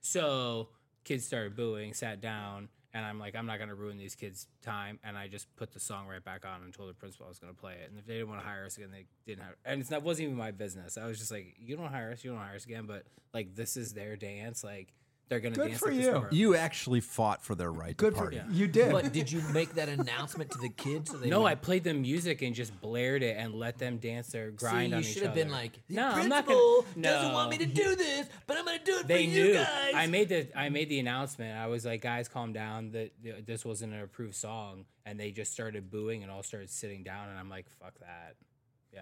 Speaker 5: So kids started booing, sat down, and I'm like, I'm not gonna ruin these kids' time, and I just put the song right back on and told the principal I was gonna play it. And if they didn't want to hire us again, they didn't have. And it's not wasn't even my business. I was just like, you don't hire us, you don't hire us again. But like, this is their dance. Like they're gonna
Speaker 3: Good
Speaker 5: dance
Speaker 3: for
Speaker 5: at this
Speaker 3: you.
Speaker 5: number.
Speaker 6: You actually fought for their right
Speaker 3: Good
Speaker 6: to
Speaker 3: for
Speaker 6: party.
Speaker 3: you. You did.
Speaker 4: But did you make that announcement to the kids? So they
Speaker 5: No,
Speaker 4: would-
Speaker 5: I played them music and just blared it and let them dance their grind
Speaker 4: See,
Speaker 5: on
Speaker 4: you
Speaker 5: each
Speaker 4: should have
Speaker 5: other.
Speaker 4: been like, the
Speaker 5: no, I'm not
Speaker 4: principal
Speaker 5: gonna.
Speaker 4: doesn't
Speaker 5: no.
Speaker 4: want me to do this, but I'm gonna do it
Speaker 5: They
Speaker 4: for you
Speaker 5: knew.
Speaker 4: guys.
Speaker 5: I made the I made the announcement. I was like, guys, calm down. That that this wasn't an approved song, and they just started booing and all started sitting down. And I'm like, fuck that.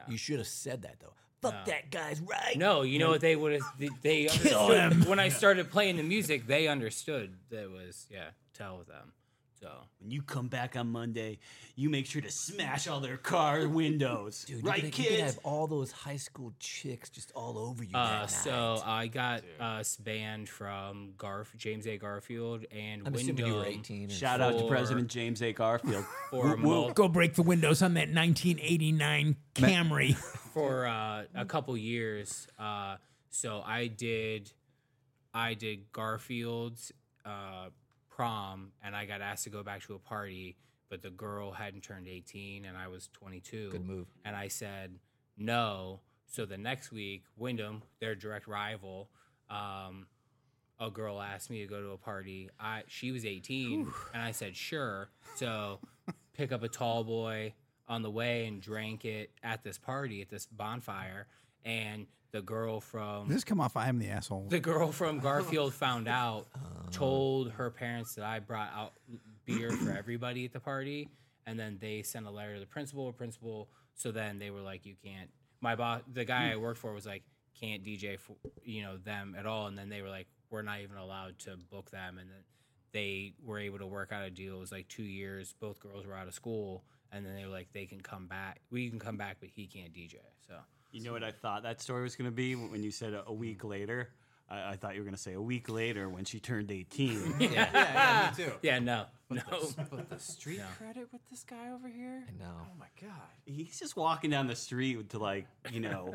Speaker 4: you should have said that though. Fuck that guy's right.
Speaker 5: No, you know what they would have. They understood. When I started playing the music, they understood. That was yeah. Tell them. So
Speaker 7: When you come back on Monday, you make sure to smash all their car windows.
Speaker 4: Dude, you
Speaker 7: right,
Speaker 4: could, have- You could
Speaker 7: kids?
Speaker 4: have all those high school chicks just all over you.
Speaker 5: Uh,
Speaker 4: that
Speaker 5: so
Speaker 4: night.
Speaker 5: I got us banned from Garf James A. Garfield and
Speaker 4: I'm assuming you were
Speaker 5: Wyndham
Speaker 4: 18. and-
Speaker 7: Shout out to
Speaker 5: For-
Speaker 7: President James A. Garfield.
Speaker 5: for a mul-
Speaker 3: Go break the windows on that 1989 Camry.
Speaker 5: for uh, a couple years. Uh, so I did, I did Garfield's uh, prom, and I got asked to go back to a party, but the girl hadn't turned eighteen, and I was twenty two. Good
Speaker 4: move.
Speaker 5: And I said no. So the next week, Wyndham, their direct rival, um, a girl asked me to go to a party. I she was 18 and I said sure. So <laughs> pick up a tall boy on the way and drank it at this party at this bonfire and the girl from
Speaker 6: Does this come off? I am the asshole.
Speaker 5: the girl from Garfield found out, told her parents that I brought out beer for everybody at the party, and then they sent a letter to the principal. the Principal, so then they were like, "You can't." My boss, the guy I worked for, was like, "Can't DJ for you know them at all," and then they were like, "We're not even allowed to book them," and then they were able to work out a deal. It was like two years. Both girls were out of school, and then they were like, "They can come back. We can come back, but he can't DJ." So.
Speaker 7: you know what I thought that story was going to be when you said a, a week later? I, I thought you were going to say a week later when she turned 18.
Speaker 8: Yeah, yeah, me too.
Speaker 5: <laughs> Yeah, no, no. <laughs>
Speaker 8: But the street credit with this guy over here?
Speaker 4: I know.
Speaker 8: Oh my god.
Speaker 7: He's just walking down the street with, like, you know,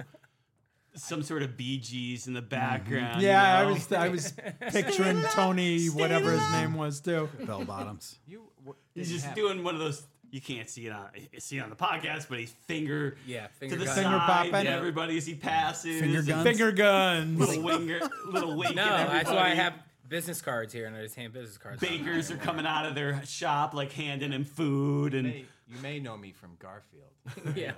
Speaker 7: some sort of Bee Gees in the background. you
Speaker 3: yeah, I
Speaker 7: know?
Speaker 3: was I
Speaker 7: <laughs>
Speaker 3: was picturing Tony, whatever his name was, too.
Speaker 6: Bell bottoms.
Speaker 8: You w-
Speaker 7: He's
Speaker 8: didn't
Speaker 7: just
Speaker 8: have-
Speaker 7: doing one of those. You can't see it on you see it on the podcast, but he's finger
Speaker 5: Yeah,
Speaker 7: to
Speaker 5: finger
Speaker 7: the
Speaker 5: gun.
Speaker 7: finger
Speaker 3: Finger
Speaker 7: side.
Speaker 3: popping.
Speaker 7: Popping.
Speaker 3: Yeah.
Speaker 7: Everybody as he passes,
Speaker 6: Finger
Speaker 7: and
Speaker 6: guns.
Speaker 3: Finger guns.
Speaker 7: little winger, little wink.
Speaker 5: No,
Speaker 7: at
Speaker 5: that's why I
Speaker 7: everybody.
Speaker 5: have business cards here, and I just hand business cards. out.
Speaker 7: bakers are coming out of their shop like handing him food and
Speaker 8: Hey, you may know me from Garfield.
Speaker 7: <laughs>
Speaker 5: <laughs> Yeah,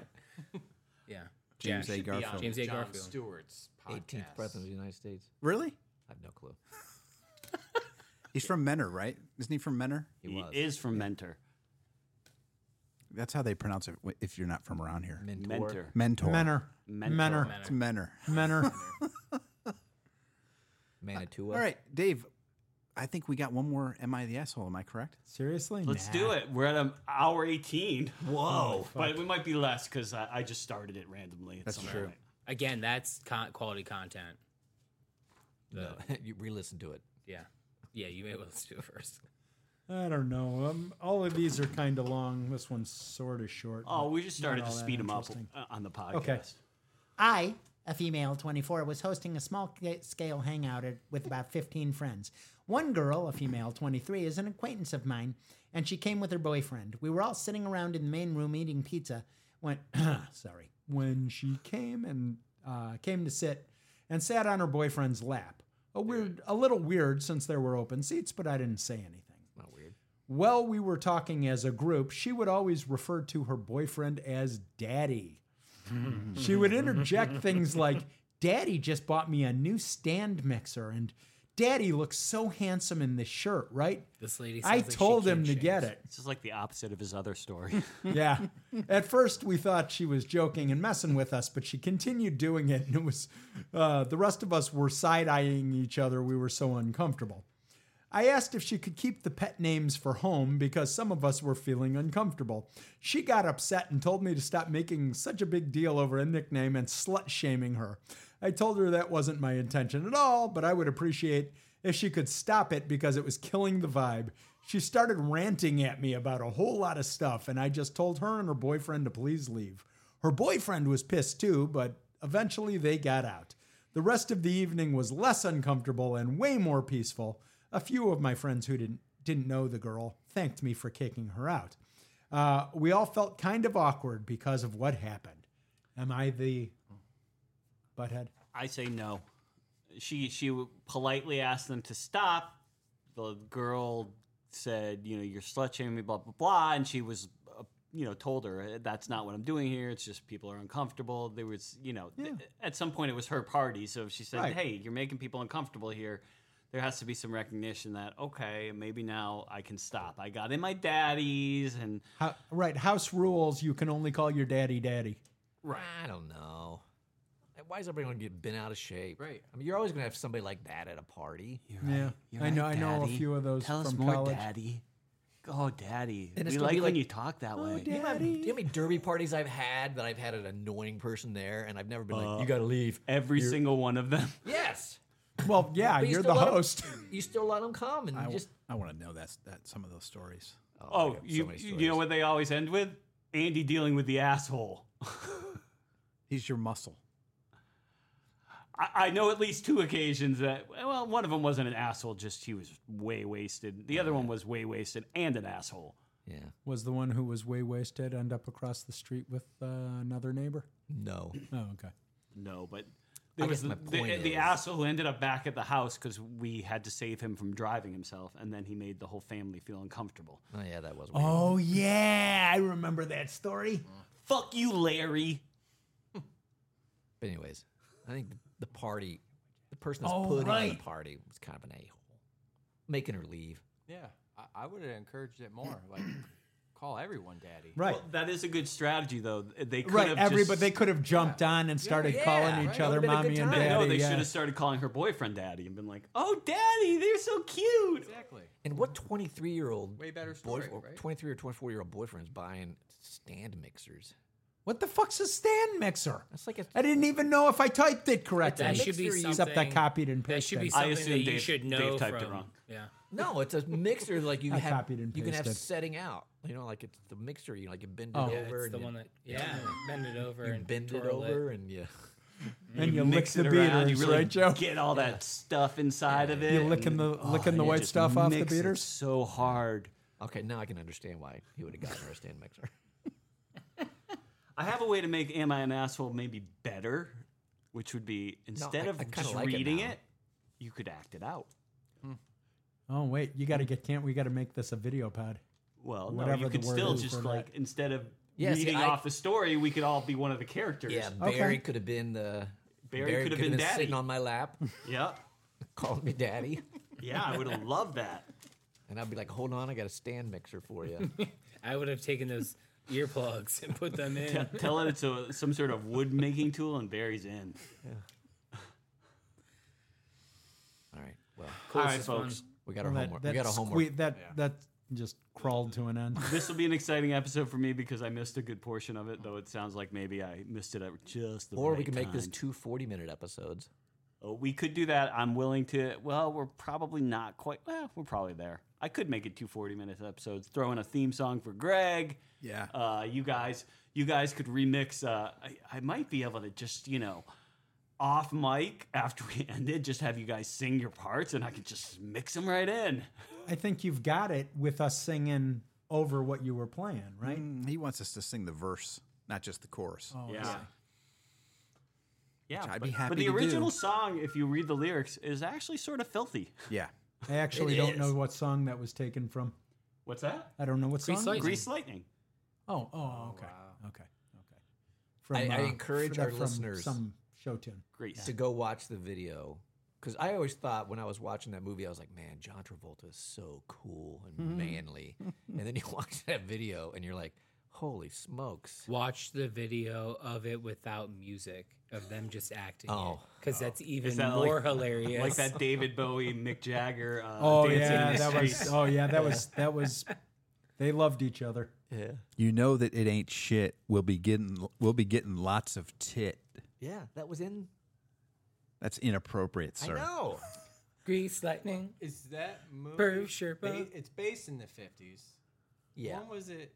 Speaker 5: yeah.
Speaker 6: James A.
Speaker 5: Jack.
Speaker 6: Garfield.
Speaker 5: James A.
Speaker 8: John
Speaker 5: Garfield.
Speaker 8: Stewart's podcast.
Speaker 4: 18th president of the United States.
Speaker 6: Really?
Speaker 4: I have no clue.
Speaker 6: He's from Menor, right? Isn't he from Menor?
Speaker 4: He was
Speaker 7: is from Mentor.
Speaker 6: That's how they pronounce it w- if you're not from around here.
Speaker 4: mentor.
Speaker 7: Mentor.
Speaker 6: Mentor.
Speaker 3: Menor.
Speaker 7: Mentor.
Speaker 3: Menor.
Speaker 6: It's Menor.
Speaker 7: <laughs>
Speaker 3: Menor.
Speaker 4: Manitoua.
Speaker 6: All right, Dave. I think we got one more. Am I the asshole? Am I correct?
Speaker 3: Seriously?
Speaker 7: Let's
Speaker 3: Nah.
Speaker 7: do it. We're at an hour eighteen. Whoa! but we might be less because I, I just started it randomly. That's
Speaker 6: true.
Speaker 5: Again, that's con- quality content.
Speaker 4: No, <laughs> you re-listen to it.
Speaker 5: Yeah, yeah. You may well let's do it first.
Speaker 3: I don't know. Um, all of these are kind of long. This one's sort of short.
Speaker 7: Oh, we just started
Speaker 3: Not
Speaker 7: to
Speaker 3: all that
Speaker 7: speed him up
Speaker 3: interesting.
Speaker 7: uh, on the podcast.
Speaker 3: Okay.
Speaker 10: I, a female 24, was hosting a small ca- scale hangout at- with about 15 friends. One girl, a female 23, is an acquaintance of mine, and she came with her boyfriend. We were all sitting around in the main room eating pizza
Speaker 3: <coughs>
Speaker 10: when, sorry,
Speaker 3: when she came and uh, came to sit and sat on her boyfriend's lap. A weird, a little weird since there were open seats, but I didn't say anything.
Speaker 4: Not weird.
Speaker 3: While we were talking as a group, she would always refer to her boyfriend as daddy. she would interject things like, Daddy just bought me a new stand mixer, and Daddy looks so handsome in this shirt, right?
Speaker 5: This lady.
Speaker 3: I
Speaker 5: sounds like she
Speaker 3: told him
Speaker 5: can't
Speaker 3: to get
Speaker 5: change.
Speaker 3: it.
Speaker 7: This is like the opposite of his other story.
Speaker 3: Yeah. At first, we thought she was joking and messing with us, but she continued doing it, and it was uh, the rest of us were side eyeing each other. We were so uncomfortable. I asked if she could keep the pet names for home because some of us were feeling uncomfortable. She got upset and told me to stop making such a big deal over a nickname and slut shaming her. I told her that wasn't my intention at all, but I would appreciate if she could stop it because it was killing the vibe. She started ranting at me about a whole lot of stuff, and I just told her and her boyfriend to please leave. Her boyfriend was pissed too, but eventually they got out. The rest of the evening was less uncomfortable and way more peaceful. A few of my friends who didn't didn't know the girl, thanked me for kicking her out. Uh, we all felt kind of awkward because of what happened. Am I the butthead?
Speaker 7: I say no. She she w- politely asked them to stop. The girl said, you know, you're slut shaming me, blah blah blah, and she was, uh, you know, told her "Eh, that's not what I'm doing here. It's just people are uncomfortable. There was, you know, th- at some point it was her party, so she said,
Speaker 3: Right.
Speaker 7: hey, you're making people uncomfortable here. There has to be some recognition that okay, maybe now I can stop. I got in my daddies and
Speaker 3: How, right, house rules, you can only call your daddy daddy.
Speaker 4: I don't know. Like, Why is everybody going to get bent out of shape?
Speaker 8: Right.
Speaker 4: I mean, you're always going to have somebody like that at a party.
Speaker 3: Yeah, I know. I know a
Speaker 7: Daddy,
Speaker 3: few of those
Speaker 7: Tell
Speaker 3: from
Speaker 7: us more,
Speaker 3: college.
Speaker 7: Daddy. Oh, Daddy.
Speaker 4: And it's
Speaker 7: we
Speaker 4: gonna
Speaker 7: like,
Speaker 4: be
Speaker 7: when
Speaker 4: like-
Speaker 7: you talk that
Speaker 3: "Oh,
Speaker 7: way.
Speaker 4: You know, how- you know how many derby parties I've had that I've had an annoying person there, and I've never been like, you got to leave.
Speaker 7: Every single one of them. <laughs>
Speaker 4: Yes.
Speaker 3: Well, yeah,
Speaker 4: But you
Speaker 3: you're the
Speaker 4: still let 'em-
Speaker 3: host.
Speaker 4: you still let them come, and you just
Speaker 6: I want to know that's that some of those stories.
Speaker 7: Oh,
Speaker 4: I got so
Speaker 7: you,
Speaker 4: many
Speaker 7: you know
Speaker 4: stories.
Speaker 7: what they always end with? Andy dealing with the asshole.
Speaker 6: He's your muscle.
Speaker 7: I, I know at least two occasions that, well, one of them wasn't an asshole, just he was way wasted. The other one was way wasted and an asshole.
Speaker 4: Yeah.
Speaker 3: was the one who was way wasted end up across the street with uh, another neighbor?
Speaker 4: No.
Speaker 3: Oh, okay.
Speaker 7: No, but there
Speaker 4: I
Speaker 7: was
Speaker 4: guess my
Speaker 7: the, the,
Speaker 4: point
Speaker 7: the
Speaker 4: is-
Speaker 7: asshole who ended up back at the house because we had to save him from driving himself, and then he made the whole family feel uncomfortable.
Speaker 4: Oh yeah, that was. Weird.
Speaker 3: Oh yeah, I remember that story.
Speaker 7: Fuck you, Larry.
Speaker 4: But anyways, I think the, the party, the person that's
Speaker 3: Oh,
Speaker 4: putting on
Speaker 3: right.
Speaker 4: the party was kind of an a hole, making her leave.
Speaker 8: Yeah, I, I would have encouraged it more. Like, call everyone daddy.
Speaker 3: Right,
Speaker 7: Well, that is a good strategy, though. They could
Speaker 3: right.
Speaker 7: have
Speaker 3: Everybody
Speaker 7: just-
Speaker 3: they could have jumped on and started
Speaker 4: yeah,
Speaker 3: calling
Speaker 4: right.
Speaker 3: each
Speaker 4: That
Speaker 3: other
Speaker 4: would've been a
Speaker 3: mommy
Speaker 4: good
Speaker 3: and
Speaker 4: time.
Speaker 3: daddy.
Speaker 4: I
Speaker 7: No, they
Speaker 3: yeah.
Speaker 7: should have started calling her boyfriend daddy and been like, "Oh, daddy, they're so cute."
Speaker 8: Exactly.
Speaker 4: And what twenty-three-year-old
Speaker 8: Way better story, right?
Speaker 4: twenty-three or twenty-four-year-old boyfriend's buying stand mixers?
Speaker 3: What the fuck's a stand mixer?
Speaker 4: That's like a
Speaker 3: I didn't even know if I typed it correctly.
Speaker 5: That should be something.
Speaker 3: Except I copied and
Speaker 5: That
Speaker 3: pasted.
Speaker 5: should be
Speaker 7: I
Speaker 5: something that
Speaker 7: assume
Speaker 5: you
Speaker 7: Dave-
Speaker 5: should
Speaker 7: Dave
Speaker 5: know
Speaker 7: typed it
Speaker 5: from-
Speaker 7: wrong.
Speaker 5: Yeah.
Speaker 4: <laughs> No, it's a mixer like you
Speaker 3: I
Speaker 4: have.
Speaker 3: copied and
Speaker 4: you can have
Speaker 3: pasted.
Speaker 4: setting out. You know, like it's the mixer. You like you bend it
Speaker 3: Oh.
Speaker 4: over.
Speaker 3: Yeah,
Speaker 5: It's
Speaker 4: and
Speaker 5: the
Speaker 4: you,
Speaker 5: one that yeah, bend it over
Speaker 4: you
Speaker 5: and
Speaker 4: bend it
Speaker 5: twirl
Speaker 4: over and you.
Speaker 3: and you lick
Speaker 7: mix
Speaker 3: the
Speaker 7: it around, you
Speaker 3: beaters,
Speaker 7: really
Speaker 3: right, Joe?
Speaker 7: get all that stuff inside of it.
Speaker 3: You're licking
Speaker 7: and- oh,
Speaker 3: the- licking the
Speaker 7: and you
Speaker 3: white
Speaker 7: just
Speaker 3: stuff off the
Speaker 7: mix it
Speaker 3: beaters?
Speaker 7: so hard.
Speaker 4: Okay, now I can understand why he would have gotten her a stand mixer.
Speaker 7: I have a way to make "Am I an Asshole" maybe better, which would be instead
Speaker 4: I-
Speaker 7: of
Speaker 4: I kinda
Speaker 7: just
Speaker 4: like it
Speaker 7: reading
Speaker 4: now.
Speaker 7: it, you could act it out.
Speaker 3: Oh wait, you got to get can't we got to make this a video pod?
Speaker 7: Well,
Speaker 3: Whatever
Speaker 7: no, you
Speaker 3: the
Speaker 7: could
Speaker 3: word
Speaker 7: still
Speaker 3: is
Speaker 7: just
Speaker 3: for
Speaker 7: like
Speaker 3: that.
Speaker 7: instead of
Speaker 4: Yeah, see,
Speaker 7: reading
Speaker 4: I-
Speaker 7: off the story, we could all be one of the
Speaker 4: <laughs>
Speaker 7: characters.
Speaker 4: Yeah,
Speaker 3: Okay.
Speaker 4: Barry could have been the.
Speaker 7: Barry could have been daddy.
Speaker 4: sitting on my lap,
Speaker 7: yeah,
Speaker 4: calling me daddy,
Speaker 7: yeah. I would have loved that.
Speaker 4: and I'd be like, "Hold on, I got a stand mixer for you."
Speaker 5: I would have taken those
Speaker 7: <laughs>
Speaker 5: earplugs and put them in.
Speaker 7: Te- Tell it it's a, some sort of wood making tool and Barry's in.
Speaker 4: All right, well,
Speaker 5: Cool,
Speaker 7: All
Speaker 5: this
Speaker 7: right,
Speaker 5: is fun.
Speaker 7: folks.
Speaker 4: we got our homework. We
Speaker 3: that
Speaker 4: got our homework.
Speaker 3: sque- that that just crawled to an end.
Speaker 7: This will be an exciting episode for me because I missed a good portion of it, though it sounds like maybe I missed it at just the
Speaker 4: or we
Speaker 7: right
Speaker 4: could make this
Speaker 7: time.
Speaker 4: two 40-minute episodes.
Speaker 7: Oh, we could do that. I'm willing to. Well, we're probably not quite. Well, we're probably there. I could make it two 40 minute episodes. Throw in a theme song for Greg.
Speaker 6: Yeah.
Speaker 7: Uh, you guys, you guys could remix. Uh, I, I might be able to just you know, off mic after we <laughs> end it, just have you guys sing your parts, and I could just mix them right in.
Speaker 3: I think you've got it with us singing over what you were playing, right?
Speaker 6: He wants us to sing the verse, not just the chorus.
Speaker 7: Yeah. Yeah,
Speaker 6: I'd
Speaker 7: but,
Speaker 6: be happy
Speaker 7: but the
Speaker 6: to do.
Speaker 7: original song, if you read the lyrics, is actually sort of filthy.
Speaker 6: Yeah.
Speaker 3: I actually don't know what song that was taken from.
Speaker 7: What's that?
Speaker 3: I don't know what
Speaker 5: Grease
Speaker 3: song.
Speaker 5: Lightning.
Speaker 7: Grease Lightning.
Speaker 3: Oh, oh, okay, okay, okay. From,
Speaker 4: I- I
Speaker 3: uh,
Speaker 4: encourage
Speaker 3: from-
Speaker 4: our
Speaker 3: from
Speaker 4: listeners-
Speaker 3: Some show tune.
Speaker 7: Grease.
Speaker 4: to go watch the video because I always thought when I was watching that movie, I was like, man, John Travolta is so cool
Speaker 3: Mm-hmm. <laughs>
Speaker 4: and manly. and then you <laughs> watch that video and you're like, holy smokes.
Speaker 5: Watch the video of it without music of them just acting.
Speaker 4: Oh.
Speaker 5: because that's even
Speaker 7: that like-
Speaker 5: more hilarious.
Speaker 7: Like that David Bowie, Mick Jagger. Uh,
Speaker 3: <laughs> Oh
Speaker 7: dancing
Speaker 3: yeah,
Speaker 7: in the
Speaker 3: that was. <laughs>
Speaker 7: streets.
Speaker 3: Oh yeah, that was. That was. They loved each other.
Speaker 4: Yeah.
Speaker 6: You know that it ain't shit. We'll be getting we'll be getting lots of tit.
Speaker 4: Yeah. That was in.
Speaker 6: That's inappropriate,
Speaker 4: I
Speaker 6: sir.
Speaker 4: know.
Speaker 5: Grease lightning.
Speaker 8: Is that movie?
Speaker 5: Bruce Sherpa.
Speaker 8: ba- it's based in the fifties.
Speaker 4: Yeah.
Speaker 8: When was it?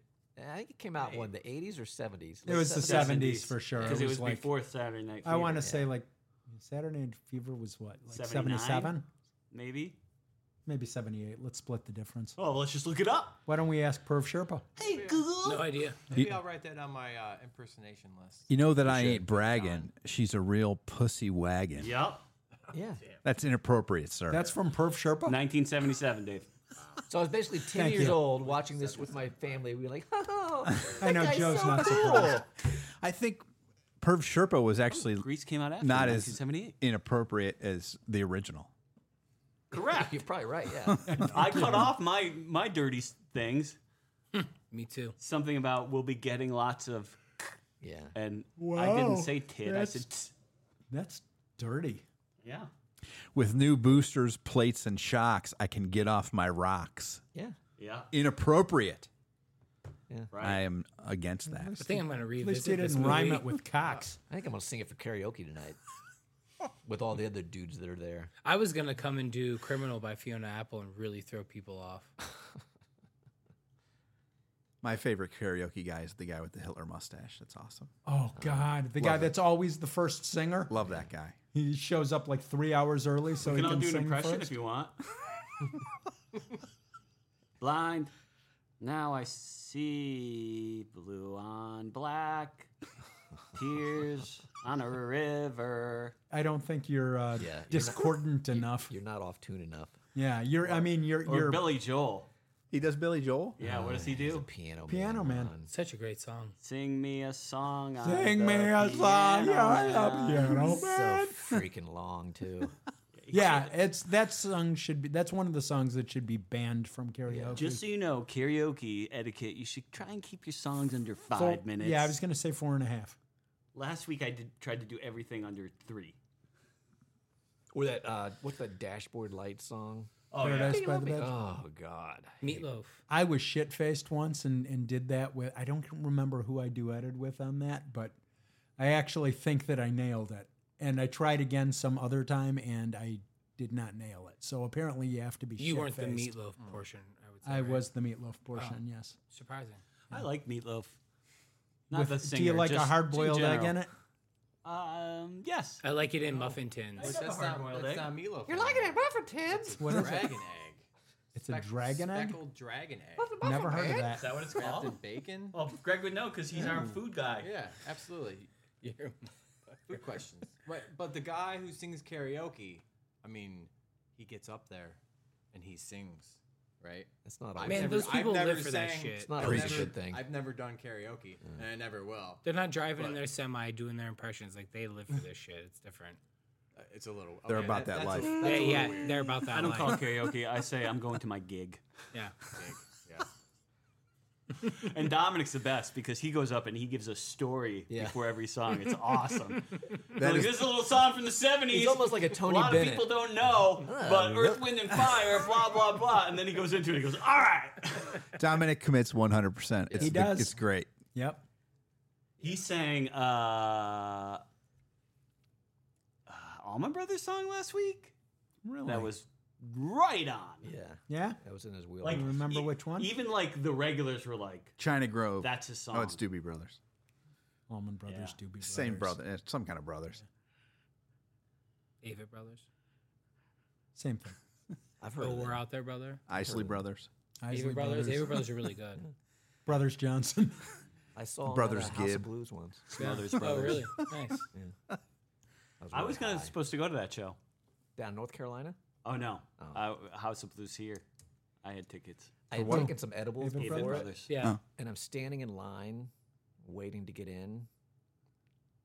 Speaker 4: I think it came out when the 80s or 70s.
Speaker 3: It was the seventies for sure.
Speaker 7: Because it was
Speaker 3: like,
Speaker 7: before Saturday Night
Speaker 3: I
Speaker 7: Fever.
Speaker 3: want to say like Saturday Night Fever was what like seventy
Speaker 7: 79?
Speaker 3: seven.
Speaker 7: maybe.
Speaker 3: maybe 78. Let's split the difference.
Speaker 7: Oh, well, let's just look it up.
Speaker 3: Why don't we ask Perv Sherpa?
Speaker 5: No idea.
Speaker 8: Maybe I'll write that on my uh, impersonation list.
Speaker 6: You know that I ain't bragging. She's a real pussy wagon.
Speaker 7: Yep.
Speaker 4: Yeah.
Speaker 6: That's inappropriate, sir.
Speaker 3: That's from Perv Sherpa?
Speaker 7: 1977, Dave.
Speaker 4: So I was basically 10 years old watching this with my family. We were like, <laughs>
Speaker 3: <laughs>
Speaker 4: oh,
Speaker 3: I know
Speaker 4: that guy's
Speaker 3: Joe's
Speaker 4: so
Speaker 3: not
Speaker 4: cool.
Speaker 3: surprised.
Speaker 6: I think Perv Sherpa was actually
Speaker 7: Grease came out after
Speaker 6: not as
Speaker 7: 1978.
Speaker 6: inappropriate as the original.
Speaker 4: <laughs>
Speaker 7: Correct. <laughs>
Speaker 4: You're probably right,
Speaker 3: <laughs>
Speaker 4: yeah.
Speaker 7: I cut off my my dirty s- things.
Speaker 5: Me too.
Speaker 7: Something about we'll be getting lots of,
Speaker 4: yeah.
Speaker 7: and I
Speaker 3: Wow,
Speaker 7: didn't say tit. I said, tss.
Speaker 3: That's dirty.
Speaker 7: yeah.
Speaker 6: With new boosters, plates, and shocks, I can get off my rocks.
Speaker 4: Yeah.
Speaker 7: Yeah.
Speaker 6: Inappropriate.
Speaker 7: Right.
Speaker 6: I am against that.
Speaker 5: I think I'm gonna
Speaker 3: At
Speaker 5: revisit
Speaker 3: least they
Speaker 5: this
Speaker 3: didn't rhyme
Speaker 5: movie.
Speaker 3: it with cocks.
Speaker 4: I think I'm going to sing it for karaoke tonight with all the other dudes that are there.
Speaker 5: I was gonna come and do "Criminal" by Fiona Apple and really throw people off.
Speaker 6: My favorite karaoke guy is the guy with the Hitler mustache. That's awesome.
Speaker 3: <laughs> Oh, God. The guy that's always the first singer.
Speaker 6: Love that guy.
Speaker 3: He shows up like three hours early so
Speaker 7: You
Speaker 3: he
Speaker 7: can all
Speaker 3: can
Speaker 7: do an
Speaker 3: sing
Speaker 7: impression
Speaker 3: first.
Speaker 7: if
Speaker 3: <laughs>
Speaker 7: you want. Blind. Now I see blue on black. Tears on a river.
Speaker 3: I don't think you're uh,
Speaker 4: you're not-
Speaker 3: discordant enough.
Speaker 4: You're not off tune enough.
Speaker 3: yeah, you're. I mean, you're.
Speaker 7: Or
Speaker 3: you're
Speaker 7: Billy Joel.
Speaker 6: He does Billy Joel.
Speaker 7: Yeah, what does he do?
Speaker 4: Piano,
Speaker 3: Piano Man.
Speaker 4: on.
Speaker 5: Such a great song.
Speaker 7: Sing me a song. on
Speaker 3: Sing
Speaker 7: the
Speaker 3: me a song,
Speaker 7: piano.
Speaker 3: yeah, I love piano man.
Speaker 4: So freaking long, too.
Speaker 3: Yeah, it's that song should be. That's one of the songs that should be banned from karaoke.
Speaker 7: Just so you know, karaoke etiquette, you should try and keep your songs under five
Speaker 3: Four-
Speaker 7: minutes.
Speaker 3: Yeah, I was gonna say four and a half.
Speaker 7: Last week I did tried to do everything under three.
Speaker 4: <laughs> Or that, uh, what's that dashboard light song?
Speaker 7: Oh,
Speaker 3: Paradise by the Bed.
Speaker 4: Oh, God.
Speaker 5: Meatloaf.
Speaker 3: I was shit faced once and and did that with. I don't remember who I duetted with on that, but I actually think that I nailed it. And I tried again some other time, and I did not nail it. So apparently, you have to be.
Speaker 5: You weren't the
Speaker 3: shit-faced.
Speaker 5: meatloaf
Speaker 7: Mm.
Speaker 5: portion. I would say.
Speaker 3: I
Speaker 5: right?
Speaker 3: was the meatloaf portion. Yes.
Speaker 5: surprising.
Speaker 7: I like meatloaf. Not the
Speaker 3: With-
Speaker 7: singer.
Speaker 3: do you like a
Speaker 7: just
Speaker 3: hard boiled
Speaker 7: in
Speaker 3: egg
Speaker 7: general.
Speaker 3: in it?
Speaker 7: Um, yes.
Speaker 5: I like it in muffin tins.
Speaker 8: That's not,
Speaker 7: hard-boiled egg.
Speaker 8: that's not Milo. You're liking it, Buffettins?
Speaker 3: What is it?
Speaker 8: Dragon egg.
Speaker 3: It's a dragon egg.
Speaker 8: Speckled dragon egg.
Speaker 3: Never heard of
Speaker 8: Is
Speaker 3: that.
Speaker 8: that what it's called? Wrapped in bacon?
Speaker 7: Well, Greg would know because he's our food guy.
Speaker 8: Yeah, absolutely. <laughs> Good questions. Right, but the guy who sings karaoke, I mean, he gets up there and he sings, right?
Speaker 4: It's not
Speaker 8: I've
Speaker 4: always.
Speaker 5: Man,
Speaker 8: never-
Speaker 5: those
Speaker 8: I've
Speaker 5: people
Speaker 8: never
Speaker 5: live for that
Speaker 8: sang-
Speaker 5: shit.
Speaker 4: it's not
Speaker 8: I've
Speaker 4: always a
Speaker 8: never-
Speaker 4: good thing.
Speaker 8: I've never done karaoke, and I never will.
Speaker 5: They're not driving in
Speaker 8: But-
Speaker 5: their semi doing their impressions. Like they live for this shit.
Speaker 7: <laughs>
Speaker 5: It's different.
Speaker 8: Uh, It's a little.
Speaker 6: They're
Speaker 8: okay,
Speaker 6: about that
Speaker 8: that's a-
Speaker 6: life.
Speaker 8: that's a
Speaker 5: Yeah,
Speaker 8: little
Speaker 5: yeah,
Speaker 8: weird.
Speaker 5: they're about that.
Speaker 7: I don't
Speaker 5: life.
Speaker 7: call <laughs> it karaoke. I say I'm going to my gig.
Speaker 5: Yeah. <laughs>
Speaker 8: Yeah.
Speaker 7: And Dominic's the best because he goes up and he gives a story
Speaker 4: Yeah.
Speaker 7: before every song. It's
Speaker 4: <laughs>
Speaker 7: awesome. <laughs>
Speaker 6: That
Speaker 7: like,
Speaker 6: is-
Speaker 7: this is a little song from the 70s.
Speaker 4: He's almost like a
Speaker 7: a
Speaker 4: Tony
Speaker 7: lot
Speaker 4: Bennett. Uh,
Speaker 7: of people don't know, but
Speaker 4: really?
Speaker 7: Earth, Wind, and Fire, blah, blah, blah. And then he goes into it. He goes, all right.
Speaker 6: Dominic commits 100%. It's
Speaker 3: He
Speaker 6: the-
Speaker 3: does.
Speaker 6: It's great.
Speaker 3: Yep.
Speaker 7: <laughs> He sang uh, uh, Allman Brothers song last week.
Speaker 3: Really?
Speaker 7: That was right on.
Speaker 4: yeah,
Speaker 3: Yeah.
Speaker 4: that was in his wheel.
Speaker 7: Like,
Speaker 3: remember which one?
Speaker 7: E- Even like the regulars were like,
Speaker 6: China Grove.
Speaker 7: that's his song.
Speaker 6: Oh, it's Doobie Brothers.
Speaker 3: Allman Brothers,
Speaker 7: Yeah.
Speaker 3: Doobie Brothers.
Speaker 6: Same brother. eh, Some kind of brothers.
Speaker 5: David Brothers.
Speaker 3: Same thing.
Speaker 4: I've heard.
Speaker 5: Oh,
Speaker 4: of
Speaker 5: we're
Speaker 4: that.
Speaker 5: out there, brother.
Speaker 6: Isley Brothers.
Speaker 5: David
Speaker 3: Isley
Speaker 5: Brothers.
Speaker 3: Brothers.
Speaker 5: David Brothers are
Speaker 3: <laughs>
Speaker 5: really good.
Speaker 3: Brothers Johnson. <laughs>
Speaker 4: I saw him
Speaker 6: Brothers
Speaker 4: on the House
Speaker 6: Gibb.
Speaker 4: of Blues once.
Speaker 7: Brothers,
Speaker 5: Oh, really? Nice.
Speaker 7: I was
Speaker 4: really
Speaker 7: gonna
Speaker 4: high.
Speaker 7: supposed to go to that show.
Speaker 4: down in North Carolina.
Speaker 7: Oh no, I, House of Blues here. I had tickets.
Speaker 4: I had taken some edibles
Speaker 3: David
Speaker 4: before it,
Speaker 7: Brothers? Brothers.
Speaker 3: Oh.
Speaker 5: Yeah.
Speaker 4: and I'm standing in line, waiting to get in,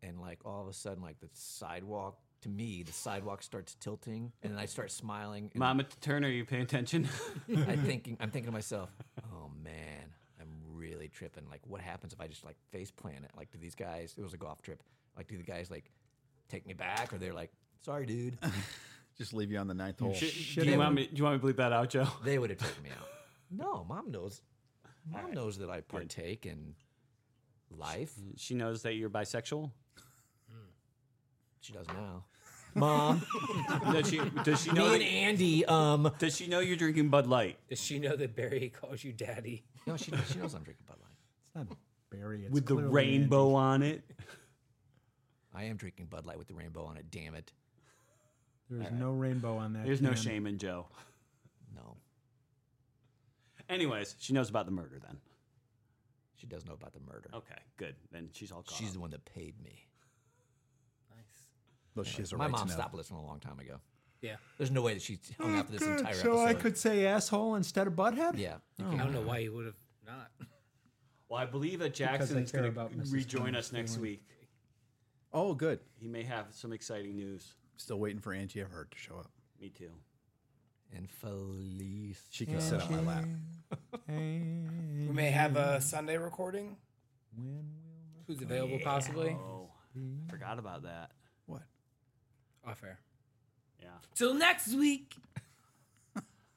Speaker 4: and like all of a sudden, like the sidewalk to me, the sidewalk starts tilting, and then I start smiling. And
Speaker 7: Mama Turner, you pay attention.
Speaker 4: I'm thinking, I'm thinking to myself, oh man, I'm really tripping. Like, what happens if I just like face plant it? Like, do these guys? It was a golf trip. Like, do the guys like take me back, or they're like, sorry, dude,
Speaker 6: Just leave you on the ninth hole.
Speaker 7: do, you want me, do you want me to bleep that out, Joe? <laughs>
Speaker 4: they would have taken me out. No, mom knows. Mom knows that I partake in life.
Speaker 7: She knows that you're bisexual.
Speaker 4: She does now. Mom,
Speaker 7: does she? Does she know?
Speaker 4: me and
Speaker 7: That,
Speaker 4: Andy. Um,
Speaker 7: does she know you're drinking Bud Light?
Speaker 5: Does she know that Barry <laughs> calls you daddy?
Speaker 4: no, she she knows I'm drinking Bud Light.
Speaker 3: It's not Barry. It's
Speaker 7: With the
Speaker 3: clearly
Speaker 7: rainbow on it.
Speaker 4: I am drinking Bud Light with the rainbow on it. Damn it.
Speaker 3: Andy. There's no rainbow on that. <laughs>
Speaker 7: There's no
Speaker 3: can.
Speaker 7: shame in Joe.
Speaker 4: No,
Speaker 7: Anyways, she knows about the murder then.
Speaker 4: she does know about the murder.
Speaker 7: Okay, good. Then she's all caught.
Speaker 4: She's
Speaker 7: up.
Speaker 4: the one that paid me.
Speaker 6: Well, she has a
Speaker 4: My
Speaker 6: right
Speaker 4: mom
Speaker 6: to know.
Speaker 4: stopped listening a long time ago.
Speaker 5: Yeah.
Speaker 4: There's no way that she hung out for this entire
Speaker 3: So
Speaker 4: episode.
Speaker 3: Oh, I could say asshole instead of butthead?
Speaker 4: Yeah.
Speaker 5: I don't know why you would have not.
Speaker 7: well, I believe that
Speaker 3: I
Speaker 7: Jackson's
Speaker 3: care
Speaker 7: going
Speaker 3: about
Speaker 7: to
Speaker 3: Mrs.
Speaker 7: rejoin
Speaker 3: Thomas
Speaker 7: us next
Speaker 3: feeling.
Speaker 7: week.
Speaker 6: Oh, good.
Speaker 7: He may have some exciting news.
Speaker 6: Still waiting for Angie Everhart to show up.
Speaker 7: Me too.
Speaker 4: And Felice.
Speaker 6: She can sit on my lap.
Speaker 5: We may have a Sunday recording. Who's available possibly?
Speaker 7: Oh, I forgot about that.
Speaker 6: What?
Speaker 5: Off air.
Speaker 7: Yeah.
Speaker 5: Till next week.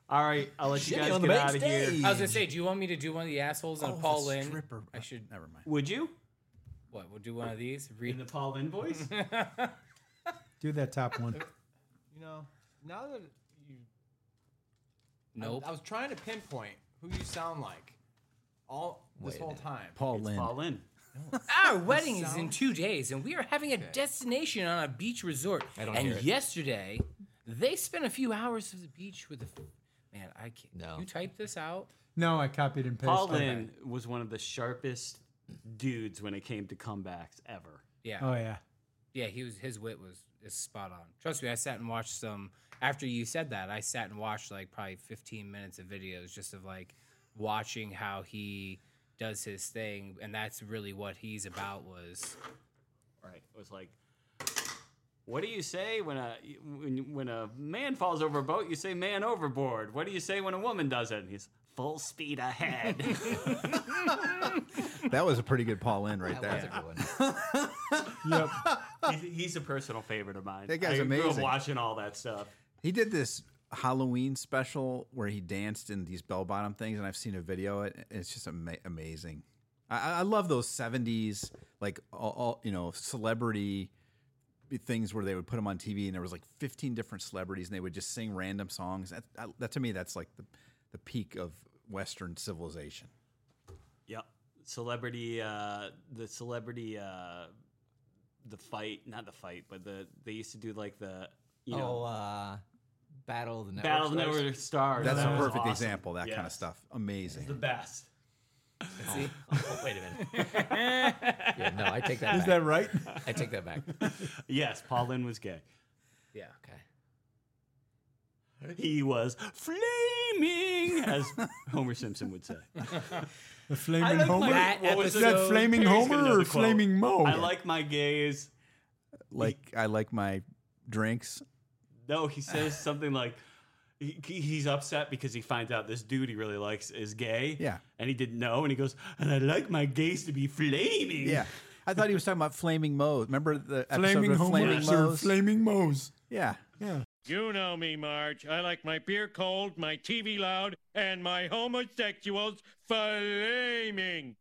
Speaker 7: All right, I'll let you
Speaker 4: Jimmy
Speaker 7: guys
Speaker 4: on the
Speaker 7: get
Speaker 4: main
Speaker 7: out of here.
Speaker 4: stage.
Speaker 5: I was gonna say, do you want me to do one of the assholes and
Speaker 6: Oh,
Speaker 5: a
Speaker 6: the
Speaker 5: Paul Lynn?
Speaker 6: stripper.
Speaker 5: I should.
Speaker 6: Never mind.
Speaker 7: Would you?
Speaker 5: What? We'll do one of these.
Speaker 7: In
Speaker 5: Read.
Speaker 7: the Paul Lynn <laughs> voice?
Speaker 3: Do that top
Speaker 7: <laughs>
Speaker 3: one.
Speaker 8: You know, now that you,
Speaker 5: Nope.
Speaker 8: I, was trying to pinpoint who you sound like all this
Speaker 4: Wait a
Speaker 8: whole
Speaker 4: minute.
Speaker 8: time.
Speaker 6: Paul Lynn.
Speaker 7: Paul Lynn.
Speaker 5: Our wedding is in two days, and we are having a destination on a beach resort.
Speaker 4: I don't
Speaker 5: and
Speaker 4: hear it.
Speaker 5: yesterday, they spent a few hours at the beach with a man. I can't.
Speaker 4: No.
Speaker 5: You typed this out.
Speaker 3: No, I copied and pasted.
Speaker 7: Paul Lynn was one of the sharpest dudes when it came to comebacks ever.
Speaker 5: Yeah.
Speaker 3: Oh yeah.
Speaker 5: Yeah. He was. His wit was is spot on. Trust me. I sat and watched some. After you said that, I sat and watched like probably 15 minutes of videos just of like watching how he does his thing, and that's really what he's about. Was
Speaker 7: Right. It was like, what do you say when a when, when a man falls over a boat? You say man overboard. What do you say when a woman does it? And he's full speed ahead.
Speaker 6: That was a pretty good Paul Lynn right
Speaker 4: That was a
Speaker 6: there.
Speaker 4: good one.
Speaker 3: Yep.
Speaker 7: he's, he's a personal favorite of mine.
Speaker 6: That guy's
Speaker 7: I Grew up
Speaker 6: amazing.
Speaker 7: watching all that stuff.
Speaker 6: He did this Halloween special where he danced in these bell bottom things, and I've seen a video. It it's just ama- amazing. I, I- I love those '70s like all, all you know celebrity things where they would put them on TV, and there was like 15 different celebrities, and they would just sing random songs. That, that, that to me, that's like the the peak of Western civilization.
Speaker 7: Yep. Celebrity, uh, the celebrity, uh, the fight, not the fight, but the they used to do like the you
Speaker 4: Oh,
Speaker 7: know
Speaker 4: uh, Battle of the Network
Speaker 7: battle of the
Speaker 4: Stars.
Speaker 7: network stars.
Speaker 6: That's
Speaker 7: That
Speaker 6: a
Speaker 7: was
Speaker 6: perfect
Speaker 7: awesome.
Speaker 6: example. That kind
Speaker 7: Yeah.
Speaker 6: of stuff, amazing.
Speaker 7: The best.
Speaker 4: Oh, wait a minute. yeah, no, I take that
Speaker 3: Is
Speaker 4: back.
Speaker 3: that
Speaker 7: <laughs>
Speaker 3: right?
Speaker 4: I take that back.
Speaker 7: Yes, Paul Lynn was gay.
Speaker 5: yeah.
Speaker 4: Okay.
Speaker 7: He was flaming,
Speaker 3: <laughs>
Speaker 7: as Homer Simpson would say.
Speaker 3: The flaming
Speaker 7: I like
Speaker 3: Homer.
Speaker 7: my-
Speaker 5: That
Speaker 7: what was
Speaker 3: Is that
Speaker 7: the-
Speaker 3: flaming
Speaker 7: Terry's gonna know
Speaker 3: Homer or
Speaker 7: the quote.
Speaker 3: flaming Mo?
Speaker 7: I like my gays.
Speaker 6: Like I like my drinks.
Speaker 7: No,
Speaker 6: <laughs>
Speaker 7: he says something like he, he's upset because he finds out this dude he really likes is gay.
Speaker 6: Yeah.
Speaker 7: And he didn't know. And he goes, and I like my gays to be flaming.
Speaker 6: Yeah. I thought he was talking about flaming moes. Remember the episode
Speaker 3: flaming
Speaker 6: with
Speaker 3: Homer
Speaker 6: flaming
Speaker 3: or
Speaker 6: moes?
Speaker 3: flaming Mo's.
Speaker 6: yeah.
Speaker 11: You know me, Marge. I like my beer cold, my TV loud, and my homosexuals flaming.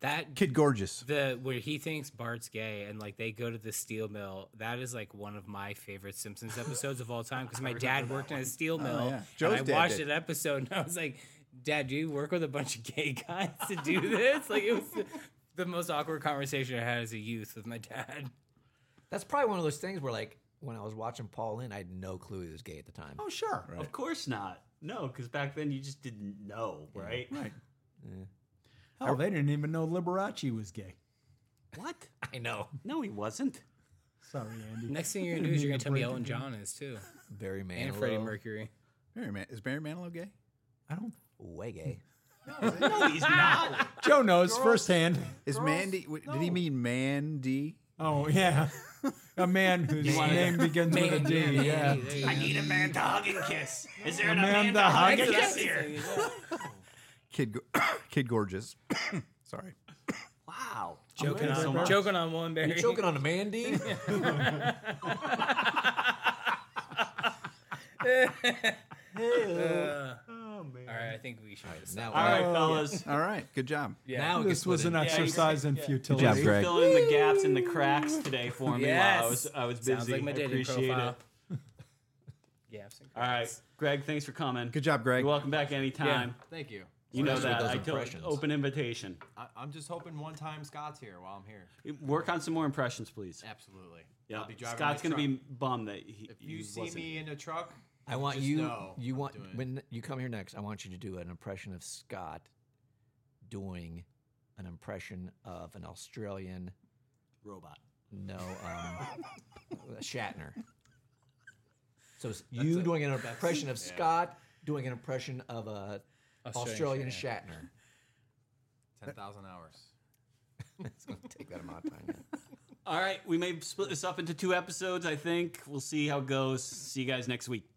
Speaker 5: That
Speaker 6: Kid Gorgeous.
Speaker 5: The where he thinks Bart's gay and like they go to the steel mill. That is like one of my favorite Simpsons episodes of all
Speaker 7: <laughs>
Speaker 5: time because my dad worked in a steel
Speaker 7: Oh,
Speaker 5: mill.
Speaker 6: yeah. Joe's
Speaker 5: And I
Speaker 6: dad
Speaker 5: watched
Speaker 6: did.
Speaker 5: an episode and I was like, "Dad, do you work with a bunch of gay guys to do this?" like it was the, the most awkward conversation I had as a youth with my dad.
Speaker 4: That's probably one of those things where, like, when I was watching Paul Lynn, I had no clue he was gay at the time.
Speaker 3: Oh sure.
Speaker 7: Of course not. No, because back then you just didn't know, right? Right.
Speaker 3: Oh, Hell, they didn't even know Liberace was gay.
Speaker 7: What?
Speaker 4: I know.
Speaker 7: No, he wasn't.
Speaker 3: Sorry, Andy.
Speaker 5: Next thing you're gonna do is you're gonna tell me Elton John is
Speaker 7: <laughs>
Speaker 5: too,
Speaker 4: Barry Manilow.
Speaker 5: and Freddie Mercury.
Speaker 6: Barry Man- is Barry Manilow gay?
Speaker 3: I don't.
Speaker 4: Way gay.
Speaker 7: No, he's not.
Speaker 3: Joe knows firsthand.
Speaker 6: Is Mandy? w- Did he mean Mandy?
Speaker 3: Oh yeah, a man whose name begins with a D. Yeah.
Speaker 7: I need a man to hug and kiss. Is there an
Speaker 3: Amanda Huggins?
Speaker 7: here?
Speaker 6: Kid Go- <coughs> Kid Gorgeous. Sorry.
Speaker 7: Wow.
Speaker 5: Joking
Speaker 7: Amanda
Speaker 5: on,
Speaker 7: Huggins.
Speaker 5: joking on one Barry.
Speaker 4: You're
Speaker 5: <laughs>
Speaker 4: choking on a Mandy?
Speaker 5: Uh, All right, I think we should. just
Speaker 4: now,
Speaker 7: Oh, All right,
Speaker 6: Oh,
Speaker 7: fellas.
Speaker 6: All right. Good job.
Speaker 5: Yeah.
Speaker 4: now it
Speaker 3: This
Speaker 4: gets
Speaker 3: was
Speaker 4: put
Speaker 3: an
Speaker 4: in.
Speaker 3: exercise in futility.
Speaker 6: Good job, Greg.
Speaker 7: Filling the gaps and the cracks today for me while I
Speaker 5: Yes.
Speaker 7: was I was busy.
Speaker 5: Sounds like my
Speaker 7: I
Speaker 5: dating
Speaker 7: appreciate
Speaker 5: profile.
Speaker 7: it.
Speaker 5: <laughs> Yeah.
Speaker 7: All right, Greg. Thanks for coming.
Speaker 6: Good job, Greg.
Speaker 7: You're welcome back anytime.
Speaker 8: Thank you.
Speaker 7: You know
Speaker 4: Especially with
Speaker 7: that.
Speaker 4: those
Speaker 7: I told
Speaker 4: impressions.
Speaker 7: open invitation.
Speaker 8: I, I'm just hoping one time Scott's here while I'm here.
Speaker 7: Work on some more impressions, please.
Speaker 8: Absolutely.
Speaker 7: Yeah.
Speaker 8: I'll be driving.
Speaker 7: Scott's
Speaker 8: my
Speaker 7: gonna
Speaker 8: truck.
Speaker 7: be bummed that he.
Speaker 8: If you
Speaker 7: he
Speaker 8: see
Speaker 7: wasn't.
Speaker 8: me in a truck,
Speaker 4: I want
Speaker 8: Just
Speaker 4: you.
Speaker 8: know
Speaker 4: you
Speaker 8: I'm
Speaker 4: want
Speaker 8: doing it.
Speaker 4: when you come here next. I want you to do an impression of Scott doing an impression of an Australian
Speaker 7: robot.
Speaker 4: No, um, Shatner. So it's you doing an impression of
Speaker 7: Yeah.
Speaker 4: Scott doing an impression of a
Speaker 8: Australian
Speaker 4: Australian
Speaker 8: Shatner.
Speaker 4: Shatner.
Speaker 8: Ten thousand hours.
Speaker 4: it's gonna take that amount of time.
Speaker 7: All right, we may split this up into two episodes, I think. We'll see how it goes. See you guys next week.